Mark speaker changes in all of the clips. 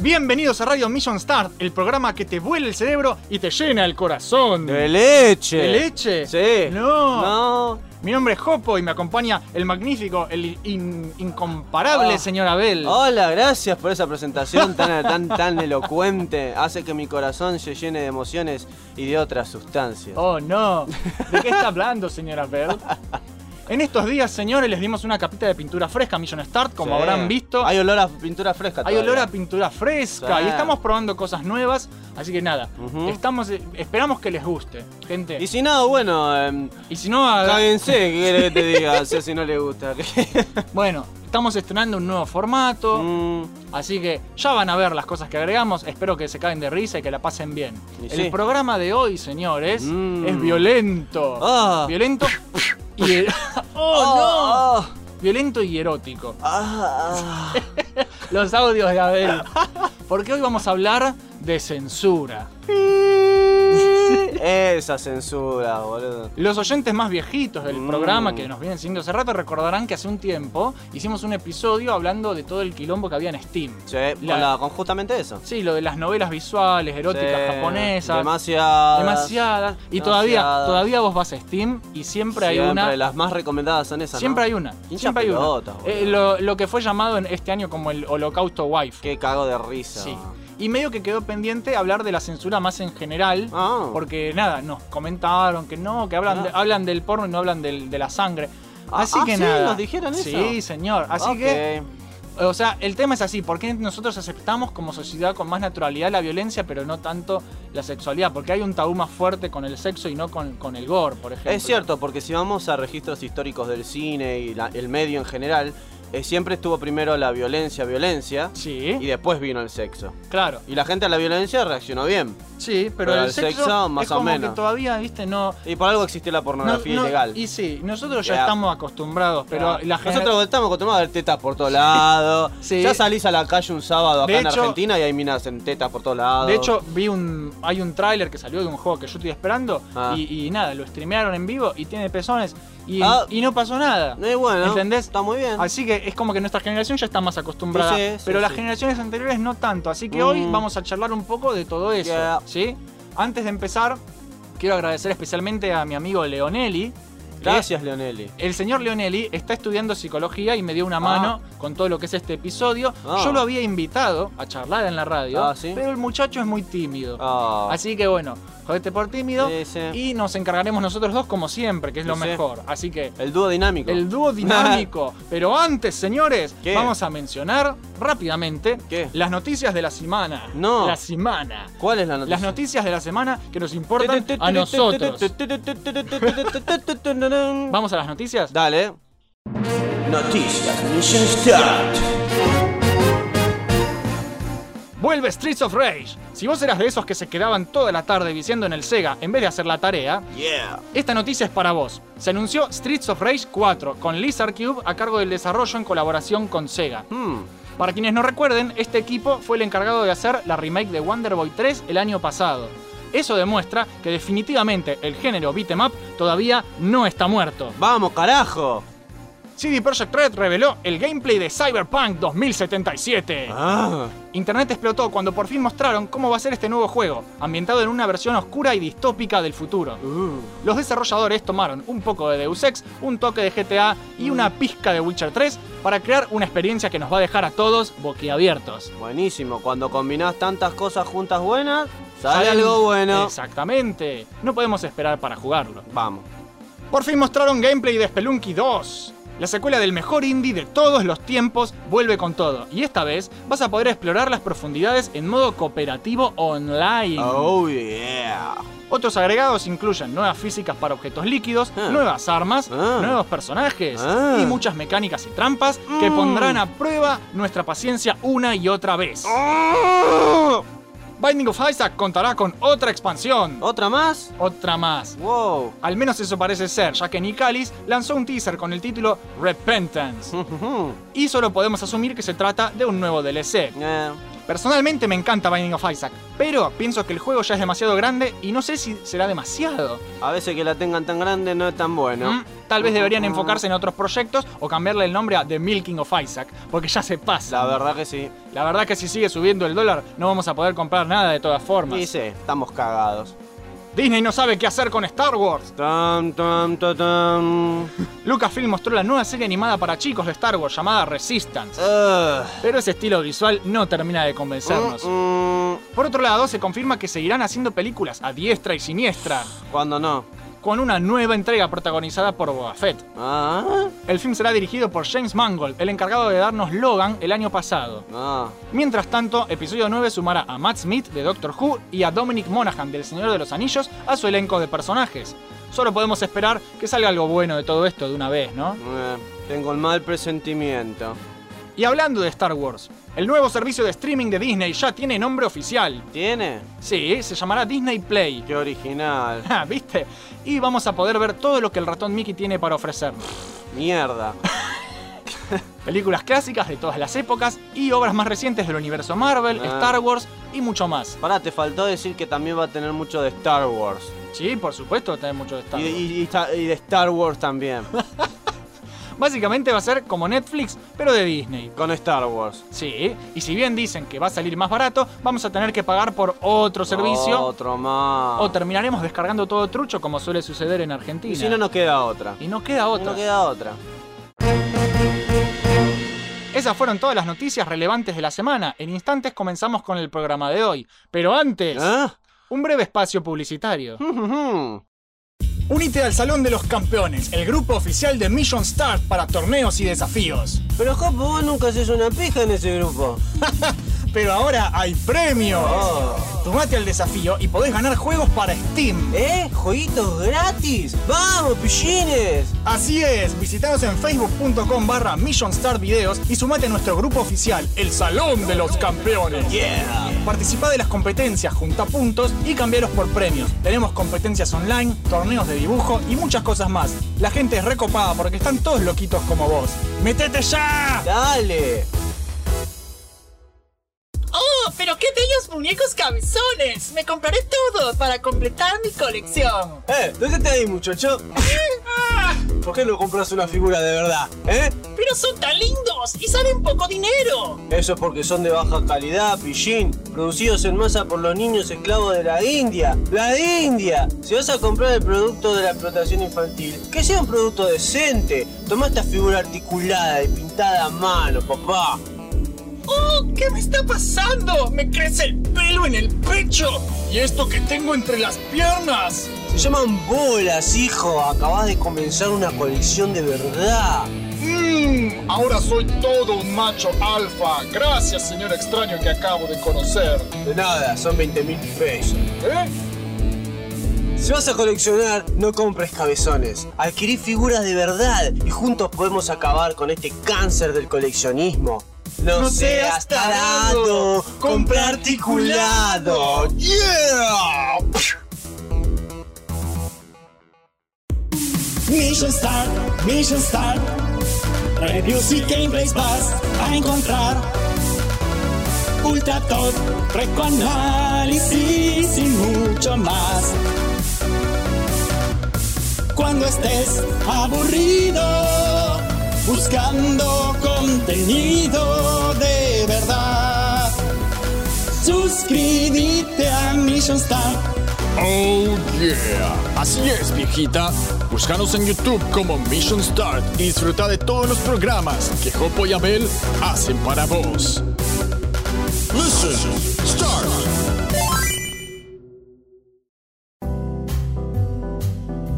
Speaker 1: Bienvenidos a Radio Mission Start, el programa que te vuela el cerebro y te llena el corazón.
Speaker 2: ¡De leche!
Speaker 1: ¿De leche?
Speaker 2: Sí.
Speaker 1: No.
Speaker 2: No.
Speaker 1: Mi nombre es Jopo y me acompaña el magnífico, el in- incomparable
Speaker 2: Ah.
Speaker 1: señor Abel.
Speaker 2: Hola, gracias por esa presentación tan, tan, tan elocuente. Hace que mi corazón se llene de emociones y de otras sustancias.
Speaker 1: Oh, no. ¿De qué está hablando, señora Bell? En estos días, señores, les dimos una capita de pintura fresca a Mission Start, como
Speaker 2: Sí.
Speaker 1: habrán visto. Hay,
Speaker 2: Hay olor a pintura fresca. todavía.
Speaker 1: olor a pintura fresca
Speaker 2: Sí.
Speaker 1: y estamos probando cosas nuevas. Así que nada,
Speaker 2: Ujú.
Speaker 1: estamos, eh, esperamos que les guste, gente.
Speaker 2: Y si no, bueno, eh,
Speaker 1: Y si no, haga-
Speaker 2: cáguense, ¿qué querés que te diga? O sea, si no le gusta.
Speaker 1: bueno, estamos estrenando un nuevo formato.
Speaker 2: Mm,
Speaker 1: Así que ya van a ver las cosas que agregamos. Espero que se caen de risa y que la pasen bien.
Speaker 2: Y
Speaker 1: el
Speaker 2: sí.
Speaker 1: programa de hoy, señores,
Speaker 2: Mm.
Speaker 1: es violento.
Speaker 2: Ah.
Speaker 1: Violento y. er- ¡Oh,
Speaker 2: Oh,
Speaker 1: no! Violento y erótico.
Speaker 2: ah, ah.
Speaker 1: Los audios de Abel. Porque hoy vamos a hablar de censura.
Speaker 2: Esa censura, boludo.
Speaker 1: Los oyentes más viejitos del
Speaker 2: Mm.
Speaker 1: programa que nos vienen siguiendo hace rato recordarán que hace un tiempo hicimos un episodio hablando de todo el quilombo que había en Steam.
Speaker 2: Sí,
Speaker 1: La-
Speaker 2: hola, con justamente eso.
Speaker 1: Sí, lo de las novelas visuales, eróticas,
Speaker 2: Sí,
Speaker 1: japonesas.
Speaker 2: Demasiadas.
Speaker 1: Demasiadas. Y todavía,
Speaker 2: Demasiadas.
Speaker 1: todavía vos vas a Steam y siempre hay una.
Speaker 2: Las más recomendadas son esas.
Speaker 1: Siempre
Speaker 2: ¿no?
Speaker 1: hay una.
Speaker 2: Hincha
Speaker 1: Siempre hay una.
Speaker 2: pelotas, boludo.
Speaker 1: Eh, lo, lo que fue llamado en este año como el holocausto wife.
Speaker 2: Qué cago de risa.
Speaker 1: Sí. Y medio que quedó pendiente hablar de la censura más en general.
Speaker 2: Ah.
Speaker 1: Porque nada, nos comentaron que no, que hablan,
Speaker 2: Ah.
Speaker 1: de- hablan del porno y no hablan del- de la sangre.
Speaker 2: Ah,
Speaker 1: Así
Speaker 2: ah,
Speaker 1: que
Speaker 2: sí,
Speaker 1: nada.
Speaker 2: nos dijeron eso.
Speaker 1: Sí, señor. Así
Speaker 2: Ok.
Speaker 1: que, o sea, el tema es así. ¿Por qué nosotros aceptamos como sociedad con más naturalidad la violencia, pero no tanto la sexualidad? Porque hay un tabú más fuerte con el sexo y no con, con el gore, por ejemplo.
Speaker 2: Es cierto, porque si vamos a registros históricos del cine y la- el medio en general, eh, siempre estuvo primero la violencia, violencia,
Speaker 1: Sí,
Speaker 2: y después vino el sexo.
Speaker 1: claro.
Speaker 2: Y la gente a la violencia reaccionó bien.
Speaker 1: Sí, pero,
Speaker 2: Pero
Speaker 1: el,
Speaker 2: el
Speaker 1: sexo,
Speaker 2: sexo, más
Speaker 1: es
Speaker 2: o
Speaker 1: como
Speaker 2: menos.
Speaker 1: que todavía, viste, no...
Speaker 2: Y por algo existe la
Speaker 1: no-
Speaker 2: pornografía
Speaker 1: no-
Speaker 2: ilegal.
Speaker 1: Y sí, nosotros ya
Speaker 2: Ya.
Speaker 1: estamos acostumbrados, pero la gente...
Speaker 2: Nosotros estamos acostumbrados a ver tetas por todos lados.
Speaker 1: Sí.
Speaker 2: Ya salís a la calle un sábado acá
Speaker 1: De
Speaker 2: en
Speaker 1: hecho-
Speaker 2: Argentina y hay minas en tetas por todos lados.
Speaker 1: De hecho, vi un. Hay un tráiler que salió de un juego que yo estoy esperando.
Speaker 2: Ah.
Speaker 1: Y, y nada, lo streamearon en vivo y tiene pezones. Y,
Speaker 2: Ah.
Speaker 1: y no pasó nada.
Speaker 2: Eh, bueno,
Speaker 1: ¿Entendés?
Speaker 2: Está muy bien.
Speaker 1: Así que es como que nuestra generación ya está más acostumbrada.
Speaker 2: Sí, sí,
Speaker 1: pero
Speaker 2: sí,
Speaker 1: las
Speaker 2: sí.
Speaker 1: generaciones anteriores no tanto. Así que
Speaker 2: Mm.
Speaker 1: hoy vamos a charlar un poco de todo eso.
Speaker 2: Yeah.
Speaker 1: ¿Sí? Antes de empezar, quiero agradecer especialmente a mi amigo Leonelli. que
Speaker 2: Gracias, Leonelli.
Speaker 1: el señor Leonelli está estudiando psicología y me dio una
Speaker 2: Ah.
Speaker 1: mano con todo lo que es este episodio.
Speaker 2: Ah.
Speaker 1: Yo lo había invitado a charlar en la radio,
Speaker 2: Ah, ¿sí?
Speaker 1: pero el muchacho es muy tímido.
Speaker 2: Ah.
Speaker 1: Así que bueno, jodete por tímido.
Speaker 2: Sí, sí.
Speaker 1: Y nos encargaremos nosotros dos como siempre, que es lo
Speaker 2: Sí, sí.
Speaker 1: mejor. Así que
Speaker 2: El dúo dinámico.
Speaker 1: el dúo dinámico. Pero antes, señores,
Speaker 2: ¿Qué?
Speaker 1: vamos a mencionar rápidamente
Speaker 2: ¿Qué?
Speaker 1: las noticias de la semana.
Speaker 2: No.
Speaker 1: La semana.
Speaker 2: ¿Cuál es la noticia?
Speaker 1: Las noticias de la semana que nos importan a nosotros. Vamos a las noticias.
Speaker 2: Dale. Noticias Mission Start.
Speaker 1: Vuelve Streets of Rage. Si vos eras de esos que se quedaban toda la tarde viciando en el Sega en vez de hacer la tarea,
Speaker 2: Yeah.
Speaker 1: esta noticia es para vos. Se anunció Streets of Rage 4 con Lizard Cube a cargo del desarrollo en colaboración con Sega.
Speaker 2: Hmm.
Speaker 1: Para quienes no recuerden, este equipo fue el encargado de hacer la remake de Wonder Boy 3 el año pasado. Eso demuestra que definitivamente el género beat 'em up todavía no está muerto.
Speaker 2: Vamos, carajo.
Speaker 1: CD Projekt Red reveló el gameplay de Cyberpunk 2077.
Speaker 2: Ah.
Speaker 1: Internet explotó cuando por fin mostraron cómo va a ser este nuevo juego, ambientado en una versión oscura y distópica del futuro.
Speaker 2: Uh.
Speaker 1: Los desarrolladores tomaron un poco de Deus Ex, un toque de GTA y una pizca de Witcher 3 para crear una experiencia que nos va a dejar a todos boquiabiertos.
Speaker 2: Buenísimo. Cuando combinás tantas cosas juntas buenas, sale algo bueno.
Speaker 1: Exactamente. No podemos esperar para jugarlo.
Speaker 2: Vamos.
Speaker 1: Por fin mostraron gameplay de Spelunky 2. La secuela del mejor indie de todos los tiempos vuelve con todo. Y esta vez vas a poder explorar las profundidades en modo cooperativo online.
Speaker 2: Oh, yeah.
Speaker 1: Otros agregados incluyen nuevas físicas para objetos líquidos,
Speaker 2: Ah.
Speaker 1: nuevas armas,
Speaker 2: Ah.
Speaker 1: nuevos personajes
Speaker 2: Ah.
Speaker 1: y muchas mecánicas y trampas que
Speaker 2: Mm.
Speaker 1: pondrán a prueba nuestra paciencia una y otra vez.
Speaker 2: Oh. Ah.
Speaker 1: Binding of Isaac contará con otra expansión.
Speaker 2: ¿Otra más?
Speaker 1: Otra más.
Speaker 2: Wow.
Speaker 1: Al menos eso parece ser, ya que Nicalis lanzó un teaser con el título Repentance.
Speaker 2: Ujujú.
Speaker 1: Y solo podemos asumir que se trata de un nuevo DLC.
Speaker 2: Eh,
Speaker 1: Personalmente me encanta Binding of Isaac, pero pienso que el juego ya es demasiado grande y no sé si será demasiado.
Speaker 2: A veces que la tengan tan grande no es tan bueno.
Speaker 1: Mm, Tal vez deberían enfocarse en otros proyectos o cambiarle el nombre a The Milking of Isaac, porque ya se pasa.
Speaker 2: La verdad que sí.
Speaker 1: La verdad que si sigue subiendo el dólar no vamos a poder comprar nada de todas formas.
Speaker 2: Dice, estamos cagados.
Speaker 1: Disney no sabe qué hacer con Star Wars.
Speaker 2: Tam, tam, ta, tam.
Speaker 1: Lucasfilm mostró la nueva serie animada para chicos de Star Wars llamada Resistance,
Speaker 2: Ugh.
Speaker 1: pero ese estilo visual no termina de convencernos.
Speaker 2: Mm, mm,
Speaker 1: Por otro lado, se confirma que seguirán haciendo películas a diestra y siniestra,
Speaker 2: Cuando no.
Speaker 1: con una nueva entrega protagonizada por Boba Fett.
Speaker 2: Ah,
Speaker 1: El film será dirigido por James Mangold, el encargado de darnos Logan el año pasado.
Speaker 2: ah.
Speaker 1: Mientras tanto, episodio 9 sumará a Matt Smith de Doctor Who y a Dominic Monaghan del Señor de los Anillos a su elenco de personajes. Solo podemos esperar que salga algo bueno de todo esto de una vez, ¿no?
Speaker 2: Eh, tengo el mal presentimiento.
Speaker 1: Y hablando de Star Wars, el nuevo servicio de streaming de Disney ya tiene nombre oficial.
Speaker 2: ¿Tiene?
Speaker 1: Sí, se llamará Disney Play.
Speaker 2: Qué original.
Speaker 1: Ah, ¿Viste? Y vamos a poder ver todo lo que el ratón Mickey tiene para ofrecernos.
Speaker 2: Mierda.
Speaker 1: Películas clásicas de todas las épocas y obras más recientes del universo Marvel,
Speaker 2: Ah.
Speaker 1: Star Wars y mucho más.
Speaker 2: Pará, te faltó decir que también va a tener mucho de Star Wars.
Speaker 1: Sí, por supuesto, tiene mucho de Star
Speaker 2: Y,
Speaker 1: Wars.
Speaker 2: y- y ta- y de Star Wars también.
Speaker 1: Básicamente va a ser como Netflix, pero de Disney.
Speaker 2: Con Star Wars.
Speaker 1: Sí, y si bien dicen que va a salir más barato, vamos a tener que pagar por otro servicio
Speaker 2: Otro más.
Speaker 1: o terminaremos descargando todo trucho como suele suceder en Argentina.
Speaker 2: Y si no, nos queda otra.
Speaker 1: Y no queda otra.
Speaker 2: No queda otra.
Speaker 1: Esas fueron todas las noticias relevantes de la semana. En instantes comenzamos con el programa de hoy. Pero antes,
Speaker 2: ¿Ah?
Speaker 1: un breve espacio publicitario.
Speaker 2: Ujujú.
Speaker 1: Unite al Salón de los Campeones, el grupo oficial de Mission Start para torneos y desafíos.
Speaker 2: Pero Jopo, vos nunca haces una pija en ese grupo.
Speaker 1: Pero ahora hay premios. Tomate al desafío y podés ganar juegos para Steam.
Speaker 2: ¿Eh? ¿Jueguitos gratis? ¡Vamos, pillines!
Speaker 1: Así es, visitanos en facebook.com barra Mission Start Videos y sumate a nuestro grupo oficial, el Salón de los Campeones.
Speaker 2: Yeah.
Speaker 1: Participá de las competencias, junta puntos y cambiaros por premios. Tenemos competencias online, torneos de dibujo y muchas cosas más. La gente es recopada porque están todos loquitos como vos. ¡Metete ya!
Speaker 2: Dale.
Speaker 3: ¡Oh, pero qué bellos muñecos cabezones! Me compraré todo para completar mi colección.
Speaker 2: Eh, ¿dónde te ahí, muchacho? ¿Por qué no compras una figura de verdad? ¿Eh?
Speaker 3: ¡Pero son tan lindos y salen poco dinero!
Speaker 2: Eso es porque son de baja calidad, pillín. Producidos en masa por los niños esclavos de la India. ¡La India! Si vas a comprar el producto de la explotación infantil, que sea un producto decente. Toma esta figura articulada y pintada a mano, papá.
Speaker 3: ¡Oh, qué me está pasando! ¡Me crece el pelo en el pecho!
Speaker 1: ¿Y esto que tengo entre las piernas?
Speaker 2: Se llaman bolas, hijo. Acabas de comenzar una colección de verdad.
Speaker 1: Mmm, ahora soy todo un macho alfa. Gracias, señor extraño que acabo de conocer.
Speaker 2: De nada, son 20 mil pesos.
Speaker 1: ¿Eh?
Speaker 2: Si vas a coleccionar, no compres cabezones. Adquirí figuras de verdad y juntos podemos acabar con este cáncer del coleccionismo. No,
Speaker 1: No seas
Speaker 2: seas tarado,
Speaker 1: tarado,
Speaker 2: compra articulado. ¡Yeah!
Speaker 4: Mission Start, Mission Start. Reviews y gameplays vas a encontrar. Ultra top, recoanálisis y mucho más. Cuando estés aburrido, buscando contenido de verdad. Suscríbete a Mission Start.
Speaker 5: Oh yeah. Así es, viejita. Búscanos en YouTube como Mission Start y disfruta de todos los programas que Jopo y Abel hacen para vos. Listen, start.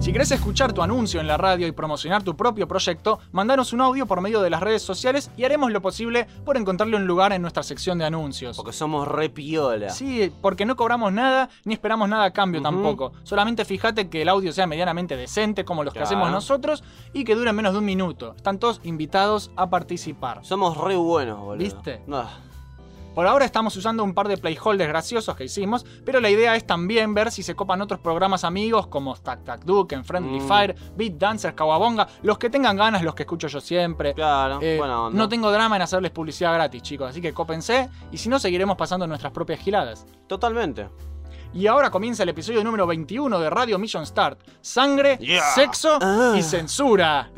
Speaker 1: Si querés escuchar tu anuncio en la radio y promocionar tu propio proyecto, mandanos un audio por medio de las redes sociales y haremos lo posible por encontrarle un lugar en nuestra sección de anuncios.
Speaker 2: Porque somos re piola.
Speaker 1: Sí, porque no cobramos nada ni esperamos nada a cambio tampoco. Solamente fíjate que el audio sea medianamente decente como los que
Speaker 2: Claro.
Speaker 1: hacemos nosotros y que dure menos de un minuto. Están todos invitados a participar.
Speaker 2: Somos re buenos, boludo.
Speaker 1: ¿Viste?
Speaker 2: Ah,
Speaker 1: Por ahora estamos usando un par de playholders graciosos que hicimos, pero la idea es también ver si se copan otros programas amigos como Tac Tac Duke, Friendly
Speaker 2: Mm.
Speaker 1: Fire, Beat Dancer, Kawabonga, los que tengan ganas, los que escucho yo siempre.
Speaker 2: Claro,
Speaker 1: Eh,
Speaker 2: buena onda.
Speaker 1: No tengo drama en hacerles publicidad gratis, chicos, así que cópense y si no, seguiremos pasando nuestras propias giladas.
Speaker 2: Totalmente.
Speaker 1: Y ahora comienza el episodio número 21 de Radio Mission Start. Sangre, sexo y censura.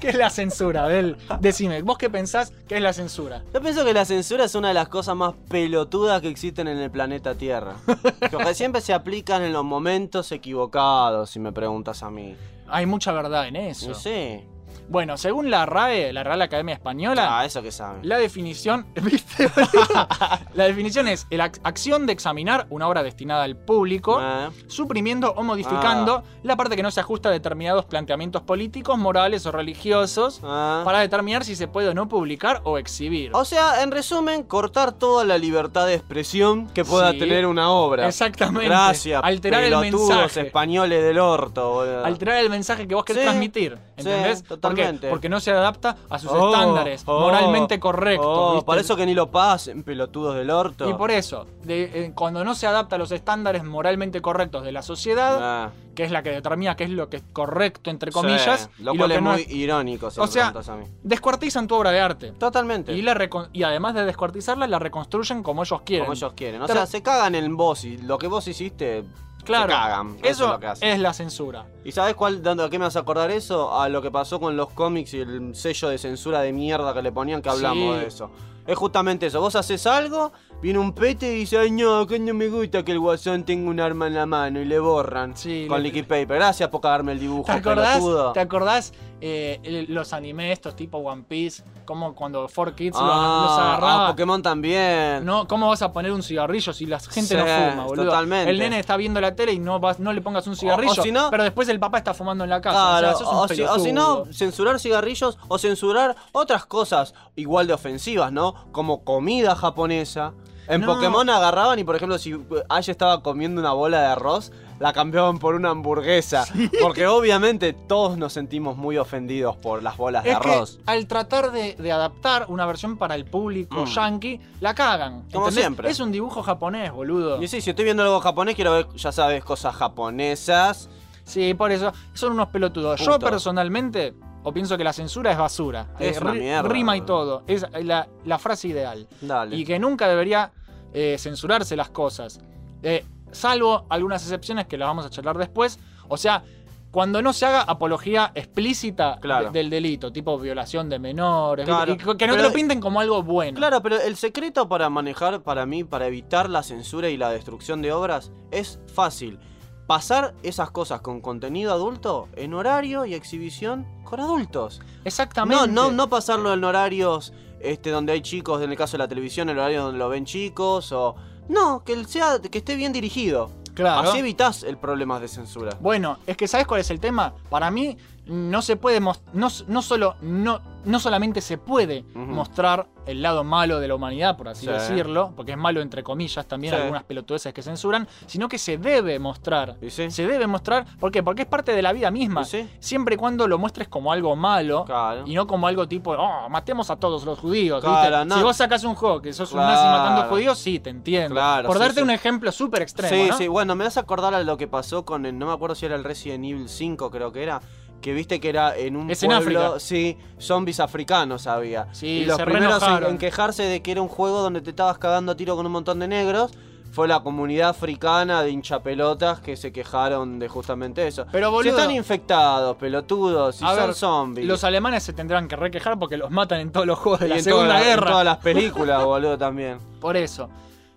Speaker 1: ¿Qué es la censura, Abel? Decime, ¿vos qué pensás que es la censura?
Speaker 2: Yo pienso que la censura es una de las cosas más pelotudas que existen en el planeta Tierra. Porque siempre se aplican en los momentos equivocados, si me preguntas a mí.
Speaker 1: Hay mucha verdad en eso.
Speaker 2: No sé.
Speaker 1: Bueno, según la RAE, la Real Academia Española,
Speaker 2: Ah, eso que saben.
Speaker 1: la definición. ¿Viste? boludo? la definición es la ac- acción de examinar una obra destinada al público.
Speaker 2: Eh,
Speaker 1: suprimiendo o
Speaker 2: Ah.
Speaker 1: modificando la parte que no se ajusta a determinados planteamientos políticos, morales o religiosos
Speaker 2: eh.
Speaker 1: para determinar si se puede o no publicar o exhibir.
Speaker 2: O sea, en resumen, cortar toda la libertad de expresión que pueda
Speaker 1: Sí.
Speaker 2: tener una obra.
Speaker 1: Exactamente.
Speaker 2: Gracias.
Speaker 1: Alterar el
Speaker 2: pelotudos
Speaker 1: mensaje.
Speaker 2: españoles del orto, boludo.
Speaker 1: Alterar el mensaje que vos querés
Speaker 2: Sí,
Speaker 1: transmitir. ¿Entendés?
Speaker 2: sí,
Speaker 1: ¿Por qué?
Speaker 2: totalmente.
Speaker 1: Porque no se adapta a sus
Speaker 2: Oh,
Speaker 1: estándares
Speaker 2: oh,
Speaker 1: moralmente correctos.
Speaker 2: oh,
Speaker 1: ¿viste?
Speaker 2: para eso que ni lo pasen, pelotudos del orto.
Speaker 1: Y por eso, de- eh, cuando no se adapta a los estándares moralmente correctos de la sociedad,
Speaker 2: Ah,
Speaker 1: que es la que determina qué es lo que es correcto, entre comillas,
Speaker 2: sí, Lo
Speaker 1: y
Speaker 2: cual
Speaker 1: lo que
Speaker 2: es
Speaker 1: no
Speaker 2: muy irónico, si
Speaker 1: O
Speaker 2: me
Speaker 1: sea,
Speaker 2: preguntas a mí.
Speaker 1: descuartizan tu obra de arte.
Speaker 2: Totalmente.
Speaker 1: Y, la recon- y además de descuartizarla, la reconstruyen como ellos quieren.
Speaker 2: Como ellos quieren. O
Speaker 1: Pero-
Speaker 2: sea, se cagan en vos y lo que vos hiciste.
Speaker 1: claro,
Speaker 2: Se cagan. Eso, es lo que hacen.
Speaker 1: la censura.
Speaker 2: ¿Y sabes cuál, de dónde- qué me vas a acordar eso? A lo que pasó con los cómics y el sello de censura de mierda que le ponían que hablamos
Speaker 1: Sí.
Speaker 2: de eso. Es justamente eso. Vos haces algo, viene un pete y dice, ay no, que no me gusta que el guasón tenga un arma en la mano y le borran.
Speaker 1: Sí,
Speaker 2: con
Speaker 1: le-
Speaker 2: liquid paper. Gracias por cagarme el dibujo.
Speaker 1: ¿Te acordás,
Speaker 2: pelotudo.
Speaker 1: ¿te acordás eh, el- los animes estos tipo One Piece? Como cuando Four Kids los-
Speaker 2: Ah,
Speaker 1: los agarraba.
Speaker 2: ah, Pokémon también.
Speaker 1: no, ¿Cómo vas a poner un cigarrillo si la gente no
Speaker 2: Sí,
Speaker 1: fuma, boludo?
Speaker 2: totalmente.
Speaker 1: El nene está viendo la tele y no vas, no le pongas un cigarrillo,
Speaker 2: si no-
Speaker 1: pero después el papá está fumando en la casa.
Speaker 2: Claro,
Speaker 1: o, sea, sos un
Speaker 2: o, si, o si no,
Speaker 1: pelotudo.
Speaker 2: censurar cigarrillos o censurar otras cosas igual de ofensivas, ¿no? Como comida japonesa. En
Speaker 1: No.
Speaker 2: Pokémon agarraban y, por ejemplo, si eh, Ash estaba comiendo una bola de arroz, la cambiaban por una hamburguesa. Porque obviamente todos nos sentimos muy ofendidos por las bolas de
Speaker 1: Es que
Speaker 2: arroz.
Speaker 1: al tratar de, de adaptar una versión para el público yankee, la cagan.
Speaker 2: Mm. Como
Speaker 1: ¿entendés?
Speaker 2: siempre.
Speaker 1: Es un dibujo japonés, boludo.
Speaker 2: Y sí, si estoy viendo algo japonés, quiero ver, ya sabes, cosas japonesas.
Speaker 1: Sí, por eso. Son unos pelotudos. Yo
Speaker 2: Punto.
Speaker 1: personalmente o pienso que la censura es basura.
Speaker 2: Es
Speaker 1: Eh,
Speaker 2: una
Speaker 1: ri-
Speaker 2: mierda,
Speaker 1: Rima y
Speaker 2: boludo.
Speaker 1: todo. Es la, la frase ideal.
Speaker 2: Dale.
Speaker 1: Y que nunca debería eh, censurarse las cosas. Eh, salvo algunas excepciones que las vamos a charlar después. O sea, cuando no se haga apología explícita de-
Speaker 2: Claro.
Speaker 1: del delito, tipo violación de menores,
Speaker 2: Claro.
Speaker 1: y que que no te
Speaker 2: Pero-
Speaker 1: lo pinten como algo bueno.
Speaker 2: Claro, pero el secreto para manejar, para mí, para evitar la censura y la destrucción de obras es fácil. Pasar esas cosas con contenido adulto en horario y exhibición con adultos. No,
Speaker 1: Exactamente.
Speaker 2: no, no pasarlo en horarios este, donde hay chicos, en el caso de la televisión, en horarios donde lo ven chicos o... No, que, el sea, que esté bien dirigido.
Speaker 1: Claro.
Speaker 2: Así evitas el problema de censura.
Speaker 1: Bueno, es que ¿sabes cuál es el tema? Para mí no se puede mos- no, s- no solo no, no solamente se puede
Speaker 2: Ujú.
Speaker 1: mostrar el lado malo de la humanidad, por así
Speaker 2: Sí.
Speaker 1: decirlo, porque es malo entre comillas también
Speaker 2: Sí.
Speaker 1: algunas pelotudeces que censuran, sino que se debe mostrar.
Speaker 2: ¿Y sí?
Speaker 1: Se debe mostrar, ¿por qué? Porque es parte de la vida misma.
Speaker 2: ¿Y sí?
Speaker 1: Siempre y cuando lo muestres como algo malo
Speaker 2: Claro.
Speaker 1: y no como algo tipo, oh, matemos a todos los judíos. ¿viste?
Speaker 2: Claro, no.
Speaker 1: Si vos sacas un juego que sos un
Speaker 2: Claro.
Speaker 1: nazi matando judíos, sí, te entiendo.
Speaker 2: Claro,
Speaker 1: por
Speaker 2: sí,
Speaker 1: darte
Speaker 2: sí.
Speaker 1: un ejemplo súper extremo.
Speaker 2: Sí,
Speaker 1: ¿no?
Speaker 2: sí, bueno, me vas a acordar a lo que pasó con el, no me acuerdo si era el Resident Evil 5, creo que era, que viste que era en un
Speaker 1: Es en
Speaker 2: pueblo,
Speaker 1: África.
Speaker 2: sí, zombies africanos había.
Speaker 1: Sí,
Speaker 2: y los
Speaker 1: se
Speaker 2: primeros en,
Speaker 1: reenojaron.
Speaker 2: en quejarse de que era un juego donde te estabas cagando a tiro con un montón de negros, fue la comunidad africana de hinchapelotas que se quejaron de justamente eso.
Speaker 1: Pero,
Speaker 2: si
Speaker 1: boludo-
Speaker 2: están infectados, pelotudos, si
Speaker 1: A
Speaker 2: son
Speaker 1: ver,
Speaker 2: zombies.
Speaker 1: Los alemanes se tendrán que requejar porque los matan en todos los juegos de
Speaker 2: Y
Speaker 1: la
Speaker 2: en
Speaker 1: Segunda
Speaker 2: toda la- en
Speaker 1: Guerra.
Speaker 2: todas las películas, boludo, también.
Speaker 1: Por eso.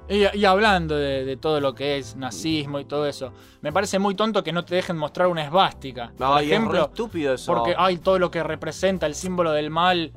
Speaker 1: Y, y hablando de, de todo lo que es nazismo y todo eso, me parece muy tonto que no te dejen mostrar una esvástica. por
Speaker 2: Ay, es re
Speaker 1: ejemplo,
Speaker 2: estúpido eso.
Speaker 1: porque ah, hay todo lo que representa el símbolo del mal.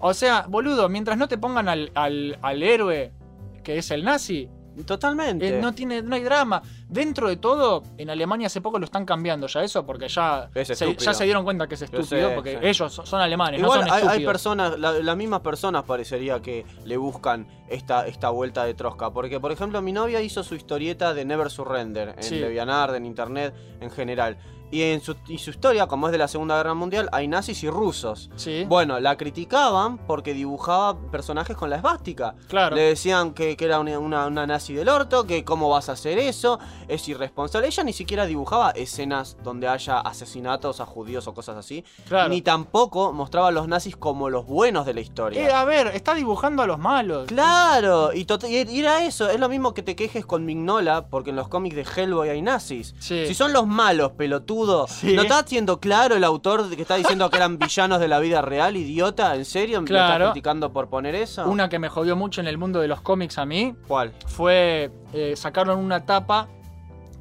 Speaker 1: O sea, boludo, mientras no te pongan al, al- al héroe que es el nazi,
Speaker 2: Totalmente.
Speaker 1: eh, no, tiene, no hay drama. Dentro de todo, en Alemania hace poco lo están cambiando ya eso, porque ya,
Speaker 2: Es
Speaker 1: se, ya
Speaker 2: estúpido.
Speaker 1: se dieron cuenta que es
Speaker 2: Yo sé,
Speaker 1: estúpido, porque
Speaker 2: sí.
Speaker 1: ellos son, son alemanes,
Speaker 2: Igual
Speaker 1: no son
Speaker 2: hay, hay
Speaker 1: estúpidos.
Speaker 2: personas, la- las mismas personas parecería que le buscan esta, esta vuelta de trosca. Porque, por ejemplo, mi novia hizo su historieta de Never Surrender en
Speaker 1: Sí.
Speaker 2: Devianard, en internet, en general. Y en su, y su historia, como es de la Segunda Guerra Mundial, hay nazis y rusos.
Speaker 1: Sí.
Speaker 2: Bueno, la criticaban porque dibujaba personajes con la esvástica.
Speaker 1: Claro.
Speaker 2: Le decían que, que era una, una- una nazi del orto, que cómo vas a hacer eso, es irresponsable. Ella ni siquiera dibujaba escenas donde haya asesinatos a judíos o cosas así.
Speaker 1: Claro.
Speaker 2: Ni tampoco mostraba a los nazis como los buenos de la
Speaker 1: Eh,
Speaker 2: historia.
Speaker 1: a ver, está dibujando a los malos.
Speaker 2: Claro, y, tot- y era eso, es lo mismo que te quejes con Mignola, porque en los cómics de Hellboy hay nazis.
Speaker 1: Sí.
Speaker 2: Si son los malos, pelotudo,
Speaker 1: Sí.
Speaker 2: ¿no está siendo claro el autor de que está diciendo que eran villanos de la vida real, idiota? ¿En serio? ¿Me
Speaker 1: Claro.
Speaker 2: estás criticando por poner eso?
Speaker 1: Una que me jodió mucho en el mundo de los cómics a mí
Speaker 2: ¿Cuál?
Speaker 1: fue eh, sacaron una tapa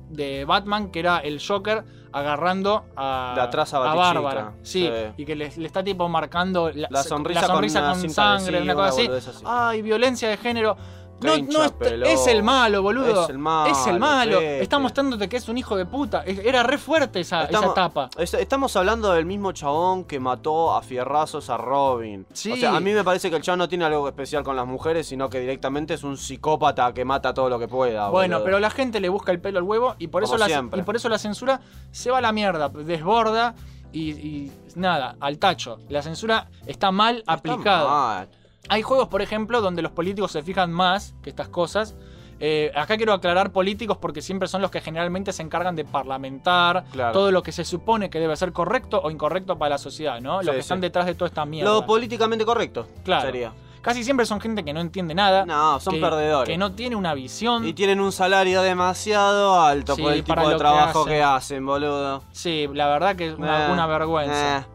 Speaker 1: de Batman que era el Joker agarrando a,
Speaker 2: De atrás a Batichica,
Speaker 1: Bárbara. Sí,
Speaker 2: sí.
Speaker 1: y que le, le está tipo marcando la,
Speaker 2: La
Speaker 1: se-
Speaker 2: sonrisa
Speaker 1: la
Speaker 2: con
Speaker 1: sonrisa
Speaker 2: una
Speaker 1: con,
Speaker 2: cinta
Speaker 1: sangre,
Speaker 2: adhesiva,
Speaker 1: una cosa
Speaker 2: una
Speaker 1: así.
Speaker 2: boludez así.
Speaker 1: Ay, violencia de género. No,
Speaker 2: Hincha
Speaker 1: no es,
Speaker 2: pelota.
Speaker 1: es el malo, boludo.
Speaker 2: Es el malo,
Speaker 1: Es el malo.
Speaker 2: Pepe.
Speaker 1: Está mostrándote que es un hijo de puta. Es- Era re fuerte esa, esa tapa.
Speaker 2: es- estamos hablando del mismo chabón que mató a fierrazos a Robin.
Speaker 1: Sí.
Speaker 2: O sea, a mí me parece que el chabón no tiene algo especial con las mujeres, sino que directamente es un psicópata que mata todo lo que pueda.
Speaker 1: Bueno,
Speaker 2: Ah, boludo.
Speaker 1: pero la gente le busca el pelo al huevo y por,
Speaker 2: Como
Speaker 1: eso la,
Speaker 2: siempre.
Speaker 1: y por eso la censura se va a la mierda, desborda y, y nada, al tacho. La censura está mal
Speaker 2: Está
Speaker 1: aplicada.
Speaker 2: mal.
Speaker 1: Hay juegos, por ejemplo, donde los políticos se fijan más que estas cosas. Eh, acá quiero aclarar políticos porque siempre son los que generalmente se encargan de parlamentar
Speaker 2: Claro.
Speaker 1: todo lo que se supone que debe ser correcto o incorrecto para la sociedad, ¿no?
Speaker 2: Sí,
Speaker 1: los que
Speaker 2: sí.
Speaker 1: están detrás de toda esta mierda.
Speaker 2: Lo políticamente correcto
Speaker 1: Claro.
Speaker 2: sería.
Speaker 1: Casi siempre son gente que no entiende nada.
Speaker 2: No, son
Speaker 1: que-
Speaker 2: perdedores.
Speaker 1: Que no tiene una visión.
Speaker 2: Y tienen un salario demasiado alto
Speaker 1: Sí,
Speaker 2: por el
Speaker 1: para
Speaker 2: tipo de
Speaker 1: lo que
Speaker 2: trabajo
Speaker 1: hacen.
Speaker 2: que hacen, boludo.
Speaker 1: Sí, la verdad que es una,
Speaker 2: Eh,
Speaker 1: una vergüenza.
Speaker 2: eh.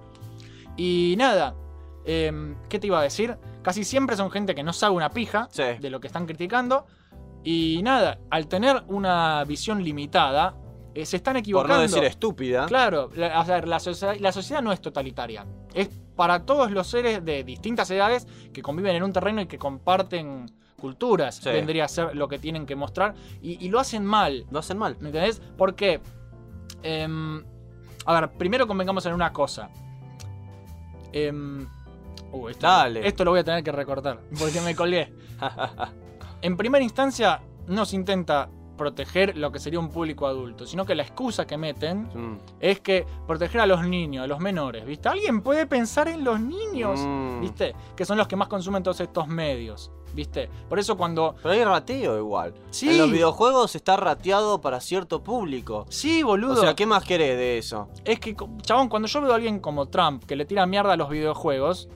Speaker 1: Y nada, em, ¿qué te iba a decir? Casi siempre son gente que no sabe una pija
Speaker 2: Sí.
Speaker 1: de lo que están criticando. Y nada, al tener una visión limitada, eh, se están
Speaker 2: Por
Speaker 1: equivocando.
Speaker 2: no decir estúpida.
Speaker 1: Claro, la, a ver, la socie- la sociedad no es totalitaria. Es para todos los seres de distintas edades que conviven en un terreno y que comparten culturas.
Speaker 2: Sí.
Speaker 1: Vendría a ser lo que tienen que mostrar. Y- y lo hacen mal.
Speaker 2: Lo hacen mal.
Speaker 1: ¿Me entendés? Porque. em, a ver, primero convengamos en una cosa. Em, uh, esto,
Speaker 2: Dale.
Speaker 1: esto lo voy a tener que recortar. Porque me colgué. en primera instancia, no se intenta proteger lo que sería un público adulto, sino que la excusa que meten
Speaker 2: Mm.
Speaker 1: es que proteger a los niños, a los menores, ¿viste? Alguien puede pensar en los niños,
Speaker 2: Mm.
Speaker 1: ¿viste? Que son los que más consumen todos estos medios, ¿viste? Por eso cuando...
Speaker 2: Pero hay rateo igual.
Speaker 1: Sí.
Speaker 2: En los videojuegos está rateado para cierto público.
Speaker 1: Sí, boludo.
Speaker 2: O sea, ¿qué más querés de eso?
Speaker 1: Es que, co- chabón, cuando yo veo a alguien como Trump que le tira mierda a los videojuegos,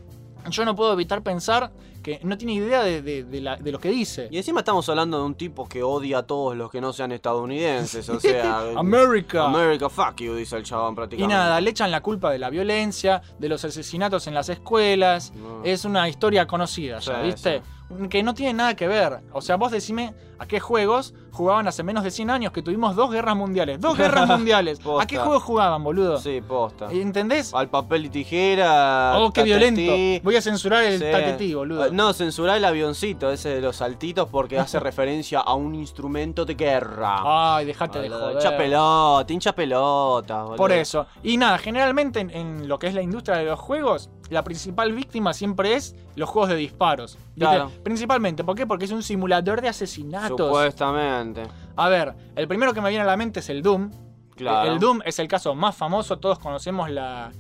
Speaker 1: yo no puedo evitar pensar que no tiene idea de, de- de la- de lo que dice.
Speaker 2: Y encima estamos hablando de un tipo que odia a todos los que no sean estadounidenses, o sea...
Speaker 1: Este, America.
Speaker 2: America, fuck you, dice el chabón
Speaker 1: Y
Speaker 2: prácticamente.
Speaker 1: nada, le echan la culpa de la violencia, de los asesinatos en las escuelas.
Speaker 2: No.
Speaker 1: Es una historia conocida ya,
Speaker 2: Sí,
Speaker 1: ¿viste? Que no tiene nada que ver. O sea, vos decime a qué juegos jugaban hace menos de 100 años que tuvimos dos guerras mundiales. Dos guerras mundiales. ¿A qué
Speaker 2: Posta.
Speaker 1: juegos jugaban, boludo?
Speaker 2: Sí, posta.
Speaker 1: ¿Entendés?
Speaker 2: Al papel y tijera...
Speaker 1: Oh, qué
Speaker 2: tatatí.
Speaker 1: violento. Voy a censurar el
Speaker 2: Sí.
Speaker 1: tatetí, boludo.
Speaker 2: Eh, No, censurá el avioncito ese de los saltitos porque hace referencia a un instrumento de guerra.
Speaker 1: Ay, Ah, dejate de
Speaker 2: Boludo,
Speaker 1: joder.
Speaker 2: Hincha pelota, hincha pelota. boludo.
Speaker 1: Por eso. Y nada, generalmente en, en lo que es la industria de los juegos, la principal víctima siempre es los juegos de disparos. ¿viste?
Speaker 2: Claro.
Speaker 1: Principalmente, ¿por qué? Porque es un simulador de asesinatos.
Speaker 2: Supuestamente.
Speaker 1: A ver, el primero que me viene a la mente es el Doom.
Speaker 2: Claro.
Speaker 1: El Doom es el caso más famoso, todos conocemos la...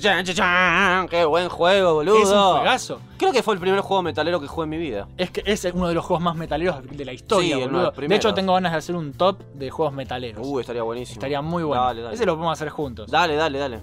Speaker 2: Qué buen juego, boludo.
Speaker 1: Es un juegazo.
Speaker 2: Creo que fue el primer juego metalero que jugué en mi vida.
Speaker 1: Es que es uno de los juegos más metaleros de la
Speaker 2: Sí,
Speaker 1: historia,
Speaker 2: uno de
Speaker 1: boludo. De
Speaker 2: los
Speaker 1: hecho,
Speaker 2: primeros.
Speaker 1: tengo ganas de hacer un top de juegos metaleros.
Speaker 2: Uh, estaría buenísimo.
Speaker 1: Estaría muy bueno.
Speaker 2: Dale, dale.
Speaker 1: Ese lo podemos hacer juntos.
Speaker 2: Dale, dale, dale.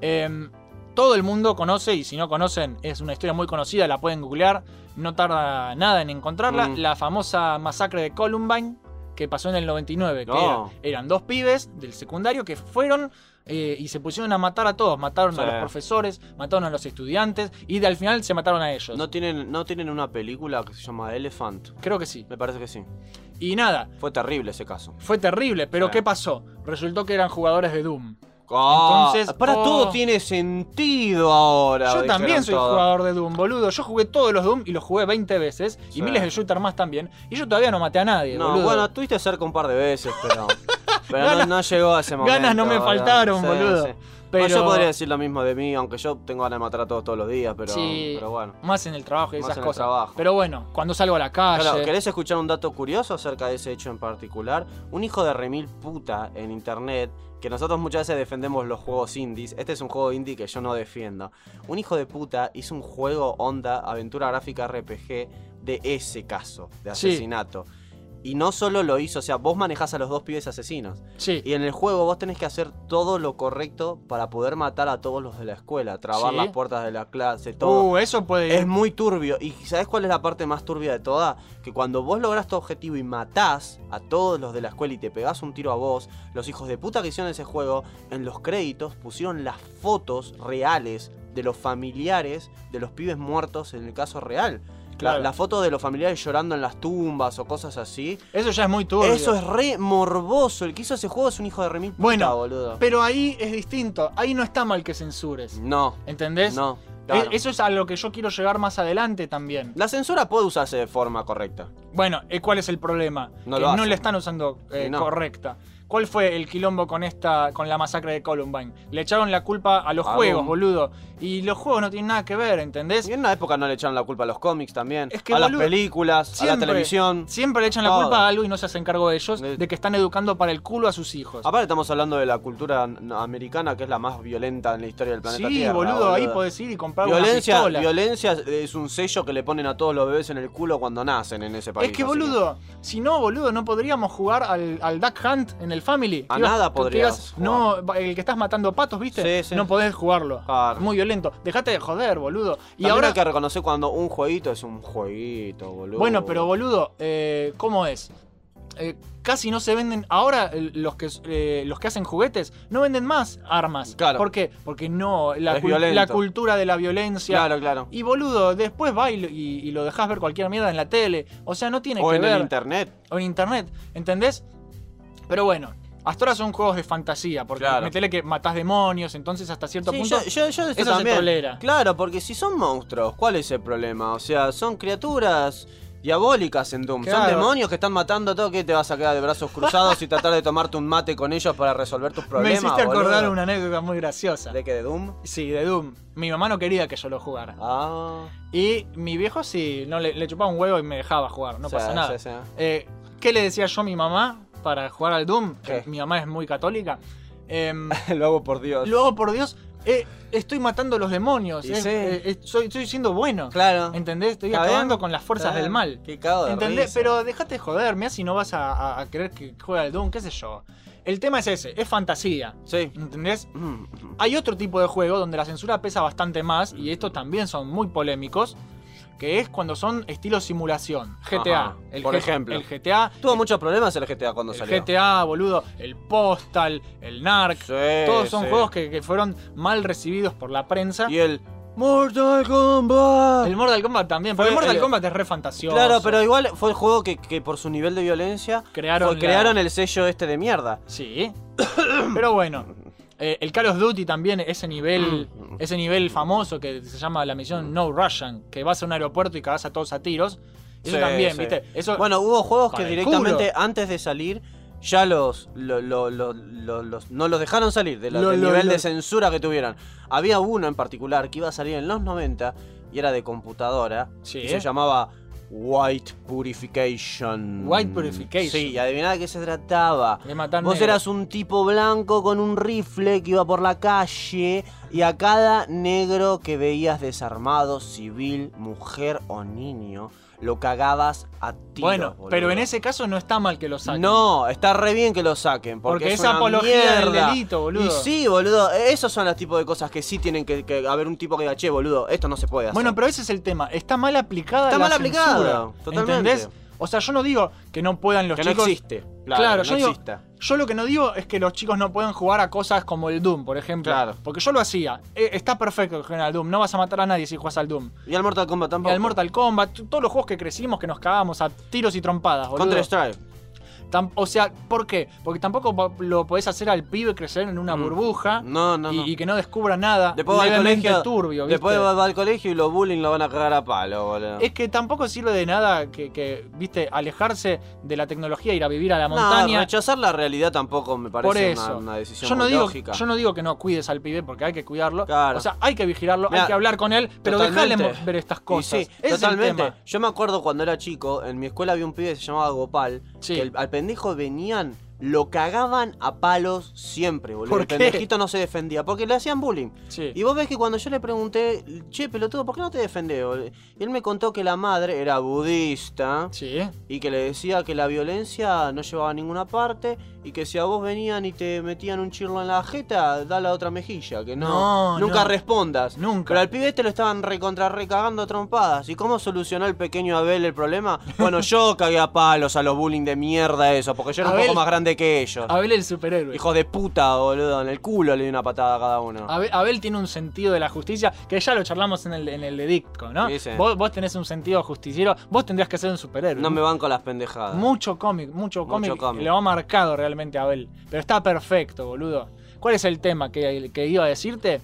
Speaker 1: Em, todo el mundo conoce, y si no conocen, es una historia muy conocida, la pueden googlear, no tarda nada en encontrarla,
Speaker 2: Mm.
Speaker 1: la famosa masacre de Columbine que pasó en el 99, que
Speaker 2: No.
Speaker 1: era- eran dos pibes del secundario que fueron eh, y se pusieron a matar a todos, mataron a
Speaker 2: Sí.
Speaker 1: los profesores, mataron a los estudiantes y de- al final se mataron a ellos.
Speaker 2: ¿No tienen, ¿No tienen una película que se llama Elephant?
Speaker 1: Creo que sí.
Speaker 2: Me parece que sí.
Speaker 1: Y nada,
Speaker 2: Fue terrible ese caso.
Speaker 1: fue terrible, pero
Speaker 2: Sí.
Speaker 1: ¿qué pasó? Resultó que eran jugadores de Doom. Entonces,
Speaker 2: Entonces, para
Speaker 1: oh.
Speaker 2: todo tiene sentido ahora.
Speaker 1: Yo
Speaker 2: dijeron
Speaker 1: también soy
Speaker 2: todo.
Speaker 1: jugador de Doom, boludo. Yo jugué todos los Doom y los jugué 20 veces. Y
Speaker 2: Sí.
Speaker 1: miles de shooter más también. Y yo todavía no maté a nadie,
Speaker 2: No,
Speaker 1: boludo.
Speaker 2: bueno, estuviste cerca un par de veces, pero. Pero
Speaker 1: Ganas-
Speaker 2: no, no llegó a ese momento.
Speaker 1: ganas no me
Speaker 2: boludo.
Speaker 1: faltaron,
Speaker 2: Sí,
Speaker 1: boludo.
Speaker 2: sí.
Speaker 1: Pero
Speaker 2: Bueno, yo podría decir lo mismo de mí, aunque yo tengo ganas de matar a todos todos los días, pero,
Speaker 1: Sí.
Speaker 2: pero bueno.
Speaker 1: más en el trabajo y
Speaker 2: Más
Speaker 1: esas
Speaker 2: en el
Speaker 1: cosas.
Speaker 2: trabajo.
Speaker 1: Pero bueno, cuando salgo a la calle.
Speaker 2: Claro, ¿querés escuchar un dato curioso acerca de ese hecho en particular? Un hijo de remil puta en internet, que nosotros muchas veces defendemos los juegos indies, este es un juego indie que yo no defiendo. Un hijo de puta hizo un juego onda, aventura gráfica RPG, de ese caso, de
Speaker 1: Sí.
Speaker 2: asesinato. Y no solo lo hizo, o sea, vos manejás a los dos pibes asesinos.
Speaker 1: sí.
Speaker 2: Y en el juego vos tenés que hacer todo lo correcto para poder matar a todos los de la escuela, trabar
Speaker 1: Sí.
Speaker 2: las puertas de la clase, todo.
Speaker 1: Uh, eso puede
Speaker 2: Es muy turbio. ¿Y sabes cuál es la parte más turbia de toda? Que cuando vos lográs tu objetivo y matás a todos los de la escuela y te pegás un tiro a vos, los hijos de puta que hicieron ese juego, en los créditos pusieron las fotos reales de los familiares de los pibes muertos en el caso real. La-
Speaker 1: Claro.
Speaker 2: las fotos de los familiares llorando en las tumbas o cosas así.
Speaker 1: Eso ya es muy turbio.
Speaker 2: Eso es re morboso. El que hizo ese juego es un hijo de remil puta,
Speaker 1: Bueno,
Speaker 2: boludo.
Speaker 1: Pero ahí es distinto. Ahí no está mal que censures.
Speaker 2: No,
Speaker 1: ¿Entendés?
Speaker 2: no.
Speaker 1: E-
Speaker 2: claro.
Speaker 1: Eso es a lo que yo quiero llegar más adelante también.
Speaker 2: La censura puede usarse de forma correcta.
Speaker 1: Bueno, ¿y ¿cuál es el problema?
Speaker 2: No
Speaker 1: que
Speaker 2: lo
Speaker 1: no
Speaker 2: hacen.
Speaker 1: le están usando eh,
Speaker 2: Y no.
Speaker 1: correcta. ¿Cuál fue el quilombo con esta, con la masacre de Columbine? Le echaron la culpa a los
Speaker 2: A
Speaker 1: juegos,
Speaker 2: un-
Speaker 1: boludo. Y los juegos no tienen nada que ver, ¿entendés?
Speaker 2: Y en una época no le echaron la culpa a los cómics también,
Speaker 1: Es que,
Speaker 2: a
Speaker 1: boludo,
Speaker 2: las películas, a la
Speaker 1: Siempre-
Speaker 2: televisión.
Speaker 1: Siempre le echan la
Speaker 2: Todo.
Speaker 1: culpa a algo y no se hacen cargo de ellos,
Speaker 2: De-
Speaker 1: de que están educando para el culo a sus hijos.
Speaker 2: Aparte estamos hablando de la cultura n- americana que es la más violenta en la historia del planeta
Speaker 1: Sí,
Speaker 2: Tierra.
Speaker 1: boludo, ahí
Speaker 2: boludo.
Speaker 1: podés ir y comprar una
Speaker 2: Violencia,
Speaker 1: pistola.
Speaker 2: violencia es un sello que le ponen a todos los bebés en el culo cuando nacen en ese país.
Speaker 1: es que,
Speaker 2: así
Speaker 1: boludo, si no, boludo, no podríamos jugar al, al Duck Hunt en el Family.
Speaker 2: A
Speaker 1: Que ibas-
Speaker 2: nada
Speaker 1: que- que
Speaker 2: podrías
Speaker 1: ibas-
Speaker 2: jugar.
Speaker 1: No, el que estás matando patos, ¿viste?
Speaker 2: Sí, sí.
Speaker 1: No podés jugarlo.
Speaker 2: Claro.
Speaker 1: Es Muy violento. Dejate de joder, boludo. Y
Speaker 2: También
Speaker 1: ahora.
Speaker 2: hay que reconocer cuando un jueguito es un jueguito, boludo.
Speaker 1: Bueno, pero boludo, eh, ¿cómo es? Eh, casi no se venden. Ahora eh, los que, eh, los que hacen juguetes no venden más armas.
Speaker 2: Claro.
Speaker 1: ¿Por qué? Porque no. La,
Speaker 2: Es
Speaker 1: cul-
Speaker 2: violento.
Speaker 1: la cultura de la violencia.
Speaker 2: Claro, claro.
Speaker 1: Y boludo, después va y, lo- y- y lo dejas ver cualquier mierda en la tele. O sea, no tiene
Speaker 2: O
Speaker 1: que
Speaker 2: en
Speaker 1: ver.
Speaker 2: el internet.
Speaker 1: o en internet, ¿entendés? Pero bueno, hasta ahora son juegos de fantasía, porque
Speaker 2: Claro.
Speaker 1: metele que matás demonios, entonces hasta cierto
Speaker 2: Sí,
Speaker 1: punto.
Speaker 2: yo- yo- yo esto
Speaker 1: eso se
Speaker 2: también.
Speaker 1: tolera.
Speaker 2: Claro, porque si son monstruos, ¿cuál es el problema? O sea, son criaturas diabólicas en Doom. Son
Speaker 1: Claro.
Speaker 2: demonios que están matando todo. ¿Qué te vas a quedar de brazos cruzados y tratar de tomarte un mate con ellos para resolver tus
Speaker 1: Me
Speaker 2: problemas?
Speaker 1: hiciste acordar
Speaker 2: boludo?
Speaker 1: una anécdota muy graciosa.
Speaker 2: ¿De qué? ¿De Doom?
Speaker 1: Sí, de Doom. Mi mamá no quería que yo lo jugara.
Speaker 2: Ah.
Speaker 1: Y mi viejo sí, no le, le chupaba un huevo y me dejaba jugar, no
Speaker 2: sí,
Speaker 1: pasa nada.
Speaker 2: sí, sí.
Speaker 1: Eh, ¿Qué le decía yo a mi mamá para jugar al Doom? Que
Speaker 2: ¿Qué?
Speaker 1: Mi mamá es muy católica. Em,
Speaker 2: Lo hago por Dios.
Speaker 1: lo hago por Dios, eh, estoy matando a los demonios,
Speaker 2: Y
Speaker 1: eh,
Speaker 2: sí.
Speaker 1: eh, eh, soy, estoy siendo bueno.
Speaker 2: Claro.
Speaker 1: ¿Entendés? Estoy
Speaker 2: Está bien,
Speaker 1: acabando con las fuerzas
Speaker 2: Está
Speaker 1: del
Speaker 2: bien.
Speaker 1: mal.
Speaker 2: Qué cago de
Speaker 1: ¿Entendés?
Speaker 2: risa.
Speaker 1: Pero dejate de joder, mirá si no vas a, a- a querer que juegue al Doom, qué sé yo. El tema es ese, es fantasía.
Speaker 2: Sí.
Speaker 1: ¿Entendés?
Speaker 2: Mm.
Speaker 1: Hay otro tipo de juego donde la censura pesa bastante más, y estos también son muy polémicos, que es cuando son estilo simulación. GTA.
Speaker 2: Ajá, por
Speaker 1: G-
Speaker 2: ejemplo.
Speaker 1: El GTA.
Speaker 2: Tuvo muchos problemas el GTA cuando
Speaker 1: El
Speaker 2: salió.
Speaker 1: GTA, boludo. El Postal, el Narc.
Speaker 2: Sí,
Speaker 1: todos son
Speaker 2: sí.
Speaker 1: juegos que, que fueron mal recibidos por la prensa.
Speaker 2: Y el Mortal Kombat.
Speaker 1: El Mortal Kombat también, porque
Speaker 2: Fue
Speaker 1: el Mortal
Speaker 2: el-
Speaker 1: Kombat es re fantasioso.
Speaker 2: Claro, pero igual fue el juego que, que por su nivel de violencia
Speaker 1: Crearon
Speaker 2: fue-
Speaker 1: la-
Speaker 2: crearon el sello este de mierda.
Speaker 1: Sí. Pero bueno. eh, el Call of Duty también, ese nivel, ese nivel famoso que se llama la misión No Russian, que vas a un aeropuerto y cagás a todos a tiros. Eso
Speaker 2: Sí,
Speaker 1: también,
Speaker 2: sí.
Speaker 1: ¿viste? Eso,
Speaker 2: Bueno, hubo juegos que
Speaker 1: Para el
Speaker 2: directamente
Speaker 1: culo.
Speaker 2: antes de salir ya los, lo- lo- lo- lo- los- no los dejaron salir de la-
Speaker 1: Lo-
Speaker 2: del
Speaker 1: lo-
Speaker 2: nivel
Speaker 1: lo-
Speaker 2: de censura que tuvieron. Había uno en particular que iba a salir en los 90 y era de computadora
Speaker 1: Sí.
Speaker 2: y se llamaba White Purification.
Speaker 1: White Purification.
Speaker 2: Sí, y adivinad de qué se trataba.
Speaker 1: de matar
Speaker 2: Vos
Speaker 1: negros.
Speaker 2: eras un tipo blanco con un rifle que iba por la calle y a cada negro que veías desarmado, civil, mujer o niño, lo cagabas a ti.
Speaker 1: Bueno, pero en ese caso no está mal que lo saquen.
Speaker 2: No, está re bien que lo saquen. Porque,
Speaker 1: Porque es
Speaker 2: es una
Speaker 1: apología del
Speaker 2: mierda.
Speaker 1: delito, boludo.
Speaker 2: Y sí, boludo. Esos son los tipos de cosas que sí tienen que, que haber un tipo que diga, che, boludo, esto no se puede hacer.
Speaker 1: Bueno, pero ese es el tema. Está mal aplicada
Speaker 2: Está
Speaker 1: la
Speaker 2: mal aplicada,
Speaker 1: censura,
Speaker 2: totalmente.
Speaker 1: ¿Entendés? O sea, yo no digo que no puedan los
Speaker 2: que
Speaker 1: chicos.
Speaker 2: no existe. Claro,
Speaker 1: Claro,
Speaker 2: que
Speaker 1: yo
Speaker 2: no
Speaker 1: digo-
Speaker 2: exista.
Speaker 1: Yo lo que no digo es que los chicos no pueden jugar a cosas como el Doom, por ejemplo.
Speaker 2: Claro.
Speaker 1: Porque yo lo hacía. Eh, está perfecto el general Doom. No vas a matar a nadie si juegas al Doom.
Speaker 2: Y al Mortal Kombat
Speaker 1: Y
Speaker 2: tampoco.
Speaker 1: al Mortal Kombat, t- todos los juegos que crecimos, que nos cagábamos a tiros y trompadas, boludo.
Speaker 2: Counter Strike.
Speaker 1: Tam- o sea, ¿por qué? Porque tampoco po- lo podés hacer al pibe crecer en una
Speaker 2: Mm.
Speaker 1: burbuja
Speaker 2: No, no,
Speaker 1: y,
Speaker 2: no.
Speaker 1: y que no descubra nada.
Speaker 2: Después va al
Speaker 1: levemente
Speaker 2: colegio.
Speaker 1: turbio, ¿viste?
Speaker 2: después va, va al colegio y los bullying lo van a cagar a palo, boludo.
Speaker 1: Es que tampoco sirve de nada que, que, viste, alejarse de la tecnología, ir a vivir a la
Speaker 2: No,
Speaker 1: montaña.
Speaker 2: rechazar la realidad tampoco me parece
Speaker 1: por
Speaker 2: una-
Speaker 1: eso.
Speaker 2: Una, decisión
Speaker 1: yo, no
Speaker 2: muy
Speaker 1: digo,
Speaker 2: lógica.
Speaker 1: yo no digo que no cuides al pibe porque hay que cuidarlo.
Speaker 2: Claro.
Speaker 1: O sea, hay que vigilarlo, hay
Speaker 2: Mirá,
Speaker 1: que hablar con él, pero
Speaker 2: totalmente.
Speaker 1: déjale mo- ver estas cosas.
Speaker 2: Y sí,
Speaker 1: Ese es el
Speaker 2: totalmente.
Speaker 1: tema.
Speaker 2: Yo me acuerdo cuando era chico, en mi escuela había un pibe que se llamaba Gopal,
Speaker 1: Sí.
Speaker 2: que el- al pendejo venían, lo cagaban a palos siempre, boludo.
Speaker 1: ¿Por
Speaker 2: el
Speaker 1: qué?
Speaker 2: pendejito no se defendía, porque le hacían bullying.
Speaker 1: Sí.
Speaker 2: Y vos ves que cuando yo le pregunté, che, pelotudo, ¿por qué no te defendés? boludo?" Y él me contó que la madre era budista
Speaker 1: Sí. ¿eh?
Speaker 2: y que le decía que la violencia no llevaba a ninguna parte y que si a vos venían y te metían un chirlo en la jeta, da la otra mejilla, que no,
Speaker 1: No,
Speaker 2: nunca
Speaker 1: no.
Speaker 2: respondas.
Speaker 1: Nunca.
Speaker 2: Pero al pibe este lo estaban recontra recagando a trompadas. ¿Y cómo solucionó el pequeño Abel el problema? Bueno, yo cagué a palos a los bullying de mierda eso, porque yo era un
Speaker 1: Abel-
Speaker 2: poco más grande que ellos.
Speaker 1: Abel el superhéroe.
Speaker 2: Hijo de puta, boludo, en el culo le di una patada a cada uno.
Speaker 1: Abel, Abel tiene un sentido de la justicia que ya lo charlamos en el, en el edicto, ¿no?
Speaker 2: Sí, sí.
Speaker 1: Vos, vos tenés un sentido justiciero, vos tendrías que ser un superhéroe.
Speaker 2: No me banco las pendejadas.
Speaker 1: Mucho cómic, mucho cómic.
Speaker 2: cómic.
Speaker 1: Lo ha marcado realmente a Abel. Pero está perfecto, boludo. ¿Cuál es el tema que, que iba a decirte?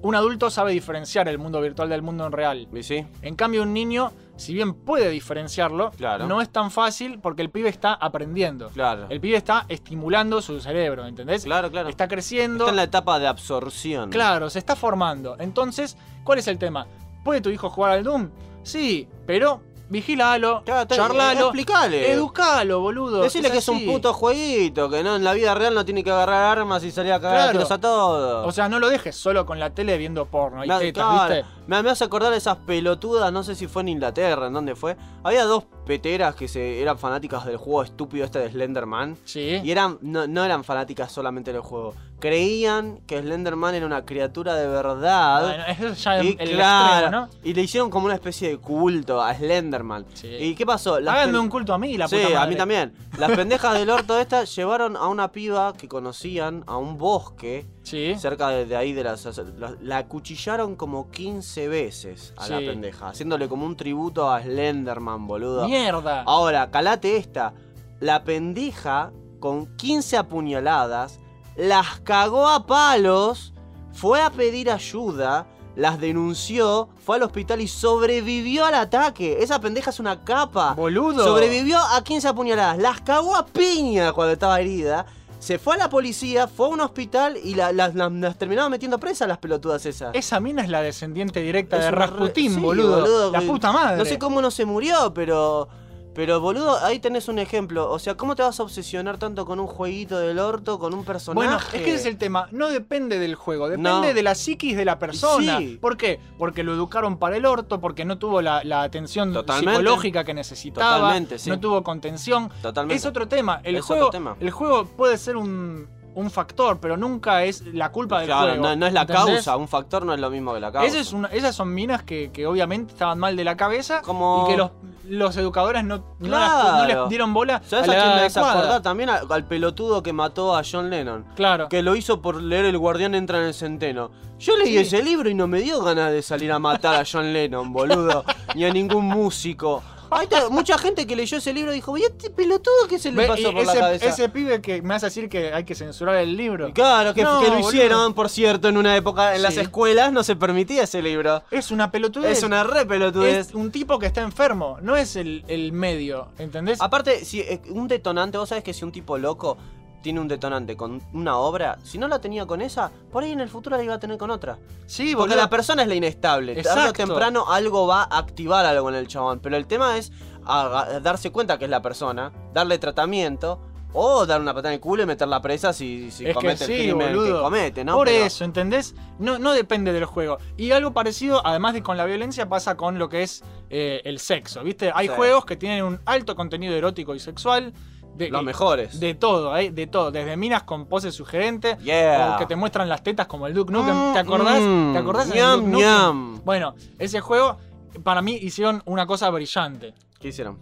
Speaker 1: Un adulto sabe diferenciar el mundo virtual del mundo en real.
Speaker 2: ¿Y sí?
Speaker 1: En cambio, un niño, si bien puede diferenciarlo,
Speaker 2: Claro.
Speaker 1: no es tan fácil porque el pibe está aprendiendo.
Speaker 2: Claro.
Speaker 1: El pibe está estimulando su cerebro, ¿entendés?
Speaker 2: Claro, claro.
Speaker 1: Está creciendo.
Speaker 2: Está en la etapa de absorción.
Speaker 1: Claro, se está formando. Entonces, ¿cuál es el tema? ¿Puede tu hijo jugar al Doom? Sí, pero vigílalo,
Speaker 2: Claro, te-
Speaker 1: charlalo,
Speaker 2: explicale.
Speaker 1: educalo, boludo.
Speaker 2: Decirle que es un
Speaker 1: así.
Speaker 2: puto jueguito, que no en la vida real no tiene que agarrar armas y salir a cagar a
Speaker 1: Claro.
Speaker 2: tiros a todos.
Speaker 1: O sea, no lo dejes solo con la tele viendo porno y
Speaker 2: me, ha-
Speaker 1: tetas,
Speaker 2: claro,
Speaker 1: ¿viste?
Speaker 2: me- me hace acordar esas pelotudas, no sé si fue en Inglaterra, en dónde fue. Había dos peteras que se eran fanáticas del juego estúpido este de Slenderman.
Speaker 1: Sí.
Speaker 2: Y eran, no, no eran fanáticas solamente del juego. Creían que Slenderman era una criatura de verdad.
Speaker 1: Bueno, eso es ya
Speaker 2: y
Speaker 1: el
Speaker 2: claro,
Speaker 1: extremo, ¿no?
Speaker 2: y le hicieron como una especie de culto a Slenderman.
Speaker 1: Sí.
Speaker 2: ¿Y qué pasó? Las
Speaker 1: Háganme
Speaker 2: pel-
Speaker 1: un culto a mí, la
Speaker 2: sí,
Speaker 1: puta
Speaker 2: a
Speaker 1: madre.
Speaker 2: mí también. Las pendejas del orto estas llevaron a una piba que conocían a un bosque
Speaker 1: Sí.
Speaker 2: cerca de, de ahí de las... La, la acuchillaron como 15 veces a la
Speaker 1: Sí.
Speaker 2: pendeja, haciéndole como un tributo a Slenderman, boludo.
Speaker 1: Mierda.
Speaker 2: Ahora, calate esta. La pendeja, con 15 apuñaladas, las cagó a palos, fue a pedir ayuda, las denunció, fue al hospital y sobrevivió al ataque. Esa pendeja es una capa.
Speaker 1: Boludo.
Speaker 2: Sobrevivió a 15 apuñaladas. Las cagó a piña cuando estaba herida. Se fue a la policía, fue a un hospital y la- las, las- las terminaron metiendo presas las pelotudas esas.
Speaker 1: Esa mina es la descendiente directa
Speaker 2: Es
Speaker 1: de
Speaker 2: una re-
Speaker 1: Rasputín,
Speaker 2: sí,
Speaker 1: boludo. La
Speaker 2: que-
Speaker 1: puta madre.
Speaker 2: No sé cómo no se murió, pero. Pero, boludo, ahí tenés un ejemplo. O sea, ¿cómo te vas a obsesionar tanto con un jueguito del orto, con un personaje?
Speaker 1: Bueno, es que ese es el tema. No depende del juego, depende
Speaker 2: No.
Speaker 1: de la psiquis de la persona.
Speaker 2: Sí.
Speaker 1: ¿Por qué? Porque lo educaron para el orto, porque no tuvo la, la atención
Speaker 2: Totalmente.
Speaker 1: psicológica que necesitaba,
Speaker 2: Totalmente, sí.
Speaker 1: no tuvo contención.
Speaker 2: Totalmente.
Speaker 1: Es otro tema. El,
Speaker 2: Es otro
Speaker 1: juego,
Speaker 2: tema.
Speaker 1: el juego puede ser un, un factor, pero nunca es la culpa del
Speaker 2: Claro,
Speaker 1: juego.
Speaker 2: no, no es la
Speaker 1: ¿entendés?
Speaker 2: causa. Un factor no es lo mismo que la causa.
Speaker 1: Esa es una- esas son minas que, que obviamente estaban mal de la cabeza
Speaker 2: Como-
Speaker 1: y que los, los educadores no, no las-
Speaker 2: Claro.
Speaker 1: no les dieron bola.
Speaker 2: ¿Sabes
Speaker 1: a la
Speaker 2: a quién
Speaker 1: edad
Speaker 2: me hace
Speaker 1: adecuada.
Speaker 2: acordar? También al, al pelotudo que mató a John Lennon.
Speaker 1: Claro.
Speaker 2: Que lo hizo por leer El Guardián entra en el Centeno. Yo leí
Speaker 1: Sí.
Speaker 2: ese libro y no me dio ganas de salir a matar a John Lennon, boludo. ni a ningún músico. Ahí está, mucha gente que leyó ese libro dijo, ¿y este pelotudo que se le
Speaker 1: Ve,
Speaker 2: pasó
Speaker 1: y
Speaker 2: por
Speaker 1: ese,
Speaker 2: la cabeza?
Speaker 1: ese pibe que me hace decir que hay que censurar el libro.
Speaker 2: Y Claro, que,
Speaker 1: No,
Speaker 2: que lo
Speaker 1: boludo.
Speaker 2: hicieron, por cierto, en una época en las
Speaker 1: Sí.
Speaker 2: escuelas no se permitía ese libro.
Speaker 1: Es una pelotudez.
Speaker 2: Es una re pelotudez.
Speaker 1: Es un tipo que está enfermo, no es el, el medio, ¿entendés?
Speaker 2: Aparte, si eh, un detonante, vos sabés que si un tipo loco tiene un detonante con una obra, si no la tenía con esa, por ahí en el futuro la iba a tener con otra.
Speaker 1: sí,
Speaker 2: Porque
Speaker 1: boludo.
Speaker 2: la persona es la inestable. Tarde o
Speaker 1: Exacto.
Speaker 2: temprano algo va a activar algo en el chabón. Pero el tema es aga- darse cuenta que es la persona, darle tratamiento. O dar una patada en el culo y meterla presa si, si
Speaker 1: es que
Speaker 2: comete el
Speaker 1: sí,
Speaker 2: crimen
Speaker 1: boludo.
Speaker 2: que comete, ¿no?
Speaker 1: Por
Speaker 2: Pero-
Speaker 1: eso, ¿entendés? No, no depende del juego. Y algo parecido, además de con la violencia, pasa con lo que es eh, el sexo, ¿viste? Hay
Speaker 2: Sí.
Speaker 1: juegos que tienen un alto contenido erótico y sexual. De,
Speaker 2: Los
Speaker 1: eh,
Speaker 2: mejores.
Speaker 1: De todo, ¿eh? de todo. Desde minas con pose sugerente,
Speaker 2: Yeah.
Speaker 1: o que te muestran las tetas como el Duke Nukem.
Speaker 2: Mm,
Speaker 1: ¿Te acordás?
Speaker 2: mm.
Speaker 1: ¿Te acordás del
Speaker 2: Ñam,
Speaker 1: Duke Nukem?
Speaker 2: ñam.
Speaker 1: Bueno, ese juego, para mí, hicieron una cosa brillante.
Speaker 2: ¿Qué hicieron?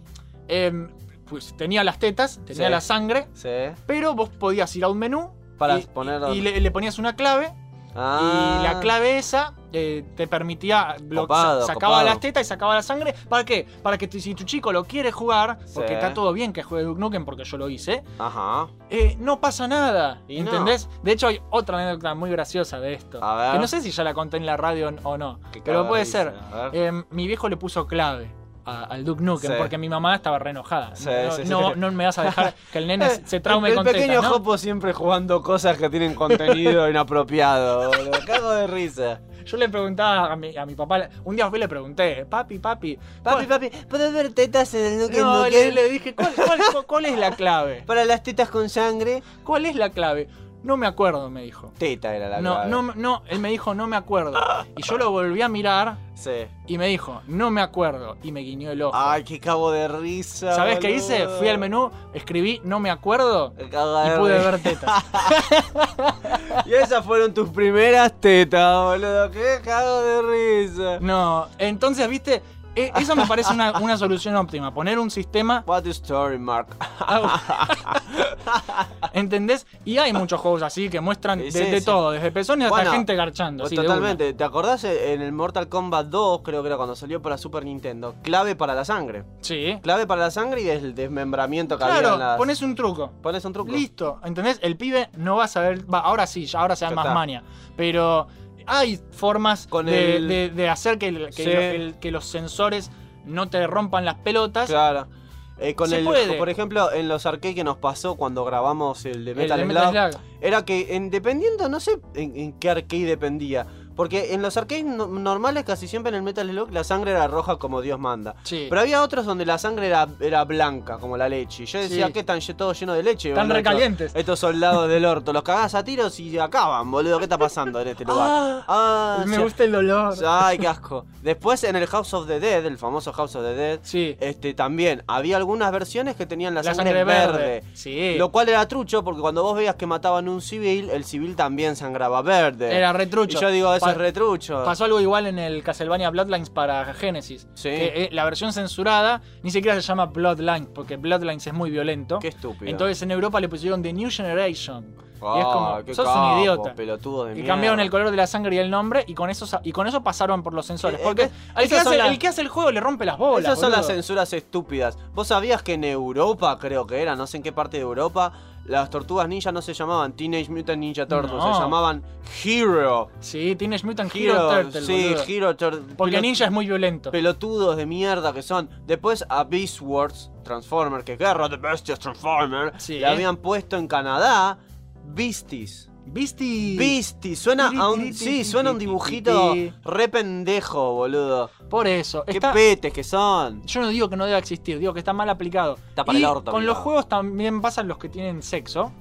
Speaker 1: Em, pues tenía las tetas, tenía
Speaker 2: Sí.
Speaker 1: la sangre,
Speaker 2: Sí.
Speaker 1: pero vos podías ir a un menú
Speaker 2: Para
Speaker 1: y,
Speaker 2: poner-
Speaker 1: y le, le ponías una clave
Speaker 2: Ah.
Speaker 1: Y la clave esa eh, te permitía blo-
Speaker 2: Copado,
Speaker 1: sa- sacaba
Speaker 2: copado.
Speaker 1: las tetas y sacaba la sangre. ¿Para qué? Para que tu- si tu chico lo quiere jugar, porque
Speaker 2: Sí.
Speaker 1: está todo bien que juegue Duke Nukem porque yo lo hice,
Speaker 2: Ajá.
Speaker 1: eh, no pasa nada.
Speaker 2: Y no.
Speaker 1: ¿Entendés? De hecho, hay otra anécdota muy graciosa de esto.
Speaker 2: A ver.
Speaker 1: Que no sé si ya la conté en la radio n- o no.
Speaker 2: Qué
Speaker 1: Pero puede
Speaker 2: cagadísima.
Speaker 1: ser.
Speaker 2: A ver.
Speaker 1: Eh, mi viejo le puso clave. a- al Duke Nukem,
Speaker 2: Sí.
Speaker 1: porque mi mamá estaba re enojada.
Speaker 2: Sí,
Speaker 1: no,
Speaker 2: sí, sí.
Speaker 1: no- no me vas a dejar que el nene se traume
Speaker 2: Eh, el, el
Speaker 1: con tetas,
Speaker 2: pequeño
Speaker 1: ¿no?
Speaker 2: Jopo siempre jugando cosas que tienen contenido inapropiado. Lo cago de risa.
Speaker 1: Yo le preguntaba a mi, a mi papá, un día fui y le pregunté, papi, papi,
Speaker 2: Papi, papi, ¿puedes ver tetas en el Duke
Speaker 1: No, le,
Speaker 2: Nukem?
Speaker 1: le dije, ¿cuál, cuál, cuál- cuál es la clave?
Speaker 2: Para las tetas con sangre.
Speaker 1: ¿Cuál es la clave? No me acuerdo, me dijo.
Speaker 2: Teta era la
Speaker 1: No,
Speaker 2: clave.
Speaker 1: no, no, él me dijo, no me acuerdo. Y yo lo volví a mirar
Speaker 2: Sí.
Speaker 1: y me dijo, no me acuerdo. Y me guiñó el ojo.
Speaker 2: Ay, qué cabo de risa.
Speaker 1: ¿Sabes qué hice?
Speaker 2: Ah, boludo.
Speaker 1: Fui al menú, escribí, no me acuerdo.
Speaker 2: Me cago
Speaker 1: Y
Speaker 2: de
Speaker 1: pude
Speaker 2: risa.
Speaker 1: ver tetas.
Speaker 2: Y esas fueron tus primeras tetas, boludo. Qué cago de risa.
Speaker 1: No, entonces, viste, E- eso me parece una, una solución óptima. Poner un sistema
Speaker 2: What a story, Mark.
Speaker 1: ¿Entendés? Y hay muchos juegos así que muestran
Speaker 2: Sí,
Speaker 1: de,
Speaker 2: sí,
Speaker 1: de
Speaker 2: sí.
Speaker 1: todo, desde pezones hasta
Speaker 2: Bueno,
Speaker 1: gente garchando. así, de una.
Speaker 2: Totalmente. ¿Te acordás en el Mortal Kombat 2, creo que era cuando salió para Super Nintendo? Clave para la sangre.
Speaker 1: Sí.
Speaker 2: Clave para la sangre y el desmembramiento que había
Speaker 1: Claro,
Speaker 2: en las...
Speaker 1: pones un truco.
Speaker 2: Pones un truco.
Speaker 1: Listo, ¿entendés? El pibe no va a saber. va, ahora sí, ya ahora se da
Speaker 2: Ya
Speaker 1: más
Speaker 2: está.
Speaker 1: mania. Pero hay formas
Speaker 2: Con
Speaker 1: de,
Speaker 2: el-
Speaker 1: de- de hacer que, el- que
Speaker 2: Sí.
Speaker 1: lo- el- que los sensores no te rompan las pelotas.
Speaker 2: Claro. Eh, con
Speaker 1: Se
Speaker 2: el,
Speaker 1: puede.
Speaker 2: Por ejemplo, en los arcades que nos pasó cuando grabamos el de
Speaker 1: eh, El de
Speaker 2: Metal,
Speaker 1: Metal
Speaker 2: Slug,
Speaker 1: Slug.
Speaker 2: era que en- dependiendo, no sé en, en qué arcade dependía. Porque en los arcades no- normales, casi siempre en el Metal Slug, la sangre era roja como Dios manda.
Speaker 1: Sí.
Speaker 2: Pero había otros donde la sangre era, era blanca, como la leche. Y Yo decía,
Speaker 1: Sí.
Speaker 2: que están lle- todos llenos de leche?
Speaker 1: Están
Speaker 2: boludo? Estos-
Speaker 1: recalientes.
Speaker 2: Estos, soldados del orto, los cagás a tiros y acaban, boludo. ¿Qué está pasando en este lugar? Ah,
Speaker 1: me
Speaker 2: sí.
Speaker 1: gusta el dolor.
Speaker 2: Ay, qué asco. Después en el House of the Dead, el famoso House of the Dead,
Speaker 1: Sí.
Speaker 2: este también había algunas versiones que tenían la,
Speaker 1: La
Speaker 2: sangre,
Speaker 1: sangre verde.
Speaker 2: verde.
Speaker 1: Sí.
Speaker 2: Lo cual era trucho porque cuando vos veías que mataban un civil, el civil también sangraba verde.
Speaker 1: Era retrucho.
Speaker 2: Y yo digo, eso
Speaker 1: Pa-
Speaker 2: es retrucho.
Speaker 1: Pasó algo igual en el Castlevania Bloodlines para Genesis.
Speaker 2: Sí.
Speaker 1: Que, eh, la versión censurada ni siquiera se llama Bloodlines, porque Bloodlines es muy violento.
Speaker 2: Qué estúpido.
Speaker 1: Entonces en Europa le pusieron The New Generation. y es
Speaker 2: Ah,
Speaker 1: como,
Speaker 2: qué
Speaker 1: sos
Speaker 2: capo,
Speaker 1: un idiota.
Speaker 2: pelotudo de
Speaker 1: Y
Speaker 2: mierda.
Speaker 1: cambiaron el color de la sangre y el nombre y con eso, sa- y con eso pasaron por los sensores.
Speaker 2: Eh,
Speaker 1: Porque
Speaker 2: eh,
Speaker 1: el, que
Speaker 2: esas son
Speaker 1: hace,
Speaker 2: las-
Speaker 1: el que hace el juego le rompe las bolas.
Speaker 2: Esas son las
Speaker 1: boludo.
Speaker 2: censuras estúpidas. ¿Vos sabías que en Europa, creo que era, no sé en qué parte de Europa, las tortugas ninja no se llamaban Teenage Mutant Ninja Turtles,
Speaker 1: No.
Speaker 2: se llamaban Hero.
Speaker 1: Sí, Teenage Mutant Hero,
Speaker 2: Hero,
Speaker 1: Turtle,
Speaker 2: sí,
Speaker 1: boludo.
Speaker 2: Hero Turtle.
Speaker 1: Porque Ninja es muy violento.
Speaker 2: Pelotudos de mierda que son. Después a Beast Wars Transformer, que guerra de bestias Transformer,
Speaker 1: Sí.
Speaker 2: le habían puesto en Canadá Beasties.
Speaker 1: Beastie.
Speaker 2: Beasties, suena a un. Sí, suena a un dibujito re pendejo, boludo.
Speaker 1: Por eso.
Speaker 2: Qué
Speaker 1: está-
Speaker 2: petes que son.
Speaker 1: Yo no digo que no deba existir, digo que está mal aplicado.
Speaker 2: Está para
Speaker 1: y
Speaker 2: el orto,
Speaker 1: con
Speaker 2: amigo.
Speaker 1: los juegos también pasan los que tienen sexo,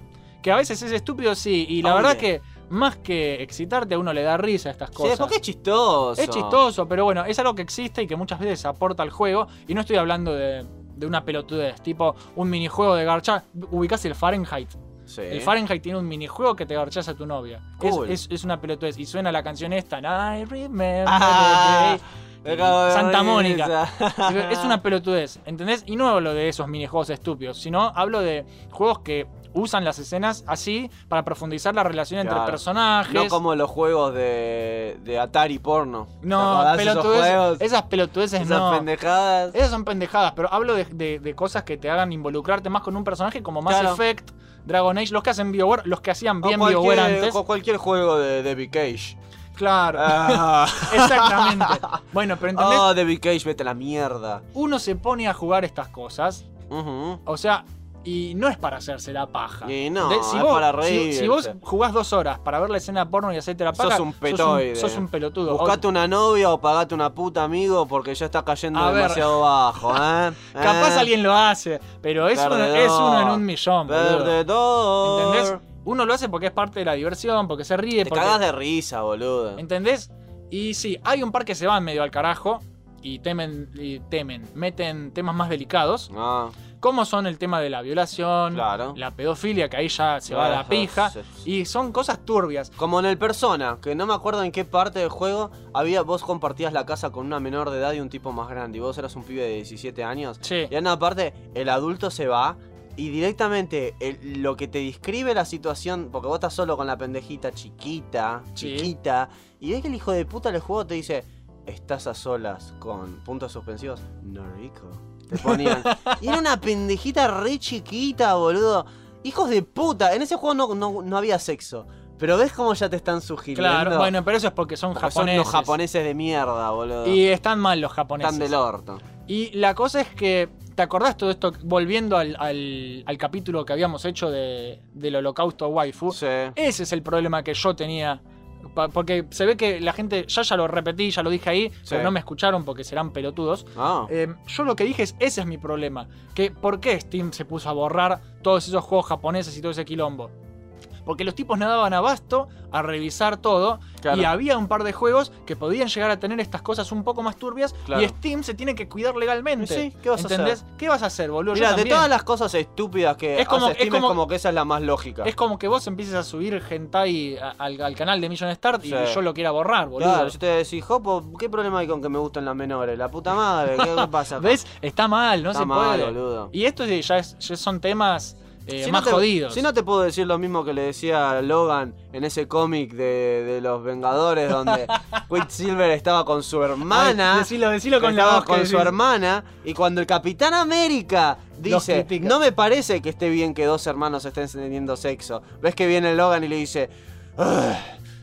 Speaker 1: que a veces es estúpido, sí, y la
Speaker 2: Oye.
Speaker 1: verdad que más que excitarte a uno le da risa a estas
Speaker 2: Sí,
Speaker 1: cosas.
Speaker 2: porque es chistoso.
Speaker 1: es chistoso, pero bueno, es algo que existe y que muchas veces aporta al juego, y no estoy hablando de, de una pelotudez, tipo un minijuego de garcha, ubicás el Fahrenheit.
Speaker 2: Sí.
Speaker 1: El Fahrenheit tiene un minijuego que te garchás a tu novia. Es-
Speaker 2: Cool.
Speaker 1: Es, es una pelotudez. Y suena la canción esta, I remember
Speaker 2: Ah,
Speaker 1: the
Speaker 2: me
Speaker 1: day.
Speaker 2: cago de
Speaker 1: Santa
Speaker 2: risa.
Speaker 1: Mónica. Digo, Es una pelotudez, ¿entendés? Y no hablo de esos minijuegos estúpidos, sino hablo de juegos que usan las escenas así para profundizar la relación entre
Speaker 2: Claro.
Speaker 1: personajes.
Speaker 2: No como los juegos de, de Atari porno. ¿Te
Speaker 1: No,
Speaker 2: acordás de esos
Speaker 1: pelotudeces,
Speaker 2: juegos?
Speaker 1: esas pelotudeces
Speaker 2: Esas
Speaker 1: no.
Speaker 2: pendejadas.
Speaker 1: Esas son pendejadas, pero hablo de, de- de cosas que te hagan involucrarte más con un personaje como Mass
Speaker 2: Claro.
Speaker 1: Effect, Dragon Age, los que hacen BioWare, los que hacían
Speaker 2: O
Speaker 1: bien BioWare
Speaker 2: cualquier,
Speaker 1: antes.
Speaker 2: o cualquier juego de Debbie Cage.
Speaker 1: Claro,
Speaker 2: Ah,
Speaker 1: exactamente. Bueno, pero ¿entendés?
Speaker 2: oh, Debbie Cage, vete a la mierda.
Speaker 1: Uno se pone a jugar estas cosas
Speaker 2: Ujú.
Speaker 1: O sea, y no es para hacerse la paja.
Speaker 2: Y no,
Speaker 1: De- si
Speaker 2: es
Speaker 1: vos,
Speaker 2: para
Speaker 1: si-
Speaker 2: reírse.
Speaker 1: Si, vos jugás dos horas para ver la escena porno y hacerte la
Speaker 2: Sos
Speaker 1: paja,
Speaker 2: un petoide.
Speaker 1: Sos un, pelotudo.
Speaker 2: Buscate una novia o pagate una puta, amigo, porque ya está cayendo
Speaker 1: A ver.
Speaker 2: demasiado bajo, ¿eh?
Speaker 1: Capaz
Speaker 2: ¿Eh?
Speaker 1: alguien lo hace, pero es, uno,
Speaker 2: Perdedor.
Speaker 1: es uno en un millón. boludo.
Speaker 2: Perdedor.
Speaker 1: ¿Entendés? Uno lo hace porque es parte de la diversión, porque se ríe.
Speaker 2: Te
Speaker 1: porque-
Speaker 2: cagas de risa, boludo.
Speaker 1: ¿Entendés? Y sí, hay un par que se van medio al carajo y temen, y temen, meten temas más delicados.
Speaker 2: No.
Speaker 1: como son el tema de la violación,
Speaker 2: Claro.
Speaker 1: la pedofilia, que ahí ya se va a la
Speaker 2: Claro,
Speaker 1: pija,
Speaker 2: sí, sí.
Speaker 1: y son cosas turbias.
Speaker 2: Como en el Persona, que no me acuerdo en qué parte del juego había vos compartías la casa con una menor de edad y un tipo más grande, y vos eras un pibe de 17 años.
Speaker 1: Sí.
Speaker 2: Y en una parte, el adulto se va Y directamente el- lo que te describe la situación, porque vos estás solo con la pendejita chiquita,
Speaker 1: Sí.
Speaker 2: chiquita, y ves que el hijo de puta del juego te dice, estás a solas con puntos suspensivos, no rico. Te ponían. y era una pendejita re chiquita, boludo. Hijos de puta, en ese juego no, no, no había sexo. Pero ves cómo ya te están sugiriendo.
Speaker 1: Claro, bueno, pero eso es porque son
Speaker 2: Porque
Speaker 1: japoneses.
Speaker 2: Son los japoneses de mierda, boludo.
Speaker 1: Y están mal los japoneses.
Speaker 2: Están del orto.
Speaker 1: Y la cosa es que, ¿te acordás todo esto? Volviendo al, al- al capítulo que habíamos hecho de, del holocausto waifu.
Speaker 2: Sí.
Speaker 1: Ese es el problema que yo tenía. Pa- Porque se ve que la gente, ya ya lo repetí, ya lo dije ahí,
Speaker 2: Sí.
Speaker 1: pero no me escucharon porque serán pelotudos.
Speaker 2: Ah.
Speaker 1: Eh, yo lo que dije es, ese es mi problema. Que, ¿Por qué Steam se puso a borrar todos esos juegos japoneses y todo ese quilombo? Porque los tipos nadaban abasto a revisar todo
Speaker 2: Claro.
Speaker 1: y había un par de juegos que podían llegar a tener estas cosas un poco más turbias
Speaker 2: Claro.
Speaker 1: y Steam se tiene que cuidar legalmente.
Speaker 2: Sí, ¿qué vas a
Speaker 1: ¿Qué vas a hacer, boludo? Yo
Speaker 2: Mira, de
Speaker 1: también.
Speaker 2: todas las cosas estúpidas que
Speaker 1: Es como-
Speaker 2: hace Steam,
Speaker 1: es como-
Speaker 2: es como que esa es la más lógica.
Speaker 1: Es como que vos empieces a subir hentai a- al, al canal de Million Start y
Speaker 2: Sí.
Speaker 1: yo lo quiera borrar, boludo.
Speaker 2: Claro, yo te decís, Jopo, ¿qué problema hay con que me gustan las menores? La puta madre, ¿qué pasa? acá?
Speaker 1: ¿Ves? Está mal, no
Speaker 2: Está
Speaker 1: se
Speaker 2: mal,
Speaker 1: puede.
Speaker 2: boludo.
Speaker 1: Y esto ya, es- ya son temas eh,
Speaker 2: Si no
Speaker 1: más
Speaker 2: te-
Speaker 1: jodidos.
Speaker 2: Si no te puedo decir lo mismo que le decía Logan en ese cómic de, de los Vengadores, donde Quicksilver estaba con su hermana.
Speaker 1: Ay, decilo, decilo con la
Speaker 2: estaba
Speaker 1: voz que
Speaker 2: con su
Speaker 1: decís.
Speaker 2: hermana. Y cuando el Capitán América
Speaker 1: Los
Speaker 2: dice,
Speaker 1: critica.
Speaker 2: no me parece que esté bien que dos hermanos estén teniendo sexo. Ves que viene Logan y le dice, "Ugh,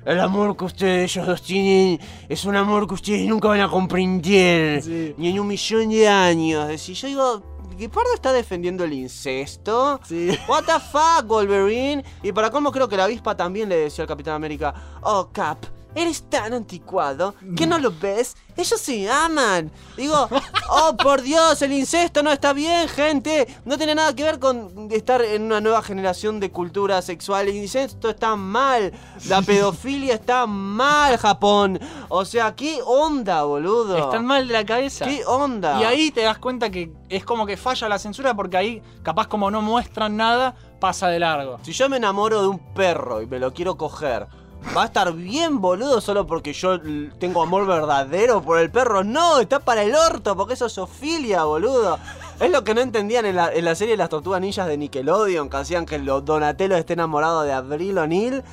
Speaker 2: el amor que ustedes ellos dos tienen es un amor que ustedes nunca van a comprender.
Speaker 1: Sí.
Speaker 2: Ni en un millón de años. Decís, yo digo, Guepardo está defendiendo el incesto.
Speaker 1: Sí.
Speaker 2: What the fuck, Wolverine. Y para cómo creo que la avispa también le decía al Capitán América, oh Cap. Eres tan anticuado que no lo ves. Ellos se aman. Digo, oh por Dios, el incesto no está bien, gente. No tiene nada que ver con estar en una nueva generación de cultura sexual. El incesto está mal. La pedofilia está mal, Japón. O sea, ¿qué onda, boludo?
Speaker 1: Están mal de la cabeza.
Speaker 2: ¿Qué onda?
Speaker 1: Y ahí te das cuenta que es como que falla la censura porque ahí, capaz como no muestran nada, pasa de largo.
Speaker 2: Si yo me enamoro de un perro y me lo quiero coger, ¿va a estar bien, boludo, solo porque yo l- tengo amor verdadero por el perro? No, está para el orto, porque eso es zoofilia, boludo. Es lo que no entendían en la, en la serie de las tortugas ninjas de Nickelodeon, que hacían que lo- Donatello esté enamorado de Abril O'Neill.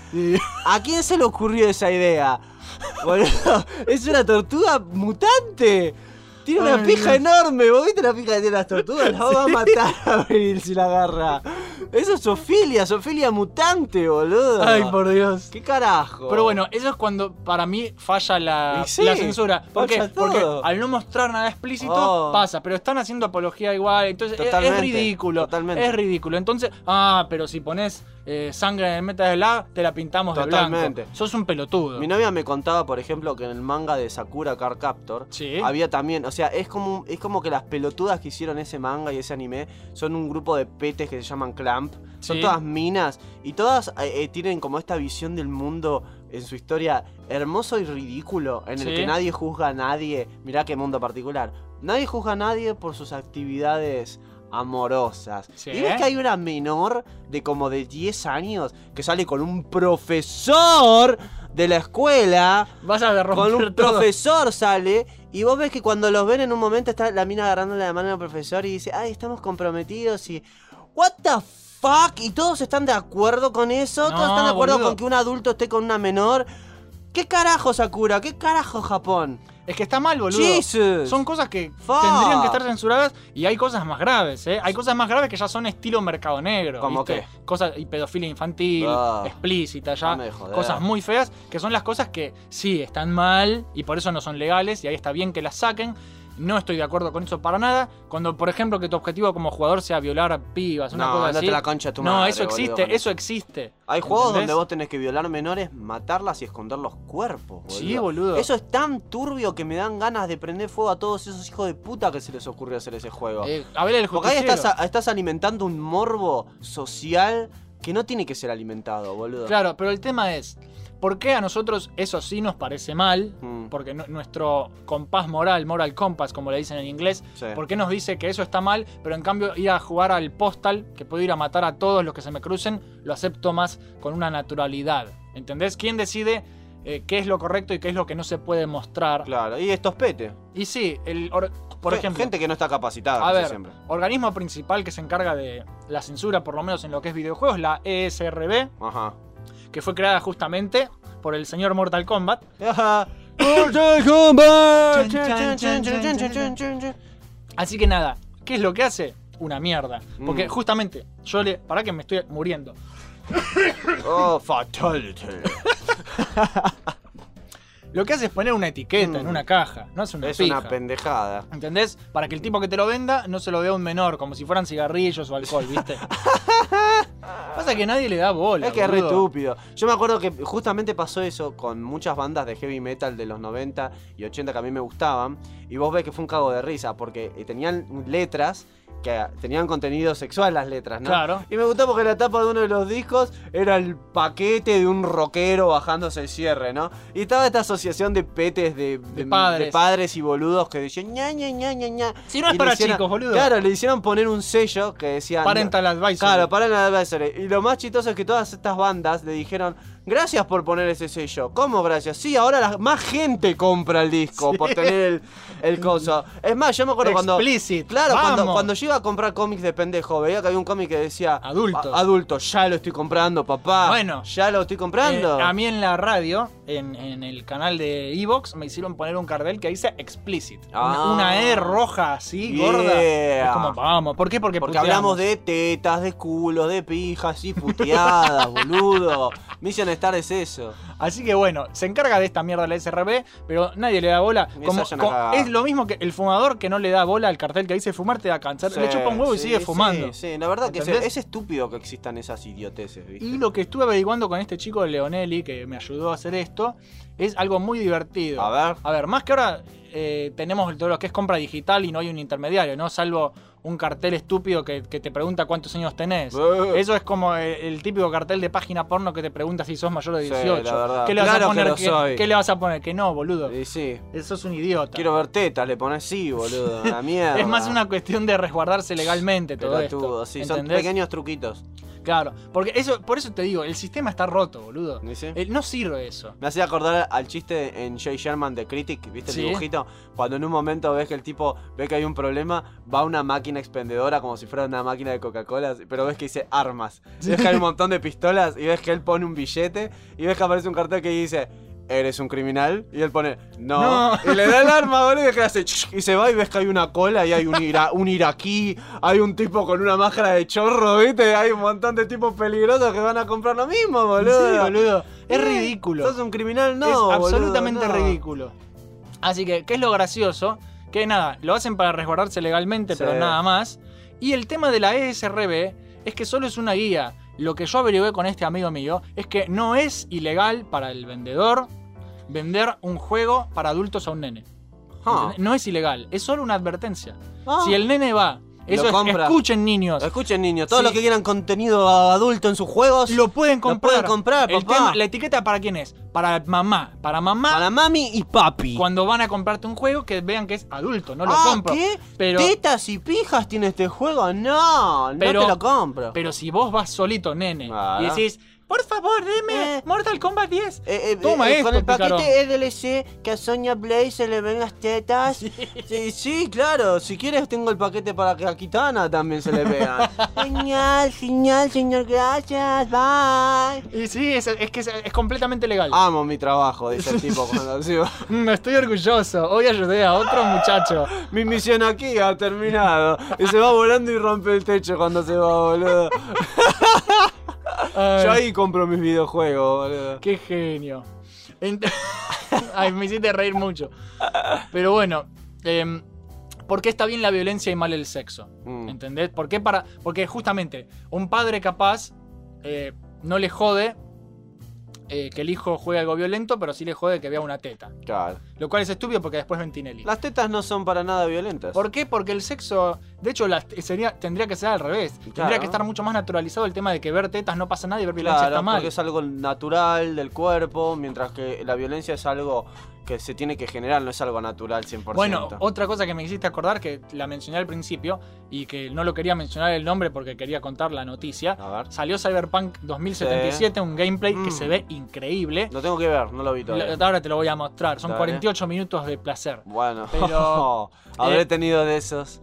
Speaker 2: ¿A quién se le ocurrió esa idea? Boludo, es una tortuga mutante. Tiene una pija enorme. ¿Vos viste la pija que tiene las tortugas? La va a matar a Abril si la agarra. Eso es Sofilia, Sofilia mutante, boludo.
Speaker 1: Ay, por Dios.
Speaker 2: ¿Qué carajo?
Speaker 1: Pero bueno, eso es cuando para mí falla la,
Speaker 2: Y sí,
Speaker 1: la censura. ¿Por qué?
Speaker 2: falla todo.
Speaker 1: Porque al no mostrar nada explícito
Speaker 2: Oh.
Speaker 1: pasa, pero están haciendo apología igual, entonces e-, es- es
Speaker 2: Totalmente,
Speaker 1: ridículo.
Speaker 2: totalmente.
Speaker 1: Es ridículo. Entonces, ah, pero si pones eh, sangre en el meta de la, te la pintamos de
Speaker 2: Totalmente.
Speaker 1: blanco. Sos un pelotudo.
Speaker 2: Mi novia me contaba, por ejemplo, que en el manga de Sakura Car Captor
Speaker 1: Sí.
Speaker 2: había también, o sea, es como, es como que las pelotudas que hicieron ese manga y ese anime son un grupo de petes que se llaman Clamp. Son
Speaker 1: Sí.
Speaker 2: todas minas y todas eh, eh, tienen como esta visión del mundo en su historia hermoso y ridículo, en
Speaker 1: Sí.
Speaker 2: el que nadie juzga a nadie. Mirá qué mundo particular. Nadie juzga a nadie por sus actividades amorosas.
Speaker 1: Sí.
Speaker 2: Y ves que hay una menor de como de 10 años que sale con un profesor de la escuela.
Speaker 1: Vas a romper
Speaker 2: Con un
Speaker 1: todo.
Speaker 2: profesor sale y vos ves que cuando los ven en un momento está la mina agarrándole la mano al profesor y dice, ay, estamos comprometidos y... ¿What the fuck? ¿Y todos están de acuerdo con eso? ¿Todos
Speaker 1: No,
Speaker 2: están de acuerdo
Speaker 1: boludo.
Speaker 2: con que un adulto esté con una menor? ¿Qué carajo, Sakura? ¿Qué carajo, Japón?
Speaker 1: Es que está mal, boludo.
Speaker 2: Jesus.
Speaker 1: Son cosas que
Speaker 2: Fuck.
Speaker 1: tendrían que estar censuradas y hay cosas más graves, ¿eh? Hay cosas más graves que ya son estilo mercado negro.
Speaker 2: ¿Cómo
Speaker 1: ¿viste? Cosas y pedofilia infantil,
Speaker 2: Ah.
Speaker 1: explícita
Speaker 2: No
Speaker 1: ya.
Speaker 2: me jodas.
Speaker 1: Cosas muy feas, que son las cosas que sí están mal y por eso no son legales y ahí está bien que las saquen. No estoy de acuerdo con eso para nada. Cuando, por ejemplo, que tu objetivo como jugador sea violar pibas, una
Speaker 2: No,
Speaker 1: cosa
Speaker 2: andate
Speaker 1: así.
Speaker 2: la concha de tu
Speaker 1: no,
Speaker 2: madre,
Speaker 1: eso
Speaker 2: boludo,
Speaker 1: existe,
Speaker 2: con
Speaker 1: eso existe.
Speaker 2: Hay juegos
Speaker 1: ¿Entendés?
Speaker 2: donde vos tenés que violar menores, matarlas y esconder los cuerpos, boludo.
Speaker 1: Sí, boludo.
Speaker 2: Eso es tan turbio que me dan ganas de prender fuego a todos esos hijos de puta que se les ocurrió hacer ese juego.
Speaker 1: Eh, Abel el
Speaker 2: Porque ahí
Speaker 1: justiciero.
Speaker 2: estás, estás alimentando un morbo social que no tiene que ser alimentado, boludo.
Speaker 1: Claro, pero el tema es, ¿por qué a nosotros eso sí nos parece mal?
Speaker 2: Mm.
Speaker 1: Porque nu- nuestro compás moral, moral compass, como le dicen en inglés,
Speaker 2: Sí.
Speaker 1: ¿por qué nos dice que eso está mal? Pero en cambio ir a jugar al postal, que puedo ir a matar a todos los que se me crucen, lo acepto más con una naturalidad. ¿Entendés? ¿Quién decide eh, qué es lo correcto y qué es lo que no se puede mostrar?
Speaker 2: Claro, y estos petes.
Speaker 1: Y sí, el or- Por
Speaker 2: Gen-
Speaker 1: ejemplo,
Speaker 2: Gente que no está capacitada.
Speaker 1: a
Speaker 2: casi
Speaker 1: ver,
Speaker 2: siempre.
Speaker 1: organismo principal que se encarga de la censura, por lo menos en lo que es videojuegos, la E ESRB,
Speaker 2: Ajá.
Speaker 1: que fue creada justamente por el señor Mortal Kombat. Así que nada, ¿qué es lo que hace? Una mierda. Porque
Speaker 2: Mm.
Speaker 1: justamente, yo le. Pará que me estoy muriendo.
Speaker 2: Oh, fatality.
Speaker 1: Lo que hace es poner una etiqueta en
Speaker 2: Mm.
Speaker 1: una caja. No es una
Speaker 2: Es
Speaker 1: pija.
Speaker 2: una pendejada.
Speaker 1: ¿Entendés? Para que el tipo que te lo venda no se lo vea a un menor, como si fueran cigarrillos o alcohol, ¿viste? Pasa que nadie le da bola.
Speaker 2: Es que es re
Speaker 1: boludo.
Speaker 2: estúpido. Yo me acuerdo que justamente pasó eso con muchas bandas de heavy metal de los 90 y 80 que a mí me gustaban. Y vos ves que fue un cago de risa porque eh, tenían letras que tenían contenido sexual las letras, ¿no?
Speaker 1: Claro.
Speaker 2: Y me gustó porque la tapa de uno de los discos era el paquete de un rockero bajándose el cierre, ¿no? Y estaba esta asociación de petes de, de-
Speaker 1: padres.
Speaker 2: de padres y boludos que decían ña, ña, ña, ña, ña.
Speaker 1: Si no es
Speaker 2: Y le
Speaker 1: para
Speaker 2: hicieron-
Speaker 1: chicos, boludo.
Speaker 2: Claro, le hicieron poner un sello que decía...
Speaker 1: Parental advisory.
Speaker 2: Claro, para la advisory. Y lo más chistoso es que todas estas bandas le dijeron, gracias por poner ese sello. ¿Cómo gracias? Sí, ahora la- más gente compra el disco por tener el, el coso. Es más, yo me acuerdo cuando...
Speaker 1: Explicit,
Speaker 2: Claro, cuando,
Speaker 1: vamos.
Speaker 2: cuando yo iba a comprar cómics de pendejo, veía que había un cómic que decía...
Speaker 1: Adultos.
Speaker 2: "A- Adulto, ya lo estoy comprando, papá.
Speaker 1: Bueno.
Speaker 2: Ya lo estoy comprando.
Speaker 1: Eh, a mí en la radio, en, en el canal de Evox, me hicieron poner un cartel que dice explicit. Una-
Speaker 2: Ah.
Speaker 1: Una, E roja así,
Speaker 2: Yeah.
Speaker 1: gorda. Es como, vamos. ¿Por qué? Porque,
Speaker 2: Porque
Speaker 1: puteamos.
Speaker 2: hablamos de tetas, de culos, de pijas y puteadas, boludo. Mission Star es eso.
Speaker 1: Así que bueno, se encarga de esta mierda la SRB, pero nadie le da bola.
Speaker 2: Esa
Speaker 1: Como,
Speaker 2: es una
Speaker 1: co-
Speaker 2: cagada.
Speaker 1: es lo mismo que el fumador que no le da bola al cartel que dice fumar te da cáncer. le chupa un huevo y
Speaker 2: Sí,
Speaker 1: sigue
Speaker 2: sí,
Speaker 1: fumando.
Speaker 2: Sí, la verdad que es,
Speaker 1: ¿Entendés?
Speaker 2: es estúpido que existan esas idioteces, ¿viste?
Speaker 1: Y lo que estuve averiguando con este chico de Leonelli, que me ayudó a hacer esto, es algo muy divertido.
Speaker 2: A ver.
Speaker 1: A ver, más que ahora eh, tenemos todo lo que es compra digital y no hay un intermediario, ¿no? Salvo un cartel estúpido que, que te pregunta cuántos años tenés.
Speaker 2: Eh.
Speaker 1: Eso es como el, el típico cartel de página porno que te pregunta si sos mayor de
Speaker 2: Sí,
Speaker 1: 18.
Speaker 2: la verdad.
Speaker 1: ¿Qué le vas
Speaker 2: Claro
Speaker 1: a
Speaker 2: que
Speaker 1: poner?
Speaker 2: lo
Speaker 1: que,
Speaker 2: soy.
Speaker 1: ¿Qué le vas a poner? Que no, boludo.
Speaker 2: Y sí.
Speaker 1: Eso es un idiota.
Speaker 2: Quiero ver tetas, le pones sí, boludo. La mierda.
Speaker 1: es más una cuestión de resguardarse legalmente todo
Speaker 2: Pelotudo,
Speaker 1: esto.
Speaker 2: sí, son
Speaker 1: ¿entendés?
Speaker 2: pequeños truquitos.
Speaker 1: Claro, porque eso, por eso te digo, el sistema está roto, boludo.
Speaker 2: ¿Y sí?
Speaker 1: Eh, no sirve eso.
Speaker 2: Me hacía acordar al chiste en Jay Sherman de Critic, ¿viste el
Speaker 1: Sí.
Speaker 2: dibujito? Cuando en un momento ves que el tipo ve que hay un problema, va a una máquina expendedora como si fuera una máquina de Coca-Cola, pero ves que dice armas. Y ves que hay un montón de pistolas y ves que él pone un billete y ves que aparece un cartel que dice. ¿Eres un criminal? Y él pone, no.
Speaker 1: No.
Speaker 2: Y le da el arma, boludo, y ves que hace, ch- y se va y ves que hay una cola y hay un, ira- un iraquí, hay un tipo con una máscara de chorro, ¿viste? Hay un montón de tipos peligrosos que van a comprar lo mismo, boludo.
Speaker 1: Sí, boludo. Es
Speaker 2: Eh,
Speaker 1: ridículo.
Speaker 2: Sos un criminal, no.
Speaker 1: es
Speaker 2: boludo,
Speaker 1: absolutamente
Speaker 2: no.
Speaker 1: ridículo. Así que, ¿qué es lo gracioso? Que nada, lo hacen para resguardarse legalmente,
Speaker 2: Sí.
Speaker 1: pero nada más. Y el tema de la E ESRB es que solo es una guía. Lo que yo averigué con este amigo mío es que no es ilegal para el vendedor vender un juego para adultos a un nene.
Speaker 2: Ah.
Speaker 1: ¿Entendés? No es ilegal, es solo una advertencia.
Speaker 2: Ah.
Speaker 1: Si el nene va, eso es,
Speaker 2: compra.
Speaker 1: escuchen niños,
Speaker 2: Escuchen, niños, todos
Speaker 1: Sí.
Speaker 2: los que quieran contenido adulto en sus juegos,
Speaker 1: lo pueden comprar.
Speaker 2: pueden comprar,
Speaker 1: El
Speaker 2: papá.
Speaker 1: tema- la etiqueta para quién es? Para mamá. Para mamá
Speaker 2: para mami y papi.
Speaker 1: cuando van a comprarte un juego que vean que es adulto, no lo
Speaker 2: ah,
Speaker 1: compro.
Speaker 2: ¿qué?
Speaker 1: Pero,
Speaker 2: ¿Tetas y pijas tiene este juego? No, no
Speaker 1: Pero-
Speaker 2: te lo compro.
Speaker 1: pero si vos vas solito, nene,
Speaker 2: Ah.
Speaker 1: y decís, por favor, deme
Speaker 2: Eh.
Speaker 1: Mortal Kombat 10.
Speaker 2: Eh, eh,
Speaker 1: Toma
Speaker 2: eh,
Speaker 1: esto,
Speaker 2: Con el
Speaker 1: pícaro.
Speaker 2: paquete DLC que a Sonia Blaze se le ven las tetas. Sí, sí, claro. Si quieres, tengo el paquete para que a Kitana también se le vean. genial, genial, señor. Gracias. Bye.
Speaker 1: Y sí, es, es que es, es completamente legal.
Speaker 2: Amo mi trabajo, dice el tipo cuando se va.
Speaker 1: Mm, estoy orgulloso. Hoy ayudé a otro muchacho.
Speaker 2: Mi misión aquí ha terminado. Y se va volando y rompe el techo cuando se va, boludo.
Speaker 1: Ay, Eh.
Speaker 2: Yo ahí compro mis videojuegos, boludo.
Speaker 1: Qué genio. Ent- Ay, me hiciste reír mucho. Pero bueno, em, ¿por qué está bien la violencia y mal el sexo?
Speaker 2: Mm.
Speaker 1: ¿Entendés? ¿Por qué para.? Porque justamente, un padre capaz eh, no le jode eh, que el hijo juegue algo violento, pero sí le jode que vea una teta.
Speaker 2: Claro.
Speaker 1: Lo cual es estúpido porque después ven Tinelli.
Speaker 2: Las tetas no son para nada violentas.
Speaker 1: ¿Por qué? Porque el sexo. De hecho, las- sería, tendría que ser al revés. Tendría
Speaker 2: Claro.
Speaker 1: que estar mucho más naturalizado el tema de que ver tetas no pasa nada y ver violencia
Speaker 2: Claro,
Speaker 1: está mal.
Speaker 2: porque es algo natural del cuerpo, mientras que la violencia es algo que se tiene que generar, no es algo natural 100%.
Speaker 1: Bueno, otra cosa que me hiciste acordar, que la mencioné al principio y que no lo quería mencionar el nombre porque quería contar la noticia.
Speaker 2: a ver.
Speaker 1: Salió Cyberpunk 2077, un gameplay que
Speaker 2: Mm.
Speaker 1: se ve increíble.
Speaker 2: Lo tengo que ver, no lo vi todavía.
Speaker 1: Lo- Ahora te lo voy a mostrar, son
Speaker 2: Dale.
Speaker 1: 48 minutos de placer.
Speaker 2: Bueno,
Speaker 1: Pero,
Speaker 2: habré
Speaker 1: eh,
Speaker 2: tenido de esos.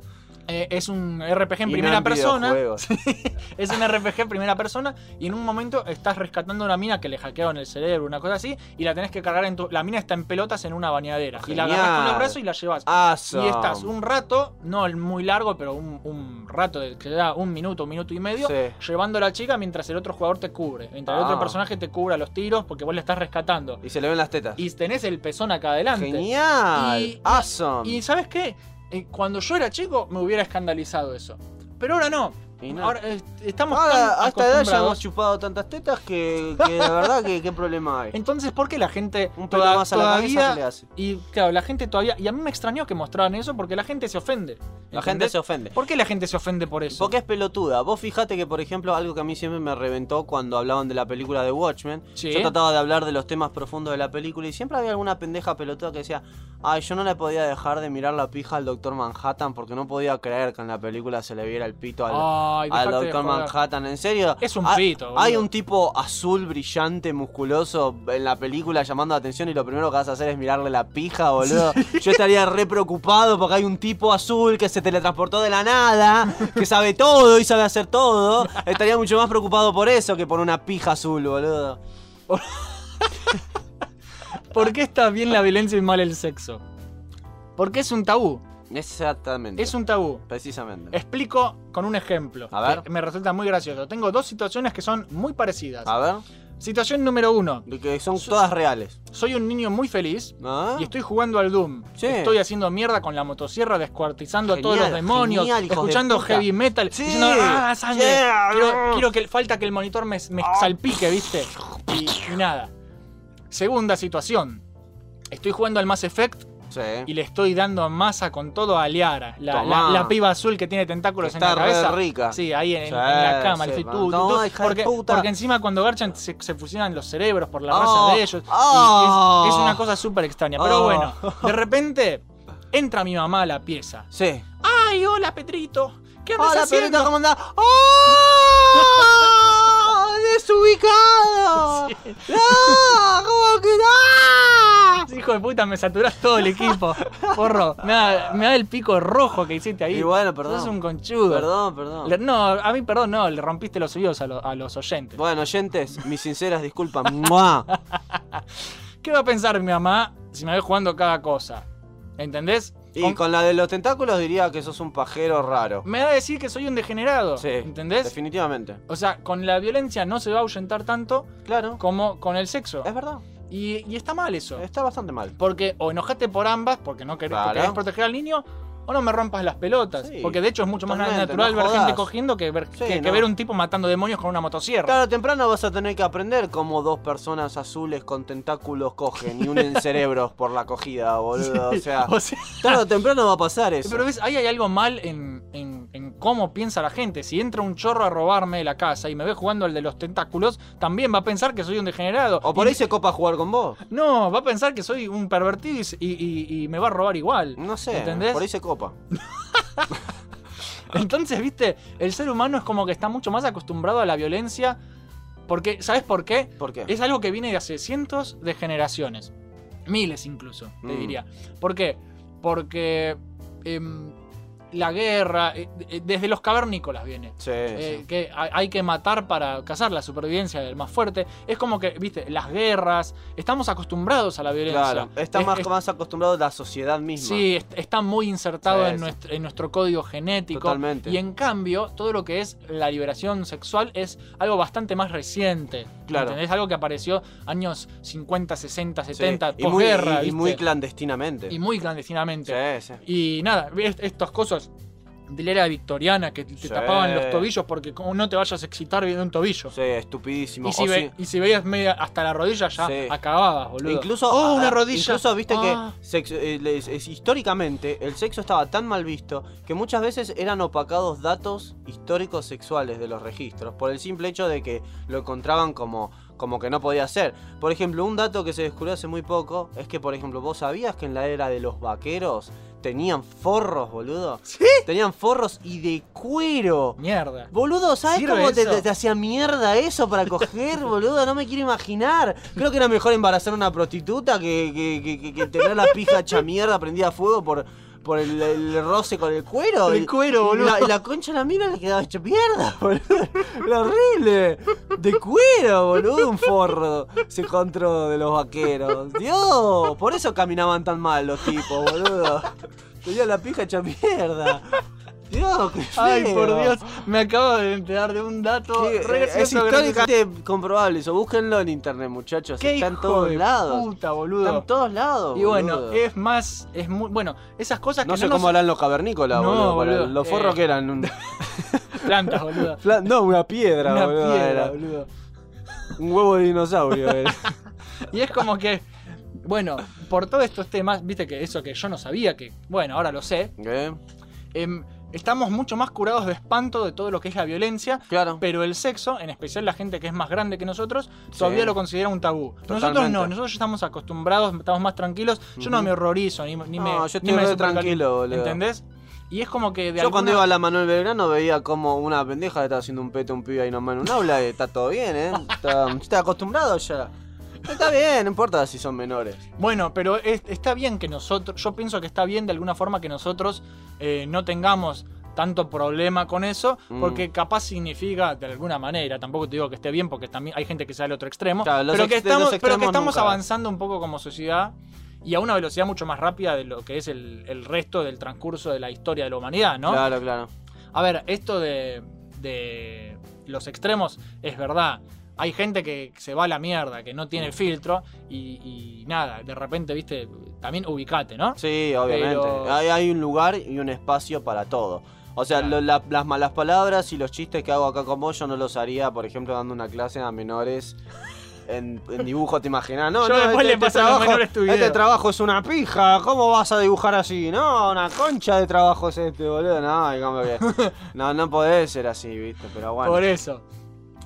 Speaker 1: Eh, es un RPG en
Speaker 2: Y no
Speaker 1: primera
Speaker 2: en
Speaker 1: persona.
Speaker 2: videojuegos.
Speaker 1: Es un RPG en primera persona y en un momento estás rescatando a una mina que le hackearon el cerebro, una cosa así, y la tenés que cargar en tu. La mina está en pelotas en una bañadera. Y la agarras con
Speaker 2: Genial.
Speaker 1: los brazos y la llevas.
Speaker 2: Awesome.
Speaker 1: Y estás un rato, no el muy largo, pero un, un rato de- que da un minuto, un minuto y medio,
Speaker 2: Sí.
Speaker 1: llevando a la chica mientras el otro jugador te cubre. Mientras el
Speaker 2: Ah.
Speaker 1: otro personaje te cubra los tiros porque vos le estás rescatando.
Speaker 2: Y se le ven las tetas.
Speaker 1: Y tenés el pezón acá adelante.
Speaker 2: Genial.
Speaker 1: Y-
Speaker 2: awesome.
Speaker 1: Y ¿sabes qué? Eh, cuando yo era chico me hubiera escandalizado eso. Pero ahora no.
Speaker 2: Y no.
Speaker 1: Ahora eh, estamos
Speaker 2: Ahora,
Speaker 1: tan
Speaker 2: a esta edad ya hemos
Speaker 1: acostumbrados.
Speaker 2: chupado tantas tetas que, que la verdad que qué problema hay.
Speaker 1: Entonces, ¿por qué la gente
Speaker 2: Un pelo
Speaker 1: toda-
Speaker 2: más a la cabeza se le
Speaker 1: todavía...
Speaker 2: hace.
Speaker 1: Y claro, la gente todavía... Y a mí me extrañó que mostraran eso porque la gente se ofende.
Speaker 2: La gente
Speaker 1: ¿entendés?
Speaker 2: se ofende.
Speaker 1: ¿Por qué la gente se ofende por eso?
Speaker 2: Porque es pelotuda. Vos fijate que, por ejemplo, algo que a mí siempre me reventó cuando hablaban de la película de Watchmen.
Speaker 1: Sí.
Speaker 2: Yo trataba de hablar de los temas profundos de la película y siempre había alguna pendeja pelotuda que decía, ay, yo no le podía dejar de mirar la pija al Doctor Manhattan porque no podía creer que en la película se le viera el pito al,
Speaker 1: Ay,
Speaker 2: al
Speaker 1: dejate de
Speaker 2: Doctor
Speaker 1: joder.
Speaker 2: Manhattan. ¿En serio?
Speaker 1: Es un
Speaker 2: Ha-
Speaker 1: pito, boludo.
Speaker 2: Hay un tipo azul, brillante, musculoso en la película llamando la atención y lo primero que vas a hacer es mirarle la pija, boludo. Yo estaría re preocupado porque hay un tipo azul que se teletransportó de la nada, que sabe todo y sabe hacer todo. Estaría mucho más preocupado por eso que por una pija azul, boludo.
Speaker 1: ¿Por qué está bien la violencia y mal el sexo? Porque es un tabú.
Speaker 2: Exactamente.
Speaker 1: Es un tabú.
Speaker 2: Precisamente.
Speaker 1: Explico con un ejemplo.
Speaker 2: A ver.
Speaker 1: que me resulta muy gracioso. Tengo dos situaciones que son muy parecidas.
Speaker 2: A ver,
Speaker 1: Situación número uno.
Speaker 2: de que son todas reales.
Speaker 1: Soy un niño muy feliz.
Speaker 2: ¿no?
Speaker 1: Y estoy jugando al Doom.
Speaker 2: Ah. Sí.
Speaker 1: Estoy haciendo mierda con la motosierra, descuartizando
Speaker 2: Genial,
Speaker 1: a todos los demonios,
Speaker 2: genial, hijos de
Speaker 1: escuchando
Speaker 2: puta.
Speaker 1: heavy metal,
Speaker 2: Sí.
Speaker 1: diciendo, ¡ah, sangre!
Speaker 2: Yeah, Ah.
Speaker 1: quiero,
Speaker 2: no.
Speaker 1: quiero que falta que el monitor me, me salpique, ¿viste? Y, y nada. Segunda situación. Estoy jugando al Mass Effect
Speaker 2: Sí.
Speaker 1: y le estoy dando masa con todo a Liara, la,
Speaker 2: Tomá.
Speaker 1: la- la piba azul que tiene tentáculos
Speaker 2: Que
Speaker 1: en
Speaker 2: está
Speaker 1: la
Speaker 2: re
Speaker 1: cabeza.
Speaker 2: rica.
Speaker 1: Sí, ahí en,
Speaker 2: Sí,
Speaker 1: en la cama,
Speaker 2: sí,
Speaker 1: el
Speaker 2: man.
Speaker 1: fitú,
Speaker 2: No,
Speaker 1: tutú,
Speaker 2: hija de
Speaker 1: porque,
Speaker 2: puta.
Speaker 1: porque encima cuando garchan se, se fusionan los cerebros por la
Speaker 2: Oh,
Speaker 1: raza de ellos. Y
Speaker 2: oh.
Speaker 1: es, es una cosa súper extraña. Pero
Speaker 2: Oh.
Speaker 1: bueno, de repente entra mi mamá a la pieza.
Speaker 2: Sí.
Speaker 1: ¡Ay, hola Petrito! ¿Qué andas
Speaker 2: Hola,
Speaker 1: haciendo?
Speaker 2: Pedrito, ¿cómo andás? ¡Oh! ¡Desubicado! ¡No! ¿Cómo que no?
Speaker 1: Hijo de puta, me saturás todo el equipo. Porro, me da, me da el pico rojo que hiciste ahí.
Speaker 2: Y bueno, perdón.
Speaker 1: Sos un conchudo.
Speaker 2: Perdón, perdón.
Speaker 1: Le- no, a mí perdón, no, le rompiste los oídos a, lo- a los oyentes.
Speaker 2: Bueno, oyentes, mis sinceras disculpas. ¡Mua!
Speaker 1: ¿Qué va a pensar mi mamá si me ve jugando cada cosa? ¿Entendés?
Speaker 2: Y
Speaker 1: Con-
Speaker 2: con la de los tentáculos diría que sos un pajero raro.
Speaker 1: Me va a decir que soy un degenerado.
Speaker 2: Sí.
Speaker 1: ¿Entendés?
Speaker 2: Definitivamente.
Speaker 1: O sea, con la violencia no se va a ahuyentar tanto
Speaker 2: Claro.
Speaker 1: como con el sexo.
Speaker 2: Es verdad.
Speaker 1: Y, y está mal eso.
Speaker 2: Está bastante mal.
Speaker 1: Porque o enojate por ambas, porque no querés, porque
Speaker 2: Claro.
Speaker 1: querés proteger al niño, o no me rompas las pelotas.
Speaker 2: Sí.
Speaker 1: Porque de hecho es mucho más
Speaker 2: Totalmente,
Speaker 1: natural
Speaker 2: no
Speaker 1: ver gente
Speaker 2: jodas.
Speaker 1: cogiendo que ver,
Speaker 2: Sí,
Speaker 1: que, que
Speaker 2: no.
Speaker 1: ver un tipo matando demonios con una motosierra.
Speaker 2: Claro, temprano vas a tener que aprender cómo dos personas azules con tentáculos cogen y unen cerebros por la cogida, boludo. O sea,
Speaker 1: O sea,
Speaker 2: tarde o temprano va a pasar eso.
Speaker 1: pero ves, ahí hay algo mal en, en- en cómo piensa la gente. Si entra un chorro a robarme de la casa y me ve jugando al de los tentáculos, también va a pensar que soy un degenerado.
Speaker 2: O por
Speaker 1: Y-
Speaker 2: ahí se copa jugar con vos.
Speaker 1: No, va a pensar que soy un pervertido y, y- y me va a robar igual.
Speaker 2: No sé,
Speaker 1: ¿Entendés?
Speaker 2: por ahí se copa.
Speaker 1: Entonces, viste, el ser humano es como que está mucho más acostumbrado a la violencia. Porque, ¿sabes por qué?
Speaker 2: ¿Por qué?
Speaker 1: Es algo que viene de hace cientos de generaciones. Miles incluso, te
Speaker 2: Mm.
Speaker 1: diría. ¿Por qué? Porque em, la guerra, eh, eh, desde los cavernícolas viene.
Speaker 2: Sí,
Speaker 1: Eh,
Speaker 2: sí.
Speaker 1: que hay hay que matar para cazar la supervivencia del más fuerte. Es como que, viste, las guerras, estamos acostumbrados a la violencia.
Speaker 2: Claro, está
Speaker 1: Es-
Speaker 2: más,
Speaker 1: es-
Speaker 2: más acostumbrado a la sociedad misma.
Speaker 1: Sí, est- está muy insertado
Speaker 2: Sí,
Speaker 1: en,
Speaker 2: sí.
Speaker 1: nuestro, en nuestro código genético.
Speaker 2: Totalmente.
Speaker 1: Y en cambio, todo lo que es la liberación sexual es algo bastante más reciente.
Speaker 2: Claro.
Speaker 1: Es algo que apareció años 50, 60,
Speaker 2: Sí.
Speaker 1: 70,
Speaker 2: y muy,
Speaker 1: posguerra.
Speaker 2: y- y
Speaker 1: ¿viste?
Speaker 2: muy clandestinamente.
Speaker 1: Y muy clandestinamente.
Speaker 2: Sí, sí.
Speaker 1: Y nada, est- estas cosas de la era victoriana que te
Speaker 2: Sí.
Speaker 1: tapaban los tobillos porque como no te vayas a excitar viendo un tobillo.
Speaker 2: Sí, estupidísimo.
Speaker 1: Y si,
Speaker 2: O
Speaker 1: ve-
Speaker 2: sí-
Speaker 1: y si veías media hasta la rodilla ya
Speaker 2: Sí.
Speaker 1: acababas, boludo.
Speaker 2: Incluso,
Speaker 1: ¡Oh, una
Speaker 2: ah,
Speaker 1: rodilla!
Speaker 2: incluso viste
Speaker 1: Ah.
Speaker 2: que sexo- eh, les- es- históricamente el sexo estaba tan mal visto que muchas veces eran opacados datos históricos sexuales de los registros por el simple hecho de que lo encontraban como, como que no podía ser. Por ejemplo, un dato que se descubrió hace muy poco es que, por ejemplo, vos sabías que en la era de los vaqueros tenían forros, boludo.
Speaker 1: ¿Sí?
Speaker 2: Tenían forros y de cuero.
Speaker 1: Mierda.
Speaker 2: Boludo, ¿sabes
Speaker 1: ¿Sirve
Speaker 2: cómo te,
Speaker 1: eso?
Speaker 2: te- te hacía mierda eso para coger, boludo? No me quiero imaginar. Creo que era mejor embarazar a una prostituta que, que- que- que- que tener la pija hecha mierda prendida a fuego por, por el, el roce con el cuero.
Speaker 1: El
Speaker 2: Y-
Speaker 1: cuero,
Speaker 2: y
Speaker 1: boludo.
Speaker 2: La, y la concha de la mina le quedaba hecha mierda, boludo. Era horrible. De cuero, boludo, un forro se encontró de los vaqueros. Dios, por eso caminaban tan mal los tipos, boludo. Tenía la pija hecha mierda. Dios, qué feo.
Speaker 1: Ay, por Dios, me acabo de enterar de un dato.
Speaker 2: Sí,
Speaker 1: re
Speaker 2: eh, es
Speaker 1: gracioso, gracias a-
Speaker 2: históricamente comprobable eso. Búsquenlo en internet, muchachos.
Speaker 1: ¿Qué
Speaker 2: Está en
Speaker 1: hijo
Speaker 2: todos
Speaker 1: de
Speaker 2: lados.
Speaker 1: Puta, boludo.
Speaker 2: Está en todos lados.
Speaker 1: y bueno,
Speaker 2: boludo.
Speaker 1: es más, es muy. Bueno, esas cosas que
Speaker 2: no
Speaker 1: no
Speaker 2: sé
Speaker 1: nos-
Speaker 2: cómo harán los cavernícolas,
Speaker 1: No,
Speaker 2: boludo. para
Speaker 1: boludo.
Speaker 2: Los forros
Speaker 1: Eh.
Speaker 2: que eran. un-
Speaker 1: plantas, boludo.
Speaker 2: Fla- No, una piedra,
Speaker 1: Una
Speaker 2: boludo.
Speaker 1: piedra,
Speaker 2: era.
Speaker 1: boludo.
Speaker 2: Un huevo de dinosaurio. era.
Speaker 1: Y es como que. Bueno, por todos estos temas, viste que eso que yo no sabía, que bueno, ahora lo sé,
Speaker 2: ¿Qué?
Speaker 1: em, estamos mucho más curados de espanto de todo lo que es la violencia,
Speaker 2: Claro.
Speaker 1: pero el sexo, en especial la gente que es más grande que nosotros, todavía
Speaker 2: Sí.
Speaker 1: lo considera un tabú. Nosotros
Speaker 2: Totalmente.
Speaker 1: no, nosotros ya estamos acostumbrados, estamos más tranquilos. Yo no
Speaker 2: Ujú.
Speaker 1: me horrorizo, ni, ni
Speaker 2: No,
Speaker 1: me.
Speaker 2: yo
Speaker 1: ni
Speaker 2: estoy
Speaker 1: me
Speaker 2: re
Speaker 1: supercaliento,
Speaker 2: tranquilo, boludo.
Speaker 1: ¿Entendés? Y es como que de
Speaker 2: Yo
Speaker 1: alguna-
Speaker 2: cuando iba a la Manuel Belgrano veía como una pendeja le estaba haciendo un pete a un pibe ahí nomás en un aula y está todo bien, ¿eh? Está, está acostumbrado ya. Está bien, no importa si son menores.
Speaker 1: Bueno, pero es- está bien que nosotros, yo pienso que está bien de alguna forma que nosotros eh, no tengamos tanto problema con eso,
Speaker 2: Mm.
Speaker 1: porque capaz significa de alguna manera, tampoco te digo que esté bien porque también hay gente que sea al otro extremo,
Speaker 2: Claro, los
Speaker 1: pero, que
Speaker 2: ex- de
Speaker 1: estamos,
Speaker 2: los
Speaker 1: pero que
Speaker 2: extremos
Speaker 1: estamos
Speaker 2: nunca.
Speaker 1: avanzando un poco como sociedad y a una velocidad mucho más rápida de lo que es el, el resto del transcurso de la historia de la humanidad, ¿no?
Speaker 2: Claro, claro.
Speaker 1: A ver, esto de, de los extremos es verdad. Hay gente que se va a la mierda, que no tiene
Speaker 2: Mm.
Speaker 1: filtro y, y nada, de repente, viste, también ubicate, ¿no?
Speaker 2: Sí, obviamente.
Speaker 1: Pero-
Speaker 2: Hay, hay un lugar y un espacio para todo. O sea,
Speaker 1: Claro.
Speaker 2: lo- la- las malas palabras y los chistes que hago acá con vos, yo no los haría, por ejemplo, dando una clase a menores en, en dibujo, ¿te imaginas? No,
Speaker 1: Yo
Speaker 2: no,
Speaker 1: después le paso a los menores tu
Speaker 2: este
Speaker 1: video.
Speaker 2: trabajo es una pija, ¿cómo vas a dibujar así? No, una concha de trabajo es este, boludo. No, digamos que- no, no podés ser así, ¿viste? Pero bueno.
Speaker 1: Por eso.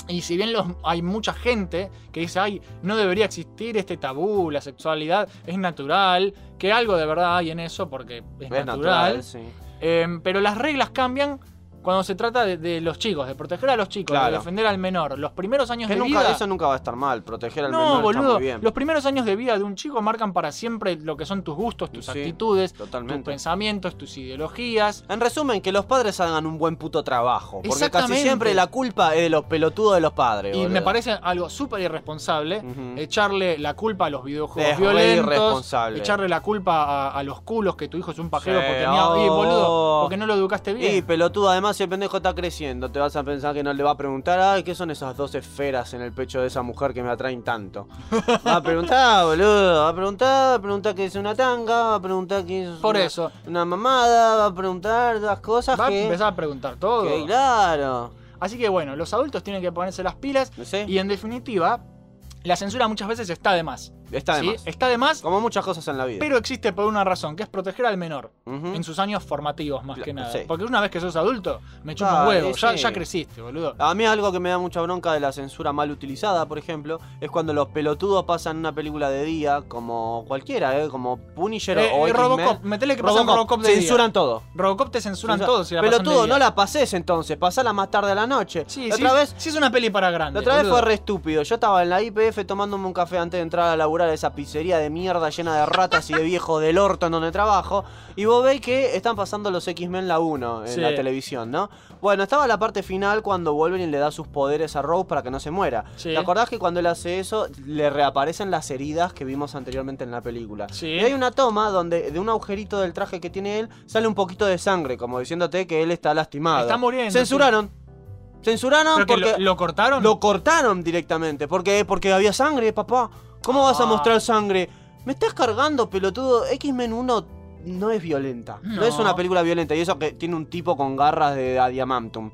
Speaker 1: Y si bien los, hay mucha gente que dice, ay, no debería existir este tabú, la sexualidad es natural, que algo de verdad hay en eso porque es,
Speaker 2: es
Speaker 1: natural.
Speaker 2: natural, sí.
Speaker 1: Em, pero las reglas cambian cuando se trata de, de los chicos, de proteger a los chicos,
Speaker 2: Claro.
Speaker 1: de defender al menor. Los primeros años
Speaker 2: Que
Speaker 1: de
Speaker 2: nunca,
Speaker 1: vida...
Speaker 2: eso nunca va a estar mal, proteger al
Speaker 1: No,
Speaker 2: menor está
Speaker 1: boludo.
Speaker 2: muy bien.
Speaker 1: Los primeros años de vida de un chico marcan para siempre lo que son tus gustos, tus
Speaker 2: Sí,
Speaker 1: actitudes, tus
Speaker 2: Totalmente.
Speaker 1: pensamientos, tus ideologías.
Speaker 2: En resumen, que los padres hagan un buen puto trabajo. Porque casi
Speaker 1: Exactamente.
Speaker 2: siempre la culpa es de los pelotudos de los padres.
Speaker 1: Y
Speaker 2: Eh, boludo.
Speaker 1: me parece algo súper irresponsable
Speaker 2: Ujú.
Speaker 1: echarle la culpa a los videojuegos
Speaker 2: Es re
Speaker 1: violentos,
Speaker 2: irresponsable.
Speaker 1: echarle la culpa a, a los culos que tu hijo es un pajero
Speaker 2: Sí,
Speaker 1: porque, tenía- y, boludo,
Speaker 2: oh.
Speaker 1: porque no lo educaste bien.
Speaker 2: Y pelotudo, además, si el pendejo está creciendo, te vas a pensar que no le va a preguntar, ay, ¿qué son esas dos esferas en el pecho de esa mujer que me atraen tanto? Va a preguntar, boludo, va a preguntar, va a preguntar qué es una tanga, va a preguntar qué es
Speaker 1: Por
Speaker 2: una,
Speaker 1: eso.
Speaker 2: una mamada, va a preguntar las cosas
Speaker 1: Va a
Speaker 2: que...
Speaker 1: empezar a preguntar todo.
Speaker 2: que, claro,
Speaker 1: Así que bueno, los adultos tienen que ponerse las pilas
Speaker 2: no sé,
Speaker 1: y en definitiva, la censura muchas veces está de más.
Speaker 2: está de
Speaker 1: ¿sí?
Speaker 2: más.
Speaker 1: Está de más,
Speaker 2: Como muchas cosas en la vida.
Speaker 1: pero existe por una razón, que es proteger al menor.
Speaker 2: Ujú.
Speaker 1: En sus años formativos, más
Speaker 2: Cla-
Speaker 1: que nada.
Speaker 2: sí.
Speaker 1: Porque una vez que sos adulto, me chupa
Speaker 2: Ah,
Speaker 1: un huevo.
Speaker 2: eh,
Speaker 1: Ya,
Speaker 2: sí. Ah,
Speaker 1: ya creciste, boludo.
Speaker 2: A mí algo que me da mucha bronca de la censura mal utilizada, por ejemplo, es cuando los pelotudos pasan una película de día, como cualquiera, ¿eh? como Punisher
Speaker 1: Eh,
Speaker 2: o
Speaker 1: eh,
Speaker 2: X-Men.
Speaker 1: Robocop, metele que pasan Robocop de día.
Speaker 2: Censuran todo.
Speaker 1: Robocop te censuran
Speaker 2: Censura-
Speaker 1: todo si la pasan de
Speaker 2: Pelotudo,
Speaker 1: día.
Speaker 2: no la pases entonces, pasala más tarde a la noche.
Speaker 1: Sí,
Speaker 2: La
Speaker 1: sí,
Speaker 2: otra vez...
Speaker 1: sí es una peli para grandes.
Speaker 2: La otra vez
Speaker 1: boludo.
Speaker 2: fue re estúpido. Yo estaba en la IPF tomándome un café antes de entrar a laburar a esa pizzería de mierda llena de ratas y de viejos del orto en donde trabajo. Y vos veis que están pasando los X-Men la 1 en
Speaker 1: Sí.
Speaker 2: la televisión, ¿no? Bueno, estaba la parte final cuando vuelven y le da sus poderes a Rose para que no se muera.
Speaker 1: Sí.
Speaker 2: ¿Te acordás que cuando él hace eso le reaparecen las heridas que vimos anteriormente en la película?
Speaker 1: Sí.
Speaker 2: Y hay una toma donde de un agujerito del traje que tiene él sale un poquito de sangre, como diciéndote que él está lastimado.
Speaker 1: Está muriendo,
Speaker 2: Censuraron. Censuraron
Speaker 1: Pero que
Speaker 2: porque
Speaker 1: lo, lo cortaron?
Speaker 2: lo cortaron directamente. Porque, porque había sangre, papá. ¿Cómo vas a
Speaker 1: Ah.
Speaker 2: mostrar sangre? Me estás cargando, pelotudo. X-Men 1 no es violenta. No.
Speaker 1: No.
Speaker 2: es una película violenta. Y eso que tiene un tipo con garras de Adiamantum.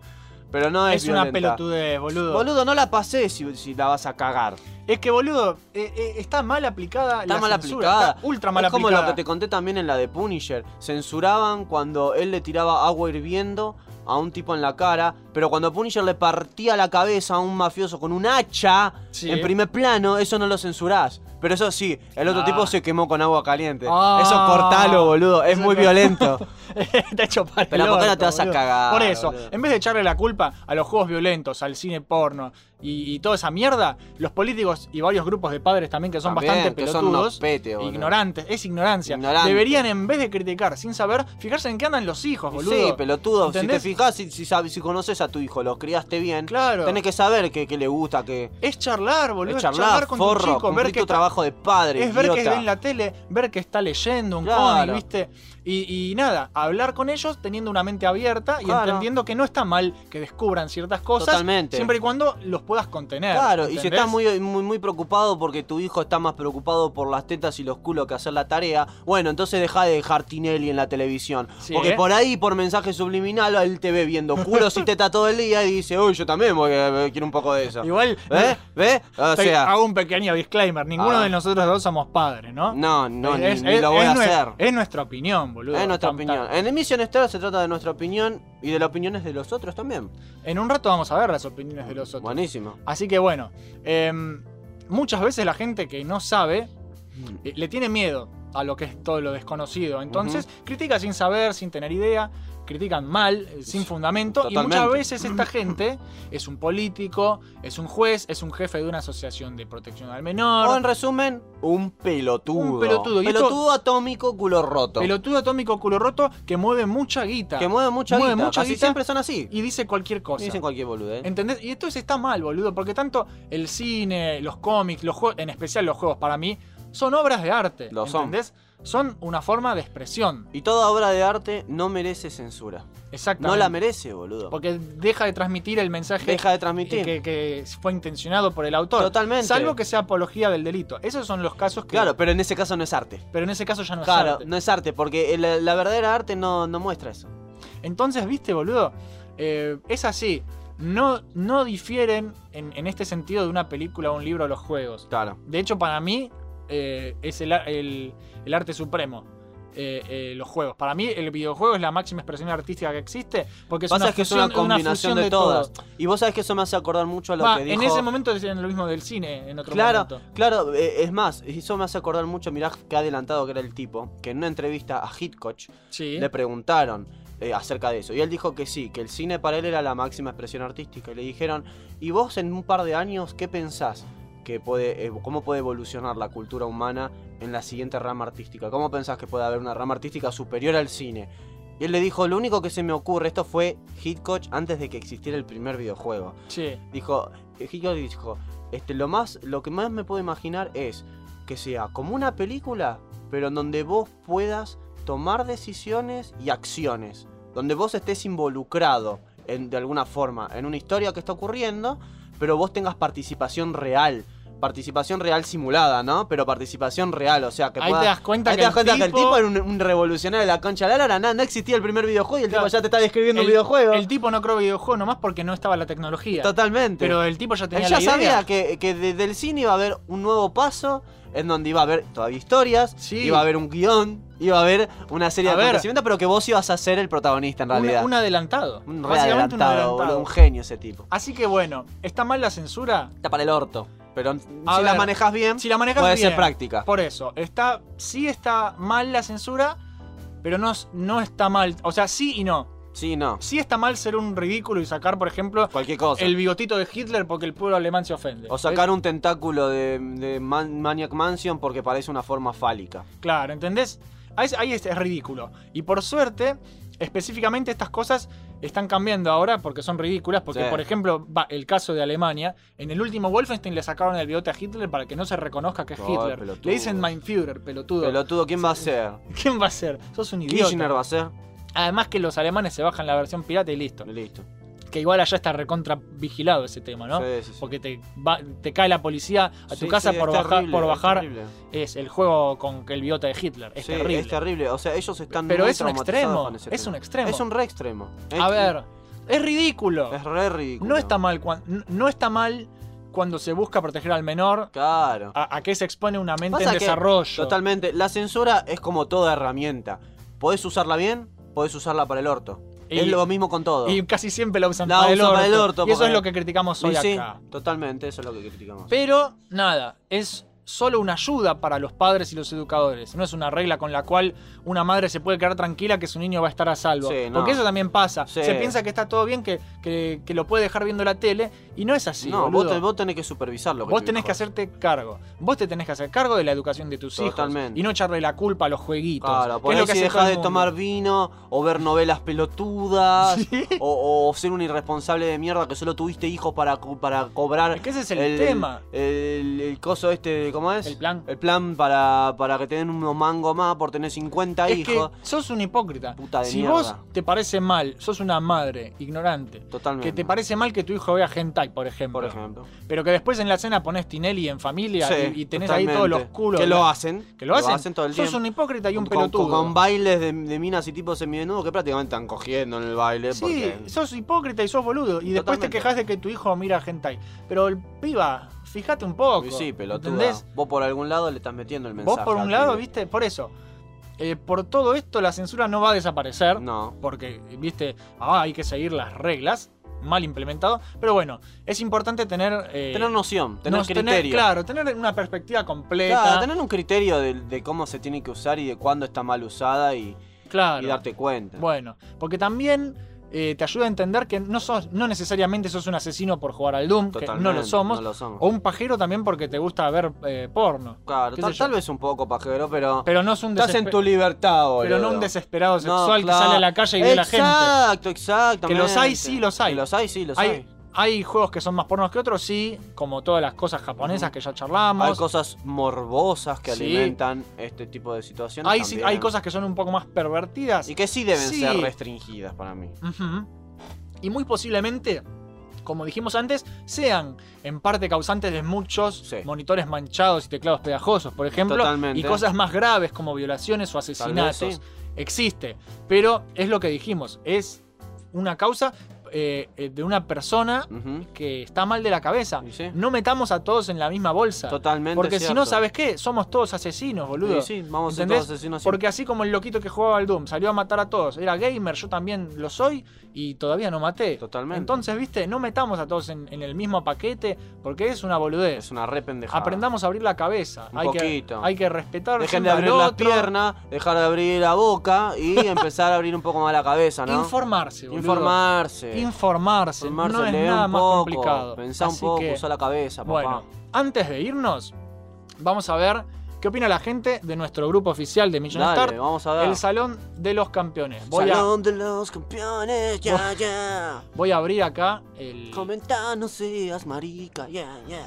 Speaker 2: Pero no es,
Speaker 1: Es una
Speaker 2: violenta.
Speaker 1: pelotudez, boludo.
Speaker 2: Boludo, no la pasé si, si la vas a cagar.
Speaker 1: Es que, boludo, eh, eh, está mal aplicada
Speaker 2: Está
Speaker 1: la
Speaker 2: mal
Speaker 1: censura,
Speaker 2: aplicada.
Speaker 1: está ultra mal
Speaker 2: es como
Speaker 1: aplicada.
Speaker 2: lo que te conté también en la de Punisher. Censuraban cuando él le tiraba agua hirviendo a un tipo en la cara, pero cuando Punisher le partía la cabeza a un mafioso con un hacha
Speaker 1: Sí.
Speaker 2: en primer plano, eso no lo censurás. Pero eso sí, el otro
Speaker 1: Ah.
Speaker 2: tipo se quemó con agua caliente.
Speaker 1: Ah.
Speaker 2: Eso cortalo, boludo. Es
Speaker 1: Eso
Speaker 2: muy
Speaker 1: no.
Speaker 2: violento.
Speaker 1: Está hecho para el
Speaker 2: Pero ¿por qué no
Speaker 1: orto,
Speaker 2: te vas a
Speaker 1: boludo?
Speaker 2: cagar,
Speaker 1: Por eso,
Speaker 2: boludo?
Speaker 1: en vez de echarle la culpa a los juegos violentos, al cine porno y, y toda esa mierda, los políticos y varios grupos de padres también que son
Speaker 2: También,
Speaker 1: bastante
Speaker 2: que son
Speaker 1: pelotudos,
Speaker 2: unos pete, boludo.
Speaker 1: ignorantes, es ignorancia.
Speaker 2: Ignorante.
Speaker 1: Deberían, en vez de criticar sin saber, fijarse en qué andan los hijos, boludo.
Speaker 2: Sí, pelotudo.
Speaker 1: ¿Entendés?
Speaker 2: Si te fijas, si, si, sabes- si conoces a tu hijo, los criaste bien,
Speaker 1: Claro.
Speaker 2: tenés que saber qué qué le gusta, qué.
Speaker 1: Es charlar, boludo. Es
Speaker 2: Es charlar,
Speaker 1: con
Speaker 2: forro,
Speaker 1: tu chico, ver
Speaker 2: cumplir
Speaker 1: que
Speaker 2: tu trabajo de padre,
Speaker 1: Es ver que
Speaker 2: idiota.
Speaker 1: ve en la tele, ver que está leyendo un
Speaker 2: Claro.
Speaker 1: cómic, ¿viste? Y, y nada, hablar con ellos teniendo una mente abierta y
Speaker 2: Claro.
Speaker 1: entendiendo que no está mal que descubran ciertas cosas.
Speaker 2: Totalmente.
Speaker 1: Siempre y cuando los puedas contener.
Speaker 2: Claro, y si
Speaker 1: ¿entendés?
Speaker 2: estás muy, muy, muy preocupado porque tu hijo está más preocupado por las tetas y los culos que hacer la tarea, bueno, entonces deja de dejar Tinelli en la televisión.
Speaker 1: Sí.
Speaker 2: Porque por ahí, por mensaje subliminal, él te ve viendo culos y tetas todo el día y dice, uy, yo también voy a- eh, quiero un poco de eso.
Speaker 1: Igual. eh,
Speaker 2: ¿Ve? ¿Ve? ¿Eh? O
Speaker 1: estoy-
Speaker 2: sea,
Speaker 1: hago un pequeño disclaimer. Ninguno
Speaker 2: Ah.
Speaker 1: de nosotros dos somos padres, ¿no?
Speaker 2: no, no, ni, ni lo voy
Speaker 1: es
Speaker 2: a
Speaker 1: nue-
Speaker 2: hacer.
Speaker 1: Es nuestra opinión, boludo.
Speaker 2: Es nuestra
Speaker 1: Tam- tam-
Speaker 2: opinión. En Mission Star se trata de nuestra opinión y de las opiniones de los otros también.
Speaker 1: En un rato vamos a ver las opiniones de los otros.
Speaker 2: Buenísimo.
Speaker 1: Así que bueno, em, muchas veces la gente que no sabe eh, le tiene miedo a lo que es todo lo desconocido. Entonces, critica sin saber, sin tener idea, critican mal, eh, sin fundamento. Y muchas
Speaker 2: Totalmente.
Speaker 1: veces esta gente es un político, es un juez, es un jefe de una asociación de protección al menor.
Speaker 2: O en resumen, un pelotudo.
Speaker 1: Un pelotudo. Y esto-
Speaker 2: Pelotudo atómico, culo roto.
Speaker 1: Pelotudo atómico culo roto que mueve mucha guita.
Speaker 2: Que mueve mucha
Speaker 1: Mueve
Speaker 2: guita.
Speaker 1: mucha
Speaker 2: Casi
Speaker 1: guita.
Speaker 2: siempre son así.
Speaker 1: y dice cualquier cosa.
Speaker 2: Dicen cualquier boludez.
Speaker 1: ¿Entendés? Y esto es- está mal, boludo, porque tanto el cine, los cómics, los juegos, en especial los juegos para mí, son obras de arte.
Speaker 2: Lo son.
Speaker 1: ¿Entendés? Son una forma de expresión.
Speaker 2: Y toda obra de arte no merece censura.
Speaker 1: Exactamente.
Speaker 2: No la merece, boludo.
Speaker 1: Porque deja de transmitir el mensaje
Speaker 2: Deja de
Speaker 1: que,
Speaker 2: transmitir.
Speaker 1: que- que fue intencionado por el autor.
Speaker 2: Totalmente.
Speaker 1: Salvo que sea apología del delito. Esos son los casos que.
Speaker 2: Claro, pero en ese caso no es arte.
Speaker 1: Pero en ese caso ya no es
Speaker 2: claro,
Speaker 1: arte.
Speaker 2: no es arte, porque la, la verdadera arte no, no muestra eso.
Speaker 1: Entonces, viste, boludo, Eh, es así. No, no difieren en, en este sentido de una película, un libro o los juegos.
Speaker 2: Claro.
Speaker 1: De hecho, para mí eh, es el, a- el- el arte supremo. eh, eh, los juegos. Para mí, el videojuego es la máxima expresión artística que existe. Porque es,
Speaker 2: Pasa
Speaker 1: una,
Speaker 2: es que es
Speaker 1: fusión-
Speaker 2: una combinación
Speaker 1: fusión
Speaker 2: de, todas.
Speaker 1: todo.
Speaker 2: Y vos sabés que eso me hace acordar mucho a lo
Speaker 1: Va,
Speaker 2: que dijo.
Speaker 1: En ese momento decían lo mismo del cine, en otro
Speaker 2: Claro,
Speaker 1: momento.
Speaker 2: claro, eh, es más, eso me hace acordar mucho, mirá que adelantado que era el tipo, que en una entrevista a Hitchcock
Speaker 1: Sí.
Speaker 2: le preguntaron eh, acerca de eso. Y él dijo que sí, que el cine para él era la máxima expresión artística. Y le dijeron, ¿y vos en un par de años qué pensás? Que puede, eh, ¿Cómo puede evolucionar la cultura humana en la siguiente rama artística? ¿Cómo pensás que puede haber una rama artística superior al cine? Y él le dijo, lo único que se me ocurre, esto fue Hitchcock antes de que existiera el primer videojuego
Speaker 1: sí.
Speaker 2: dijo Hitchcock dijo este lo más lo que más me puedo imaginar es que sea como una película pero en donde vos puedas tomar decisiones y acciones donde vos estés involucrado en- de alguna forma en una historia que está ocurriendo pero vos tengas participación real participación real simulada no pero participación real o sea que
Speaker 1: Ahí
Speaker 2: pueda-
Speaker 1: te das cuenta
Speaker 2: ahí
Speaker 1: que
Speaker 2: te das
Speaker 1: el
Speaker 2: cuenta que el
Speaker 1: tipo-
Speaker 2: tipo era un, un revolucionario de la concha de la lana no, no existía el primer videojuego y el
Speaker 1: Claro.
Speaker 2: tipo ya te está describiendo
Speaker 1: el,
Speaker 2: un videojuego
Speaker 1: el tipo no creó videojuego nomás porque no estaba la tecnología.
Speaker 2: totalmente
Speaker 1: Pero el tipo ya tenía
Speaker 2: Él ya
Speaker 1: la idea.
Speaker 2: sabía que, que desde el cine iba a haber un nuevo paso en donde iba a haber todavía historias,
Speaker 1: Sí.
Speaker 2: iba a haber un guión, iba a haber una serie
Speaker 1: A
Speaker 2: de
Speaker 1: ver.
Speaker 2: acontecimientos, pero que vos ibas a ser el protagonista en
Speaker 1: Un-
Speaker 2: realidad.
Speaker 1: Un, adelantado.
Speaker 2: un re
Speaker 1: Básicamente un
Speaker 2: adelantado, boludo,
Speaker 1: adelantado.
Speaker 2: un genio ese tipo.
Speaker 1: Así que bueno, ¿está mal la censura?
Speaker 2: Está para el orto, pero si
Speaker 1: A
Speaker 2: la
Speaker 1: ver,
Speaker 2: manejas bien,
Speaker 1: Si la manejas
Speaker 2: puede
Speaker 1: bien.
Speaker 2: ser práctica.
Speaker 1: Por eso, está, sí está mal la censura, pero no, no está mal. O sea, sí y no.
Speaker 2: Sí, no,
Speaker 1: Sí está mal ser un ridículo y sacar, por ejemplo,
Speaker 2: cualquier cosa.
Speaker 1: el bigotito de Hitler porque el pueblo alemán se ofende.
Speaker 2: O sacar un tentáculo de, de Man- Maniac Mansion porque parece una forma fálica.
Speaker 1: Claro, ¿entendés? Ahí, es- ahí es, es ridículo. Y por suerte, específicamente estas cosas están cambiando ahora porque son ridículas. Porque,
Speaker 2: Sí.
Speaker 1: por ejemplo, va, el caso de Alemania. En el último Wolfenstein le sacaron el bigote a Hitler para que no se reconozca que es
Speaker 2: Ay,
Speaker 1: Hitler.
Speaker 2: pelotudo.
Speaker 1: Le dicen Mein Führer, pelotudo.
Speaker 2: Pelotudo, ¿quién va a ser?
Speaker 1: ¿Quién va a ser? Sos un idiota.
Speaker 2: Kirchner va a ser.
Speaker 1: Además que los alemanes se bajan la versión pirata y listo.
Speaker 2: Listo.
Speaker 1: que igual allá está recontra vigilado ese tema, ¿no?
Speaker 2: Sí, sí, sí.
Speaker 1: Porque te, va- te cae la policía a tu
Speaker 2: Sí,
Speaker 1: casa
Speaker 2: sí,
Speaker 1: por,
Speaker 2: es
Speaker 1: bajar,
Speaker 2: terrible,
Speaker 1: por
Speaker 2: es
Speaker 1: bajar.
Speaker 2: terrible.
Speaker 1: Es el juego con el biota de Hitler. Es
Speaker 2: Sí,
Speaker 1: terrible.
Speaker 2: es terrible. O sea, ellos están
Speaker 1: Pero
Speaker 2: muy
Speaker 1: es un
Speaker 2: traumatizados
Speaker 1: extremo,
Speaker 2: con ese
Speaker 1: es
Speaker 2: tema.
Speaker 1: un extremo.
Speaker 2: Es un re extremo.
Speaker 1: A
Speaker 2: Es-
Speaker 1: ver, es ridículo.
Speaker 2: Es re ridículo.
Speaker 1: no está mal cuan- n- no está mal cuando se busca proteger al menor
Speaker 2: Claro.
Speaker 1: a, a qué se expone una mente
Speaker 2: Pasa
Speaker 1: en
Speaker 2: que,
Speaker 1: desarrollo.
Speaker 2: Totalmente. La censura es como toda herramienta. Podés usarla bien, podés usarla para el orto.
Speaker 1: Y-
Speaker 2: es lo mismo con todo.
Speaker 1: Y casi siempre la usan
Speaker 2: La
Speaker 1: para, el
Speaker 2: usan
Speaker 1: orto.
Speaker 2: para el orto,
Speaker 1: Y eso
Speaker 2: porque-
Speaker 1: es lo que criticamos
Speaker 2: Y
Speaker 1: hoy
Speaker 2: sí,
Speaker 1: acá.
Speaker 2: totalmente, eso es lo que criticamos.
Speaker 1: Pero nada, es solo una ayuda para los padres y los educadores. No es una regla con la cual una madre se puede quedar tranquila que su niño va a estar a salvo.
Speaker 2: Sí, no.
Speaker 1: Porque eso también pasa.
Speaker 2: Sí.
Speaker 1: Se piensa que está todo bien, que, que- que lo puede dejar viendo la tele. Y no es así.
Speaker 2: no, vos,
Speaker 1: boludo.
Speaker 2: te- vos tenés que supervisarlo.
Speaker 1: Vos tenés que hacerte cargo. Vos te tenés que hacer cargo de la educación de tus hijos.
Speaker 2: Totalmente.
Speaker 1: Y no echarle la culpa a los jueguitos.
Speaker 2: Claro,
Speaker 1: que
Speaker 2: por
Speaker 1: es lo
Speaker 2: ahí
Speaker 1: que
Speaker 2: si
Speaker 1: hace todo
Speaker 2: dejás
Speaker 1: el
Speaker 2: de
Speaker 1: mundo.
Speaker 2: tomar vino o ver novelas pelotudas
Speaker 1: Sí.
Speaker 2: o, o ser un irresponsable de mierda que solo tuviste hijos para, co- para cobrar.
Speaker 1: Es que ese es el tema.
Speaker 2: El, el coso este, ¿cómo es?
Speaker 1: El plan.
Speaker 2: El plan para, para que te den unos mangos más por tener 50
Speaker 1: Es que
Speaker 2: hijos.
Speaker 1: sos un hipócrita.
Speaker 2: Puta de
Speaker 1: si
Speaker 2: mierda.
Speaker 1: vos te parece mal, sos una madre ignorante.
Speaker 2: Totalmente.
Speaker 1: Que te parece mal que tu hijo vea hentai, por ejemplo.
Speaker 2: Por ejemplo.
Speaker 1: Pero que después en la cena pones Tinelli en familia
Speaker 2: Sí,
Speaker 1: y, y tenés ahí
Speaker 2: totalmente.
Speaker 1: todos los culos.
Speaker 2: Que lo
Speaker 1: ¿verdad?
Speaker 2: hacen.
Speaker 1: Que lo hacen.
Speaker 2: todo el
Speaker 1: sos
Speaker 2: tiempo.
Speaker 1: un hipócrita y un
Speaker 2: Con- con-
Speaker 1: pelotudo.
Speaker 2: Con, bailes de, de minas y tipos semidenudos que prácticamente están cogiendo en el baile.
Speaker 1: Sí,
Speaker 2: porque-
Speaker 1: sos hipócrita y sos boludo. Y después te
Speaker 2: Totalmente.
Speaker 1: quejas de que tu hijo mira hentai. Pero el piba, fíjate un poco.
Speaker 2: Y sí, pelotuda.
Speaker 1: ¿Entendés?
Speaker 2: Vos por algún lado le estás metiendo el mensaje.
Speaker 1: Vos por
Speaker 2: al
Speaker 1: un lado,
Speaker 2: pibe.
Speaker 1: viste, por eso. eh, por todo esto la censura no va a desaparecer.
Speaker 2: No.
Speaker 1: Porque, viste, ah, hay que seguir las reglas. Mal implementado. Pero bueno, es importante tener. eh,
Speaker 2: Tener noción, tener
Speaker 1: nos-
Speaker 2: criterio.
Speaker 1: claro, tener una perspectiva completa.
Speaker 2: Claro,
Speaker 1: Claro,
Speaker 2: tener un criterio de, de cómo se tiene que usar y de cuándo está mal usada y, y darte cuenta.
Speaker 1: Bueno, porque también eh, te ayuda a entender que no sos, no necesariamente sos un asesino por jugar al Doom, que no lo
Speaker 2: Totalmente,
Speaker 1: somos.
Speaker 2: no lo somos.
Speaker 1: O un pajero también porque te gusta ver eh, porno.
Speaker 2: claro,
Speaker 1: qué
Speaker 2: tal,
Speaker 1: sé yo.
Speaker 2: tal vez un poco pajero, pero.
Speaker 1: Pero no es un
Speaker 2: estás en
Speaker 1: desesper-
Speaker 2: tu libertad, boludo.
Speaker 1: Pero no un desesperado
Speaker 2: No,
Speaker 1: sexual
Speaker 2: claro.
Speaker 1: que sale a la calle y ve a la gente.
Speaker 2: Exacto, exacto.
Speaker 1: Que los hay, sí, los hay.
Speaker 2: Que los hay, sí, los hay.
Speaker 1: Hay, hay juegos que son más pornos que otros, sí, como todas las cosas japonesas que ya charlamos.
Speaker 2: Hay cosas morbosas que
Speaker 1: Sí.
Speaker 2: alimentan este tipo de situaciones.
Speaker 1: Hay, sí-
Speaker 2: también.
Speaker 1: hay cosas que son un poco más pervertidas.
Speaker 2: Y que sí deben
Speaker 1: Sí.
Speaker 2: ser restringidas para mí.
Speaker 1: Ujú. Y muy posiblemente, como dijimos antes, sean en parte causantes de muchos
Speaker 2: Sí.
Speaker 1: monitores manchados y teclados pegajosos, por ejemplo,
Speaker 2: Totalmente.
Speaker 1: y cosas más graves como violaciones o asesinatos.
Speaker 2: sí.
Speaker 1: Existe, pero es lo que dijimos, es una causa eh, eh, de una persona
Speaker 2: Ujú.
Speaker 1: que está mal de la cabeza.
Speaker 2: Y sí.
Speaker 1: No metamos a todos en la misma bolsa.
Speaker 2: Totalmente.
Speaker 1: Porque si no,
Speaker 2: cierto.
Speaker 1: ¿sabes qué? Somos todos asesinos, boludo.
Speaker 2: Y sí, vamos a ser
Speaker 1: ¿Entendés?
Speaker 2: todos asesinos siempre.
Speaker 1: Porque así como el loquito que jugaba al Doom salió a matar a todos, era gamer, yo también lo soy y todavía no maté.
Speaker 2: Totalmente.
Speaker 1: Entonces, viste, no metamos a todos en, en el mismo paquete porque es una boludez.
Speaker 2: Es una re pendejada.
Speaker 1: Aprendamos a abrir la cabeza.
Speaker 2: Un
Speaker 1: hay, que,
Speaker 2: poquito.
Speaker 1: hay que respetar
Speaker 2: Dejen
Speaker 1: siempre
Speaker 2: de
Speaker 1: al
Speaker 2: abrir las
Speaker 1: otro.
Speaker 2: piernas, dejar de abrir la boca y empezar a abrir un poco más la cabeza, ¿no?
Speaker 1: Informarse, boludo.
Speaker 2: Informarse.
Speaker 1: Informarse.
Speaker 2: Informarse,
Speaker 1: No es
Speaker 2: leer
Speaker 1: nada
Speaker 2: un
Speaker 1: más
Speaker 2: poco,
Speaker 1: complicado.
Speaker 2: pensá un
Speaker 1: Así
Speaker 2: poco,
Speaker 1: que,
Speaker 2: usa la cabeza, papá.
Speaker 1: Bueno, antes de irnos, vamos a ver qué opina la gente de nuestro grupo oficial de Million
Speaker 2: Dale,
Speaker 1: Start,
Speaker 2: vamos a ver.
Speaker 1: el Salón de los Campeones. Voy a,
Speaker 2: Salón de los campeones, ya, ya.
Speaker 1: voy a abrir acá el.
Speaker 2: Comenta, no seas marica, ya, ya.